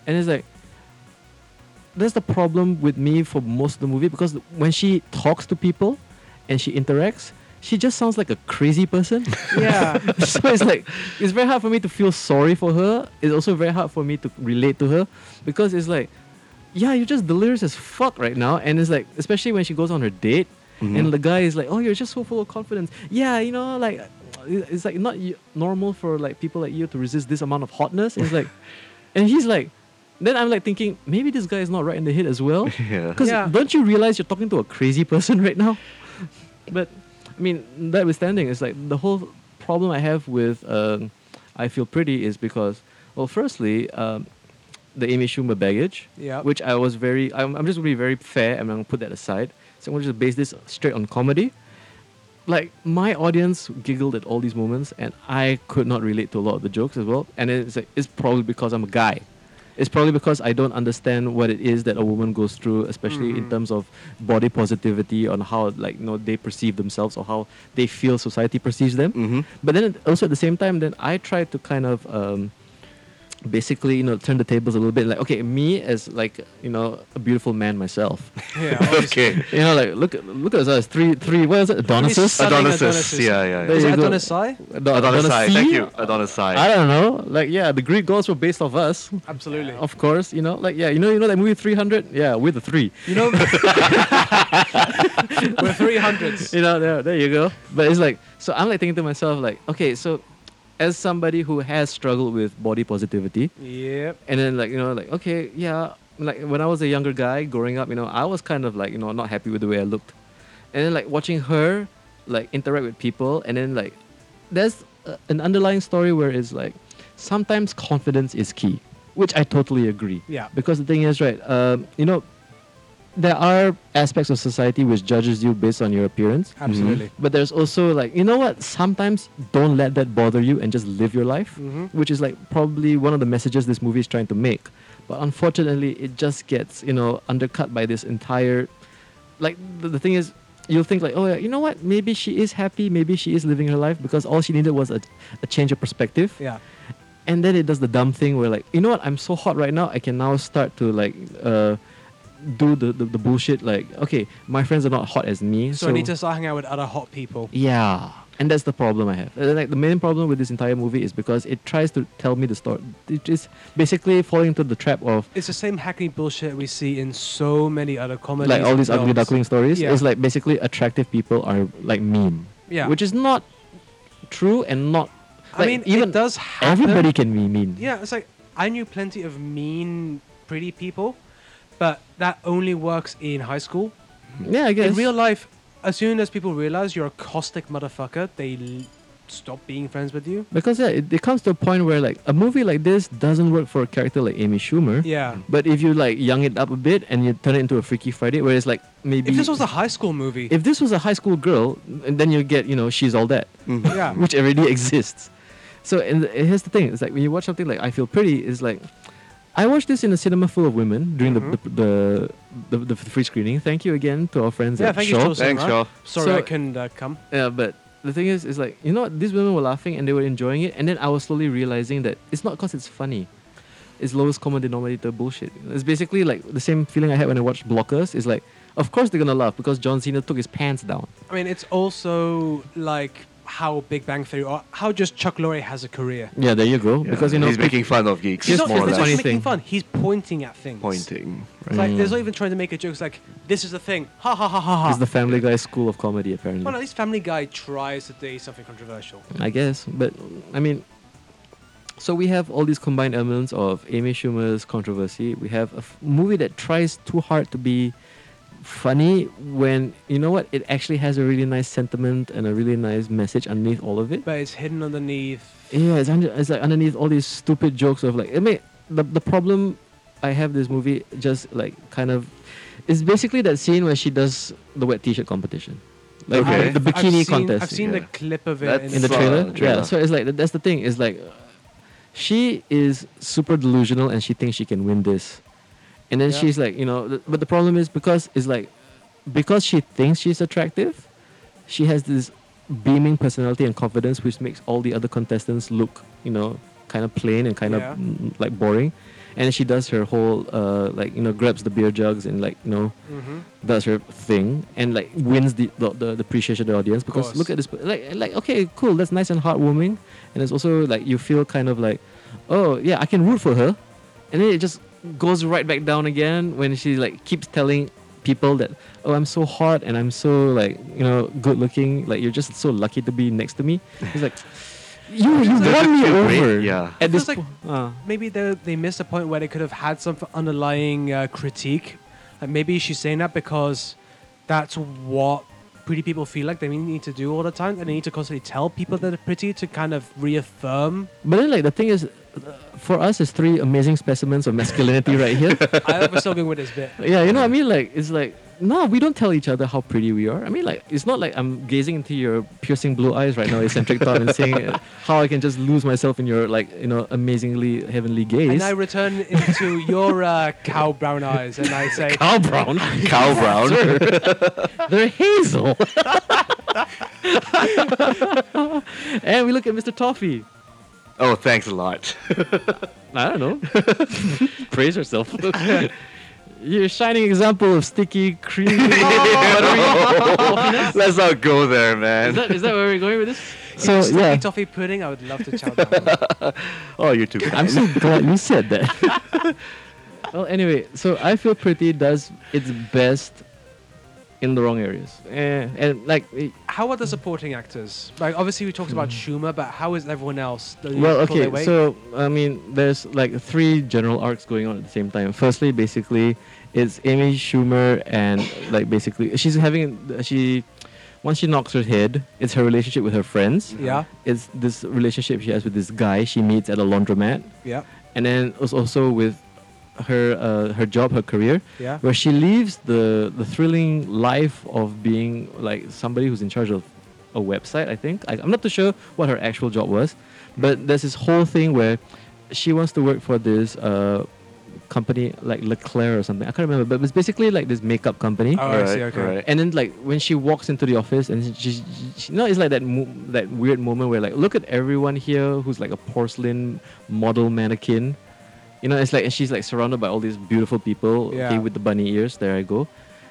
[SPEAKER 1] and it's like. That's the problem with me for most of the movie because when she talks to people and she interacts, she just sounds like a crazy person.
[SPEAKER 2] Yeah.
[SPEAKER 1] so it's like it's very hard for me to feel sorry for her. It's also very hard for me to relate to her because it's like, yeah, you're just delirious as fuck right now. And it's like, especially when she goes on her date, and the guy is like, oh, you're just so full of confidence. Yeah, you know, like it's like not y- normal for like people like you to resist this amount of hotness. It's like, and he's like. Then I'm like thinking, maybe this guy is not right in the head as well.
[SPEAKER 3] Yeah.
[SPEAKER 1] Because
[SPEAKER 2] Yeah.
[SPEAKER 1] don't you realize you're talking to a crazy person right now? But I mean, that withstanding, it's like the whole problem I have with um, I Feel Pretty is because, well, firstly, um, the Amy Schumer baggage,
[SPEAKER 2] Yeah.
[SPEAKER 1] which I was very, I'm, I'm just going to be very fair and I'm going to put that aside. So I'm going to just base this straight on comedy. Like, my audience giggled at all these moments and I could not relate to a lot of the jokes as well. And it's, like, it's probably because I'm a guy. It's probably because I don't understand what it is that a woman goes through, especially in
[SPEAKER 2] Mhm.
[SPEAKER 1] terms of body positivity on how like you know they perceive themselves or how they feel society perceives them.
[SPEAKER 3] Mhm.
[SPEAKER 1] But then also at the same time, then I try to kind of um, basically you know turn the tables a little bit. Like okay, me as like you know a beautiful man myself.
[SPEAKER 2] Yeah, obviously.
[SPEAKER 3] Okay.
[SPEAKER 1] you know like look look at us as three three what is it Adonises?
[SPEAKER 2] Selling
[SPEAKER 3] Adonis.
[SPEAKER 2] Adonises.
[SPEAKER 3] Yeah, yeah,
[SPEAKER 1] There
[SPEAKER 2] Is
[SPEAKER 3] yeah.
[SPEAKER 1] you
[SPEAKER 2] it
[SPEAKER 1] go.
[SPEAKER 2] Adonisai?
[SPEAKER 1] Ad-
[SPEAKER 3] Adonis.
[SPEAKER 1] Adonisai.
[SPEAKER 3] Thank you. Adonis.
[SPEAKER 1] I don't know. Like yeah, the Greek gods were based off us.
[SPEAKER 2] Absolutely.
[SPEAKER 1] Of course, you know, like yeah, you know, you know that movie Three Hundred. Yeah, we're the three.
[SPEAKER 2] You know, we're three hundreds.
[SPEAKER 1] you know, there, there you go. But it's like, so I'm like thinking to myself, like, okay, so as somebody who has struggled with body positivity,
[SPEAKER 2] Yep.
[SPEAKER 1] and then like you know, like okay, yeah, like when I was a younger guy growing up, you know, I was kind of like you know not happy with the way I looked, and then like watching her like interact with people, and then like there's uh, an underlying story where it's like sometimes confidence is key, which I totally agree.
[SPEAKER 2] Yeah.
[SPEAKER 1] Because the thing is, right, um, you know, there are aspects of society which judges you based on your appearance.
[SPEAKER 2] Absolutely.
[SPEAKER 1] But there's also like you know what? Sometimes don't let that bother you and just live your life,
[SPEAKER 2] Mhm.
[SPEAKER 1] which is like probably one of the messages this movie is trying to make. But unfortunately, it just gets you know undercut by this entire, like the, the thing is, you'll think like oh yeah, you know what? Maybe she is happy, maybe she is living her life because all she needed was a, a change of perspective.
[SPEAKER 2] Yeah.
[SPEAKER 1] And then it does the dumb thing where like you know what? I'm so hot right now, I can now start to like. uh do the, the, the bullshit like okay my friends are not hot as me
[SPEAKER 2] So,
[SPEAKER 1] so
[SPEAKER 2] I need to start hanging out with other hot people.
[SPEAKER 1] yeah, and that's the problem I have. Uh, Like the main problem with this entire movie is because it tries to tell me the story. It is basically falling into the trap of
[SPEAKER 2] It's the same hackney bullshit we see in so many other comedies.
[SPEAKER 1] like all
[SPEAKER 2] and
[SPEAKER 1] these ugly
[SPEAKER 2] films.
[SPEAKER 1] duckling stories.
[SPEAKER 2] Yeah.
[SPEAKER 1] It's like basically attractive people are like meme,
[SPEAKER 2] Yeah.
[SPEAKER 1] which is not true and not.
[SPEAKER 2] I
[SPEAKER 1] like,
[SPEAKER 2] mean,
[SPEAKER 1] even
[SPEAKER 2] it does happen.
[SPEAKER 1] everybody can be mean.
[SPEAKER 2] Yeah, it's like I knew plenty of mean, pretty people, but that only works in high school.
[SPEAKER 1] yeah, I guess.
[SPEAKER 2] In real life, as soon as people realize you're a caustic motherfucker, they l- stop being friends with you.
[SPEAKER 1] because yeah, it, it comes to a point where like a movie like this doesn't work for a character like Amy Schumer.
[SPEAKER 2] Yeah.
[SPEAKER 1] But if you like young it up a bit and you turn it into a Freaky Friday, where it's like maybe
[SPEAKER 2] If this was a high school movie,
[SPEAKER 1] if this was a high school girl, and then you get, you know, she's all that,
[SPEAKER 3] Mhm.
[SPEAKER 2] yeah,
[SPEAKER 1] which already exists. So, and th- here's the thing: it's like when you watch something like "I Feel Pretty," it's like I watched this in a cinema full of women during the
[SPEAKER 2] Mhm.
[SPEAKER 1] the, the, the the free screening. Thank you again to our friends
[SPEAKER 2] yeah,
[SPEAKER 1] at
[SPEAKER 2] thank you,
[SPEAKER 1] Shaw.
[SPEAKER 2] Joe.
[SPEAKER 3] Thanks, Shaw.
[SPEAKER 2] Sorry,
[SPEAKER 1] So-
[SPEAKER 2] I couldn't uh, come.
[SPEAKER 1] Yeah, but the thing is, is like you know what? These women were laughing and they were enjoying it, and then I was slowly realizing that it's not because it's funny. It's lowest common denominator bullshit. It's basically like the same feeling I had when I watched Blockers. It's like, of course they're gonna laugh because John Cena took his pants down.
[SPEAKER 2] I mean, it's also like how Big Bang Theory or how just Chuck Lorre has a career.
[SPEAKER 1] Yeah, there you go.
[SPEAKER 3] Yeah,
[SPEAKER 1] Because you know,
[SPEAKER 3] he's making fun of geeks.
[SPEAKER 1] He's
[SPEAKER 2] He's
[SPEAKER 1] Just
[SPEAKER 2] not,
[SPEAKER 3] more
[SPEAKER 1] it's
[SPEAKER 2] he's
[SPEAKER 3] or
[SPEAKER 2] not
[SPEAKER 1] funny
[SPEAKER 2] even
[SPEAKER 3] less.
[SPEAKER 1] thing. Mm.
[SPEAKER 2] making fun. He's pointing at things.
[SPEAKER 3] Pointing.
[SPEAKER 2] It's
[SPEAKER 3] Right.
[SPEAKER 2] like there's not even trying to make a joke. It's like this is the thing. Ha ha ha ha ha.
[SPEAKER 1] It's the Family Guy school of comedy, apparently.
[SPEAKER 2] Well, at least Family Guy tries to do something controversial.
[SPEAKER 1] I guess, but I mean, so we have all these combined elements of Amy Schumer's controversy. We have a f- movie that tries too hard to be funny when you know what it actually has a really nice sentiment and a really nice message underneath all of it.
[SPEAKER 2] But it's hidden underneath.
[SPEAKER 1] Yeah, it's, under, it's like underneath all these stupid jokes of like, I mean, the, the problem I have this movie just like kind of, it's basically that scene where she does the wet t-shirt competition, like the-
[SPEAKER 3] Okay.
[SPEAKER 1] the,
[SPEAKER 2] I've
[SPEAKER 1] bikini
[SPEAKER 2] seen-
[SPEAKER 1] contest
[SPEAKER 2] I've seen
[SPEAKER 3] yeah.
[SPEAKER 2] the clip of it
[SPEAKER 3] That's-
[SPEAKER 1] in the
[SPEAKER 3] Saw it
[SPEAKER 1] trailer.
[SPEAKER 3] in the trailer.
[SPEAKER 1] Yeah, so it's like that- that's the thing. Is like uh, she is super delusional and she thinks she can win this, and then
[SPEAKER 2] Yeah.
[SPEAKER 1] she's like, you know, th- but the problem is because it's like because she thinks she's attractive, she has this beaming personality and confidence which makes all the other contestants look, you know, kind of plain and kind
[SPEAKER 2] Yeah.
[SPEAKER 1] of mm, like boring. And she does her whole uh, like you know grabs the beer jugs and like you know
[SPEAKER 2] hmm
[SPEAKER 1] does her thing and like wins the the, the, the appreciation of the audience because
[SPEAKER 2] course.
[SPEAKER 1] look at this per- like like okay cool that's nice and heartwarming and it's also like you feel kind of like oh yeah I can root for her and then it just goes right back down again when she like keeps telling people that oh I'm so hot and I'm so like you know good looking like you're just so lucky to be next to me it's like You you won me
[SPEAKER 3] feel great,
[SPEAKER 1] over.
[SPEAKER 3] yeah.
[SPEAKER 1] At this
[SPEAKER 2] Feels like-
[SPEAKER 1] po- uh,
[SPEAKER 2] maybe they they missed a point where they could have had some underlying uh, critique. Like maybe she's saying that because that's what pretty people feel like they need to do all the time, and they need to constantly tell people that they're pretty to kind of reaffirm.
[SPEAKER 1] but then like the thing is, uh, for us, it's three amazing specimens of masculinity right here.
[SPEAKER 2] I hope we're still going with this bit.
[SPEAKER 1] Yeah, you know what I mean? Like, it's like, no, we don't tell each other how pretty we are. I mean, like, it's not like I'm gazing into your piercing blue eyes right now, eccentric thought, and saying uh, how I can just lose myself in your, like, you know, amazingly heavenly gaze.
[SPEAKER 2] And I return into your uh, cow brown eyes, and I say,
[SPEAKER 1] Cow brown.
[SPEAKER 3] Cow brown.
[SPEAKER 1] They're hazel. and we look at Mr. Toffee.
[SPEAKER 3] oh, thanks a lot.
[SPEAKER 1] I don't know. Praise yourself. You're a shining example of sticky, creamy.
[SPEAKER 3] Let's not go there,
[SPEAKER 1] is,
[SPEAKER 3] man.
[SPEAKER 1] that, is that where we're going with this?
[SPEAKER 2] "If
[SPEAKER 1] So,
[SPEAKER 2] it's
[SPEAKER 1] yeah.
[SPEAKER 2] sticky toffee pudding. I would love to chow down." on."
[SPEAKER 3] Oh, you're too
[SPEAKER 1] I'm
[SPEAKER 3] kind.
[SPEAKER 1] so glad you said that. well, anyway, so I feel pretty does its best in the wrong areas. Eh, and like, eh,
[SPEAKER 2] How are the supporting actors? Like, obviously we talked about Schumer, but how is everyone else? Do you
[SPEAKER 1] Hmm. well,
[SPEAKER 2] pull their
[SPEAKER 1] okay,
[SPEAKER 2] weight?
[SPEAKER 1] so I mean, there's like three general arcs going on at the same time. Firstly, basically, it's Amy Schumer and like basically she's having she once she knocks her head, it's her relationship with her friends.
[SPEAKER 2] yeah,
[SPEAKER 1] It's this relationship she has with this guy she meets at a laundromat,
[SPEAKER 2] yeah,
[SPEAKER 1] and then it's also with her uh, her job, her career.
[SPEAKER 2] yeah.
[SPEAKER 1] where she leaves the the thrilling life of being like somebody who's in charge of a website. I think I, I'm not too sure what her actual job was, but there's this whole thing where she wants to work for this uh, company like Leclerc or something. I can't remember, but it's basically like this makeup company.
[SPEAKER 2] Oh, I see.
[SPEAKER 3] Alright,
[SPEAKER 2] Okay.
[SPEAKER 3] alright.
[SPEAKER 1] And then like when she walks into the office and she, she, she you know, it's like that mo- that weird moment where like look at everyone here who's like a porcelain model mannequin. You know, it's like and she's like surrounded by all these beautiful people.
[SPEAKER 2] Yeah.
[SPEAKER 1] Okay, with the bunny ears, there I go.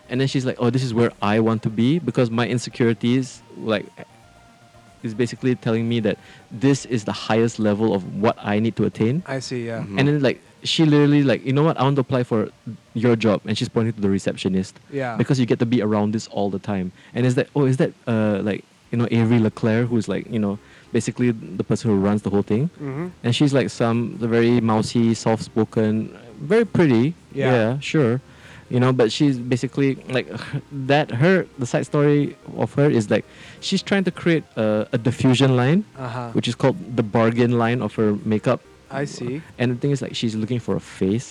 [SPEAKER 1] And then she's like, "Oh, this is where I want to be because my insecurities like is basically telling me that this is the highest level of what I need to attain."
[SPEAKER 2] I see. Yeah.
[SPEAKER 3] Mhm.
[SPEAKER 1] And then like she literally like, "You know what? I want to apply for your job." And she's pointing to the receptionist
[SPEAKER 2] Yeah.
[SPEAKER 1] because you get to be around this all the time. And is that oh is that uh like you know Avery Leclerc who's like you know basically the person who runs the whole thing,
[SPEAKER 2] hmm
[SPEAKER 1] and she's like some very mousy, soft spoken, very pretty.
[SPEAKER 2] Yeah.
[SPEAKER 1] sure. You know, but she's basically like that. Her the side story of her is like she's trying to create a, a diffusion line,
[SPEAKER 2] Uh huh.
[SPEAKER 1] which is called the bargain line of her makeup.
[SPEAKER 2] I see.
[SPEAKER 1] And the thing is, like, she's looking for a face,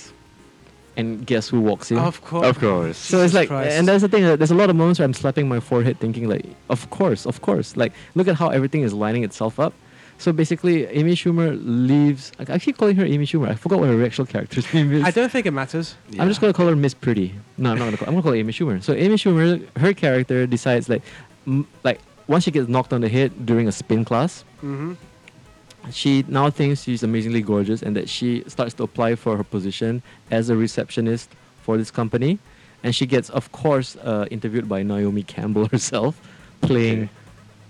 [SPEAKER 1] and guess who walks in?
[SPEAKER 2] Of course.
[SPEAKER 3] Of course.
[SPEAKER 1] So it's
[SPEAKER 2] Jesus
[SPEAKER 1] like,
[SPEAKER 2] Christ.
[SPEAKER 1] and that's the thing. uh, There's a lot of moments where I'm slapping my forehead, thinking like, of course, of course. Like, look at how everything is lining itself up. So basically, Amy Schumer leaves. I I keep calling her Amy Schumer. I forgot what her actual character's name is.
[SPEAKER 2] I don't think it matters.
[SPEAKER 1] I'm just gonna call her Miss Pretty. No, I'm not gonna. Call, I'm gonna call her Amy Schumer. So Amy Schumer, her character decides like, m- like once she gets knocked on the head during a spin class,
[SPEAKER 2] Mm-hmm.
[SPEAKER 1] she now thinks she's amazingly gorgeous and that she starts to apply for her position as a receptionist for this company. And she gets, of course, uh, interviewed by Naomi Campbell herself, playing.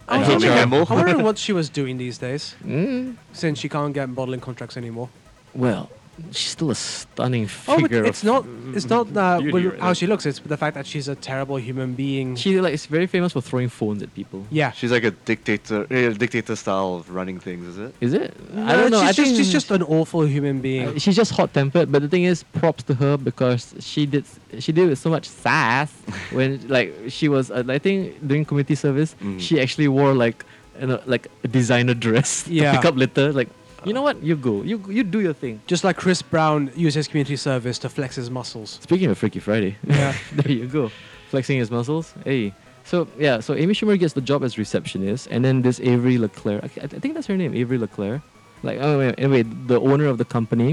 [SPEAKER 2] I
[SPEAKER 1] Naomi
[SPEAKER 2] wonder-
[SPEAKER 3] Campbell.
[SPEAKER 2] I wonder what she was doing these days,
[SPEAKER 1] Mm,
[SPEAKER 2] since she can't get modeling contracts anymore.
[SPEAKER 1] well, she's still a stunning
[SPEAKER 2] Oh, but
[SPEAKER 1] figure.
[SPEAKER 2] it's
[SPEAKER 1] of- Mm-hmm.
[SPEAKER 2] not. It's not uh,
[SPEAKER 3] beauty,
[SPEAKER 2] well,
[SPEAKER 3] right?
[SPEAKER 2] how she looks. It's the fact that she's a terrible human being.
[SPEAKER 1] She like is very famous for throwing phones at people.
[SPEAKER 2] yeah.
[SPEAKER 3] She's like a dictator, eh, dictator style of running things, is it?
[SPEAKER 1] Is it? I
[SPEAKER 2] No,
[SPEAKER 1] don't know.
[SPEAKER 2] She's
[SPEAKER 1] I
[SPEAKER 2] just,
[SPEAKER 1] think
[SPEAKER 2] she's just an awful human being.
[SPEAKER 1] Uh, she's just hot tempered, but the thing is, props to her because she did she did with so much sass when like she was uh, I think during community service
[SPEAKER 2] Mm.
[SPEAKER 3] Mhm.
[SPEAKER 1] she actually wore like you know like a designer dress to
[SPEAKER 2] Yeah.
[SPEAKER 1] pick up litter like you know what you go you you do your thing.
[SPEAKER 2] just like Chris Brown used his community service to flex his muscles.
[SPEAKER 1] Speaking of Freaky Friday,
[SPEAKER 2] Yeah.
[SPEAKER 1] there you go, flexing his muscles. Hey, so yeah, so Amy Schumer gets the job as receptionist, and then this Avery Leclerc, I, I think that's her name, Avery Leclerc. Like oh, anyway, anyway, the owner of the company,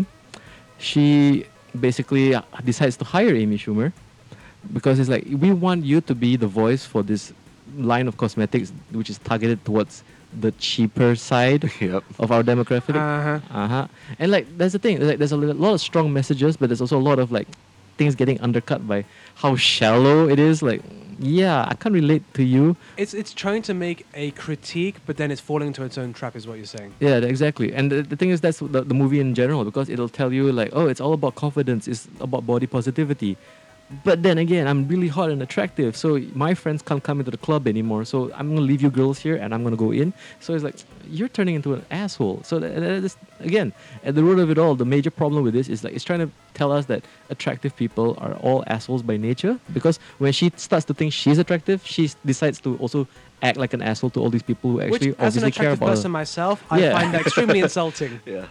[SPEAKER 1] she basically uh, decides to hire Amy Schumer because it's like we want you to be the voice for this line of cosmetics which is targeted towards the cheaper side
[SPEAKER 3] Yep.
[SPEAKER 1] of our demographic.
[SPEAKER 2] Uh-huh.
[SPEAKER 1] Uh-huh. And like that's the thing, like there's a li- lot of strong messages, but there's also a lot of like things getting undercut by how shallow it is. Like, yeah, I can't relate to you.
[SPEAKER 2] It's it's trying to make a critique, but then it's falling into its own trap, is what you're saying.
[SPEAKER 1] Yeah, th- exactly. And the, the thing is, that's the, the movie in general because it'll tell you like, oh, it's all about confidence. It's about body positivity. But then again, I'm really hot and attractive, so my friends can't come into the club anymore. So I'm gonna leave you girls here, and I'm gonna go in. So it's like you're turning into an asshole. So that, that is, again, at the root of it all, the major problem with this is like it's trying to tell us that attractive people are all assholes by nature. Because when she starts to think she's attractive, she decides to also act like an asshole to all these people who actually
[SPEAKER 2] Which, as an
[SPEAKER 1] obviously care
[SPEAKER 2] attractive
[SPEAKER 1] about
[SPEAKER 2] person
[SPEAKER 1] her.
[SPEAKER 2] myself,
[SPEAKER 1] Yeah.
[SPEAKER 2] I find that extremely insulting.
[SPEAKER 3] Yeah.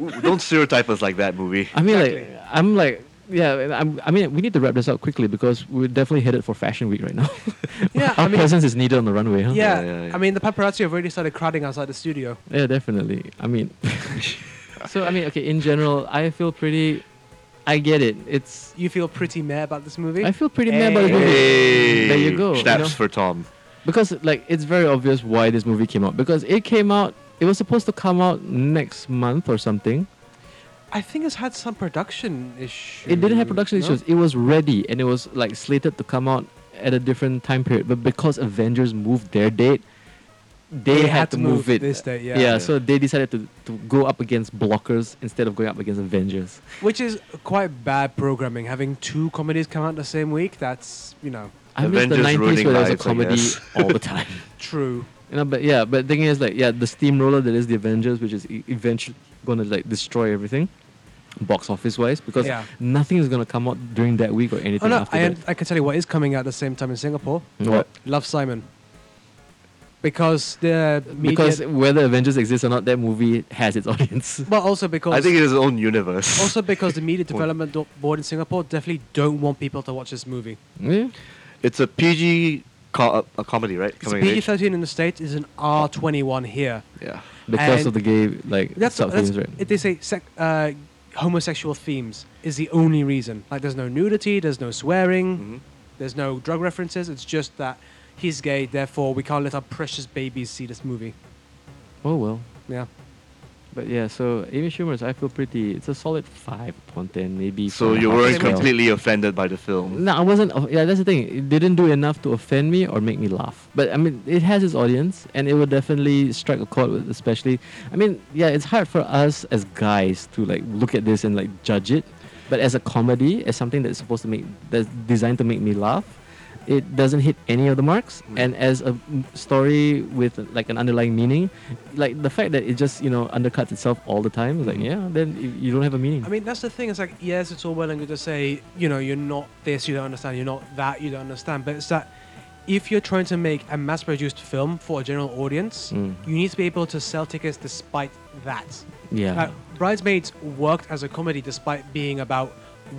[SPEAKER 3] Ooh, Don't stereotype us like that, movie.
[SPEAKER 1] I mean,
[SPEAKER 2] Exactly.
[SPEAKER 1] like, I'm like, yeah, and I'm, I mean, we need to wrap this up quickly because we're definitely headed for Fashion Week right now.
[SPEAKER 2] Yeah,
[SPEAKER 1] Our
[SPEAKER 2] I mean-
[SPEAKER 1] presence is needed on the runway, huh?
[SPEAKER 2] Yeah,
[SPEAKER 3] yeah, yeah.
[SPEAKER 2] I mean the paparazzi have already started crowding outside the studio.
[SPEAKER 1] Yeah, definitely. I mean, so, I mean, okay, in general, I feel pretty, I get it. It's,
[SPEAKER 2] You feel pretty mad about this movie?
[SPEAKER 1] I feel pretty mad about the movie.
[SPEAKER 3] Hey,
[SPEAKER 1] There you go. you
[SPEAKER 3] Snaps
[SPEAKER 1] know?
[SPEAKER 3] for Tom.
[SPEAKER 1] because like it's very obvious why this movie came out because it came out it was supposed to come out next month or something
[SPEAKER 2] I think it's had some production issues.
[SPEAKER 1] it didn't have production
[SPEAKER 2] no?
[SPEAKER 1] issues it was ready and it was like slated to come out at a different time period but because avengers moved their date they,
[SPEAKER 2] They
[SPEAKER 1] had, to move, it
[SPEAKER 2] this date, yeah.
[SPEAKER 1] yeah,
[SPEAKER 3] Yeah.
[SPEAKER 1] so they decided to, to go up against blockers instead of going up against avengers
[SPEAKER 2] Which is quite bad programming. Having two comedies come out the same week, that's, you know,
[SPEAKER 1] i miss the
[SPEAKER 3] Avengers
[SPEAKER 1] 90s
[SPEAKER 3] ruining
[SPEAKER 1] where there was a
[SPEAKER 3] lives, I
[SPEAKER 1] comedy
[SPEAKER 3] guess.
[SPEAKER 1] all the time
[SPEAKER 2] true.
[SPEAKER 1] you know but yeah but the thing is like yeah the steamroller that is the avengers which is e- eventually gonna like destroy everything box office wise because
[SPEAKER 2] Yeah.
[SPEAKER 1] nothing is gonna come out during that week or anything
[SPEAKER 2] Oh no,
[SPEAKER 1] after
[SPEAKER 2] I,
[SPEAKER 1] that
[SPEAKER 2] I can tell you what is coming out at the same time in Singapore.
[SPEAKER 1] What?
[SPEAKER 2] Love Simon. Because the media,
[SPEAKER 1] because whether avengers exists or not that movie has its audience
[SPEAKER 2] but also because
[SPEAKER 3] I think it is its own universe.
[SPEAKER 2] also because the media development Do- board in Singapore definitely don't want people to watch this movie.
[SPEAKER 1] yeah.
[SPEAKER 3] it's a PG co- a comedy, right?
[SPEAKER 2] It's a
[SPEAKER 3] Coming of
[SPEAKER 2] PG
[SPEAKER 3] age.
[SPEAKER 2] thirteen in the States is an R twenty one here.
[SPEAKER 3] Yeah.
[SPEAKER 1] because
[SPEAKER 2] And-
[SPEAKER 1] of the gay like
[SPEAKER 2] That's,
[SPEAKER 1] sub
[SPEAKER 2] that's
[SPEAKER 1] themes right
[SPEAKER 2] if they say sec, uh, homosexual themes is the only reason. Like there's no nudity, there's no swearing,
[SPEAKER 1] Mm-hmm.
[SPEAKER 3] Mm-hmm.
[SPEAKER 2] there's no drug references. It's just that he's gay, therefore we can't let our precious babies see this movie.
[SPEAKER 1] oh well
[SPEAKER 2] Yeah.
[SPEAKER 1] but yeah so amy schumer's i feel pretty it's a solid 5 upon 10 maybe
[SPEAKER 3] So
[SPEAKER 1] four and a
[SPEAKER 3] you
[SPEAKER 1] half
[SPEAKER 3] weren't
[SPEAKER 1] as well.
[SPEAKER 3] completely offended by the film.
[SPEAKER 1] No, I wasn't. off- Yeah, that's the thing. It didn't do enough to offend me or make me laugh. But I mean, it has its audience, and it will definitely strike a chord with, especially. I mean, yeah, it's hard for us as guys to like look at this and like judge it. But as a comedy, as something that's supposed to make that's designed to make me laugh, it doesn't hit any of the marks.
[SPEAKER 2] Mm.
[SPEAKER 1] And as a m- story with like an underlying meaning, like the fact that it just you know undercuts itself all the time is like yeah, then y- you don't have a meaning.
[SPEAKER 2] Mm. I mean, that's the thing. It's like, yes, it's all well and good to say, you know, you're not this, you don't understand, you're not that, you don't understand. But it's that if you're trying to make a mass produced film for a general audience,
[SPEAKER 1] Mm.
[SPEAKER 2] you need to be able to sell tickets despite that.
[SPEAKER 1] yeah.
[SPEAKER 2] Uh, Bridesmaids worked as a comedy despite being about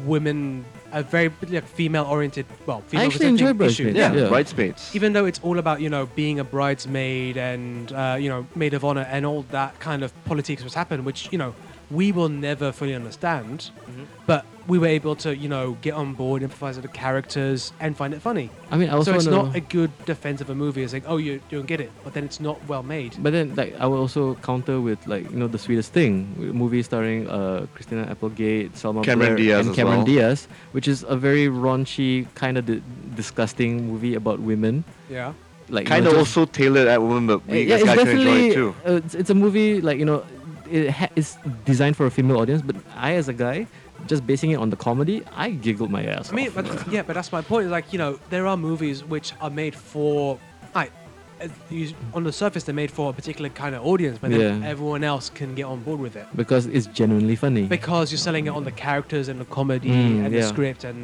[SPEAKER 2] women, a very like, female oriented, well, female
[SPEAKER 1] actually enjoyed Bridesmaids,
[SPEAKER 3] Yeah,
[SPEAKER 1] Yeah.
[SPEAKER 3] Bridesmaids.
[SPEAKER 2] even though it's all about you know being a bridesmaid and uh, you know maid of honor and all that kind of politics was happened, which you know we will never fully understand,
[SPEAKER 1] Mm-hmm.
[SPEAKER 2] but we were able to you know get on board, empathize with the characters, and find it funny.
[SPEAKER 1] I mean, I also
[SPEAKER 2] so it's
[SPEAKER 1] wanna-
[SPEAKER 2] not a good defense of a movie. It's like oh you, you don't get it, but then it's not well made.
[SPEAKER 1] But then, like, I will also counter with like you know the sweetest thing a movie starring uh, Christina Applegate, Selma
[SPEAKER 3] Cameron
[SPEAKER 1] Blair,
[SPEAKER 3] Diaz
[SPEAKER 1] and
[SPEAKER 3] as
[SPEAKER 1] Cameron
[SPEAKER 3] well.
[SPEAKER 1] Diaz, which is a very raunchy kind of di- disgusting movie about women.
[SPEAKER 2] yeah,
[SPEAKER 1] Like you
[SPEAKER 3] kind of
[SPEAKER 1] know, just-
[SPEAKER 3] also tailored at women, but we
[SPEAKER 1] yeah,
[SPEAKER 3] as
[SPEAKER 1] it's
[SPEAKER 3] guys can enjoy it
[SPEAKER 1] definitely
[SPEAKER 3] too.
[SPEAKER 1] uh, it's, it's a movie like you know it ha- it's designed for a female audience, but I as a guy. Just basing it on the comedy, I giggled my ass
[SPEAKER 2] I mean,
[SPEAKER 1] off.
[SPEAKER 2] but, yeah, but that's my point. It's Like you know there are movies which are made for, I. uh, you- On the surface, they're made for a particular kind of audience, but then
[SPEAKER 1] Yeah.
[SPEAKER 2] everyone else can get on board with it.
[SPEAKER 1] because it's genuinely funny.
[SPEAKER 2] because you're selling it on the characters and the comedy
[SPEAKER 1] Mm,
[SPEAKER 2] and
[SPEAKER 1] yeah.
[SPEAKER 2] the script and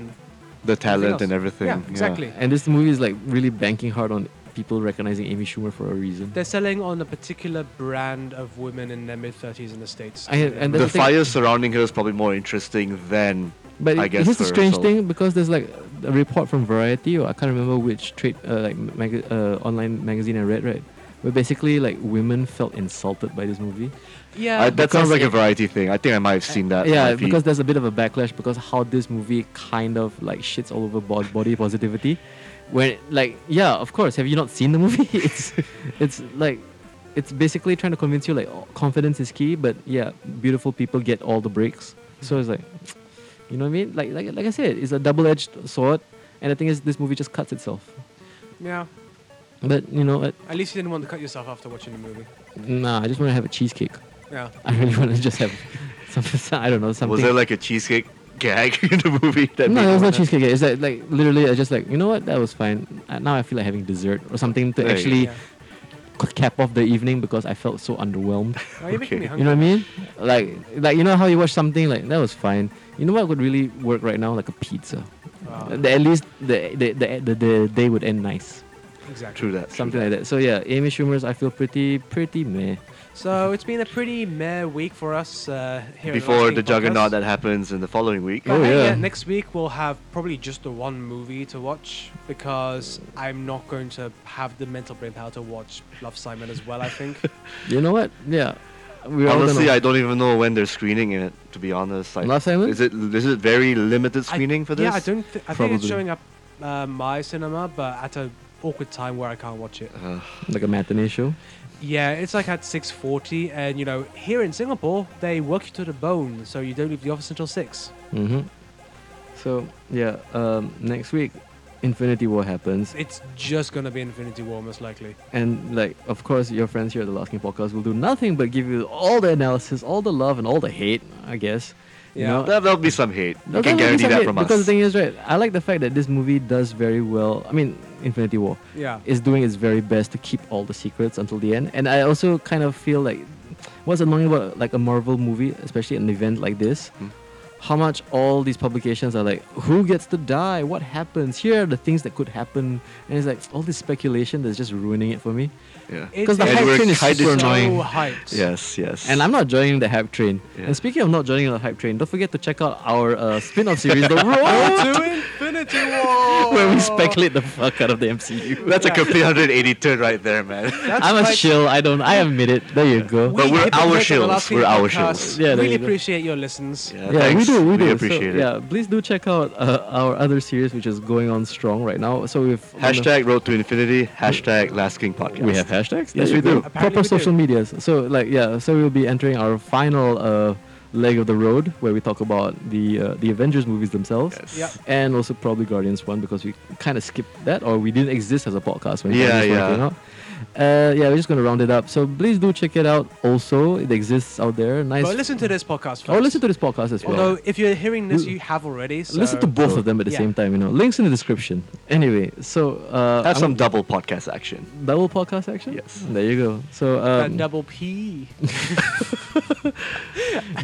[SPEAKER 3] The talent
[SPEAKER 2] else.
[SPEAKER 3] and everything.
[SPEAKER 2] Yeah, exactly.
[SPEAKER 1] and this movie is like really banking hard on people recognizing Amy Schumer for a reason.
[SPEAKER 2] they're selling on a particular brand of women in their mid 30s in the states.
[SPEAKER 1] I- and
[SPEAKER 3] The
[SPEAKER 1] That's the thing.
[SPEAKER 3] fire surrounding her is probably more interesting than
[SPEAKER 1] But
[SPEAKER 3] I
[SPEAKER 1] it,
[SPEAKER 3] guess
[SPEAKER 1] here's a
[SPEAKER 3] for
[SPEAKER 1] strange
[SPEAKER 3] herself.
[SPEAKER 1] thing because there's like a report from Variety or I can't remember which trade uh, like mag- uh, online magazine I read right, but basically like women felt insulted by this movie.
[SPEAKER 2] yeah,
[SPEAKER 3] I, that sounds
[SPEAKER 1] Uh, because
[SPEAKER 3] like a
[SPEAKER 1] it-
[SPEAKER 3] variety thing. I think I might have seen that. on
[SPEAKER 1] yeah,
[SPEAKER 3] my feed.
[SPEAKER 1] because there's a bit of a backlash because how this movie kind of like shits all over bod- body positivity, when like yeah of course have you not seen the movie? it's it's like it's basically trying to convince you like oh, confidence is key, but yeah beautiful people get all the breaks. So it's like you know what I mean? Like like like I said, it's a double-edged sword, and the thing is this movie just cuts itself.
[SPEAKER 2] yeah.
[SPEAKER 1] But you know what?
[SPEAKER 2] At least you didn't want to cut yourself after watching the movie.
[SPEAKER 1] Nah, I just want to have a cheesecake.
[SPEAKER 2] Yeah.
[SPEAKER 1] I really want to just have some I don't know something.
[SPEAKER 3] was there like a cheesecake gag in the movie. That
[SPEAKER 1] No, it was
[SPEAKER 3] made me
[SPEAKER 1] not
[SPEAKER 3] wanna-
[SPEAKER 1] cheesecake. It's like, like literally, I just like you know what, that was fine. Uh, Now I feel like having dessert or something to
[SPEAKER 3] There you
[SPEAKER 1] actually
[SPEAKER 2] go.
[SPEAKER 1] c- cap off the evening because I felt so underwhelmed.
[SPEAKER 2] Are you making me
[SPEAKER 3] Okay.
[SPEAKER 1] You
[SPEAKER 2] hungry?
[SPEAKER 1] know what I mean? Like, like you know how you watch something like that was fine. You know what would really work right now? Like a pizza.
[SPEAKER 2] Wow.
[SPEAKER 1] The- At least the the, the, the, the day would end nice.
[SPEAKER 2] exactly.
[SPEAKER 3] True that. true
[SPEAKER 1] Something
[SPEAKER 3] that.
[SPEAKER 1] like that. So yeah, Amy Schumer's I feel pretty pretty meh.
[SPEAKER 2] So it's been a pretty meh week for us uh, here. at
[SPEAKER 3] Before
[SPEAKER 2] Lightning
[SPEAKER 3] the
[SPEAKER 2] Podcast.
[SPEAKER 3] juggernaut that happens in the following week.
[SPEAKER 2] But
[SPEAKER 1] Oh,
[SPEAKER 2] hey, uh,
[SPEAKER 1] yeah.
[SPEAKER 2] Next week we'll have probably just the one movie to watch because I'm not going to have the mental brain power to watch Love Simon as well. I think.
[SPEAKER 1] You know what? Yeah. We're
[SPEAKER 3] Honestly, I don't even know when they're screening it. To be honest, like,
[SPEAKER 1] Last Simon?
[SPEAKER 3] is it is it very limited
[SPEAKER 2] I-
[SPEAKER 3] screening for this?
[SPEAKER 2] Yeah, I don't. Th- I think it's
[SPEAKER 1] Probably.
[SPEAKER 2] showing up uh, my cinema, but at a awkward time where I can't watch it.
[SPEAKER 3] Uh,
[SPEAKER 1] like a matinee show.
[SPEAKER 2] Yeah, it's like at 6:40, and you know, here in Singapore, they work you to the bone, so you don't leave the office until six.
[SPEAKER 1] hmm So yeah, um, next week, Infinity War happens,
[SPEAKER 2] It's just gonna be Infinity War, most likely.
[SPEAKER 1] and like of course your friends here at the Last King Podcast will do nothing but give you all the analysis, all the love, and all the hate. I guess. You
[SPEAKER 2] Yeah.
[SPEAKER 1] know,
[SPEAKER 3] there- there'll be some hate. You
[SPEAKER 1] Okay,
[SPEAKER 3] can
[SPEAKER 1] maybe
[SPEAKER 3] guarantee
[SPEAKER 1] some
[SPEAKER 3] that
[SPEAKER 1] hate,
[SPEAKER 3] from
[SPEAKER 1] because the
[SPEAKER 3] us.
[SPEAKER 1] thing is, right? I like the fact that this movie does very well. I mean, Infinity War
[SPEAKER 2] Yeah.
[SPEAKER 1] is doing its very best to keep all the secrets until the end, and I also kind of feel like what's annoying about like a Marvel movie, especially an event like this,
[SPEAKER 3] Hmm.
[SPEAKER 1] how much all these publications are like, who gets to die, what happens, here are the things that could happen, and it's like all this speculation that's just ruining it for me.
[SPEAKER 3] yeah.
[SPEAKER 2] It
[SPEAKER 1] 'Cause the
[SPEAKER 2] is
[SPEAKER 1] hype train is
[SPEAKER 2] so
[SPEAKER 1] super
[SPEAKER 3] annoying.
[SPEAKER 2] hyped.
[SPEAKER 3] Yes, yes.
[SPEAKER 1] And I'm not joining the hype train.
[SPEAKER 3] Yeah.
[SPEAKER 1] And speaking of not joining the hype train, don't forget to check out our uh, spin-off series, The Road,
[SPEAKER 2] To Infinity War.
[SPEAKER 1] where we speculate the fuck out of the MCU.
[SPEAKER 3] That's a complete 180 turn right there, man.
[SPEAKER 2] That's
[SPEAKER 1] I'm a
[SPEAKER 2] like-
[SPEAKER 1] shill. I don't. I admit it. There you go.
[SPEAKER 3] But we're
[SPEAKER 2] keep it
[SPEAKER 3] our
[SPEAKER 2] lit on the
[SPEAKER 3] shills,
[SPEAKER 2] last
[SPEAKER 3] we're
[SPEAKER 2] few
[SPEAKER 3] our
[SPEAKER 2] podcasts.
[SPEAKER 3] shills.
[SPEAKER 1] Yeah, there
[SPEAKER 2] really
[SPEAKER 1] you go.
[SPEAKER 2] appreciate your listens.
[SPEAKER 3] Yeah,
[SPEAKER 1] yeah,
[SPEAKER 3] thanks.
[SPEAKER 1] we do. We, do. So,
[SPEAKER 3] appreciate it.
[SPEAKER 1] Yeah, please do check out uh, our other series, which is going on strong right now. So we've
[SPEAKER 3] Hashtag Road to Infinity. Hashtag Last King Podcast.
[SPEAKER 1] we have hashtags.
[SPEAKER 3] Yes,
[SPEAKER 1] There
[SPEAKER 3] we
[SPEAKER 1] you go.
[SPEAKER 3] do.
[SPEAKER 2] Apparently
[SPEAKER 1] Proper
[SPEAKER 2] we do.
[SPEAKER 1] social medias. So like yeah, so we'll be entering our final uh, leg of the road where we talk about the uh, the Avengers movies themselves.
[SPEAKER 3] Yes.
[SPEAKER 2] Yep.
[SPEAKER 1] And also probably Guardians one because we kind of skipped that or we didn't exist as a podcast when
[SPEAKER 3] Yeah,
[SPEAKER 1] Guardians
[SPEAKER 3] yeah.
[SPEAKER 1] one came out. Uh, yeah, we're just gonna round it up. So please do check it out. Also, it exists out there. Nice.
[SPEAKER 2] But listen to this podcast first.
[SPEAKER 1] or Oh, listen to this podcast as well.
[SPEAKER 2] Although, if you're hearing this,
[SPEAKER 1] L-
[SPEAKER 2] you have already. So
[SPEAKER 1] Listen to both of them at the
[SPEAKER 2] Yeah.
[SPEAKER 1] same time, you know. Links in the description. Anyway, so uh,
[SPEAKER 3] Have
[SPEAKER 1] I'm-
[SPEAKER 3] some double podcast action.
[SPEAKER 1] double podcast action.
[SPEAKER 3] Yes.
[SPEAKER 1] there you go. So
[SPEAKER 2] That
[SPEAKER 1] um,
[SPEAKER 2] double P.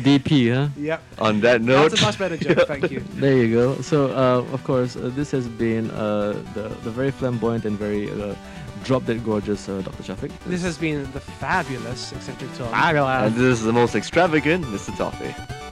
[SPEAKER 1] DP, huh?
[SPEAKER 2] yep.
[SPEAKER 3] On that note,
[SPEAKER 2] That's a much better joke. Thank you.
[SPEAKER 1] There you go. So uh, of course, uh, this has been uh, the the very flamboyant and very uh, drop dead gorgeous uh, Dr. Shafiq.
[SPEAKER 2] This has been the fabulous eccentric talk.
[SPEAKER 3] and this is the most extravagant Mr. Toffee.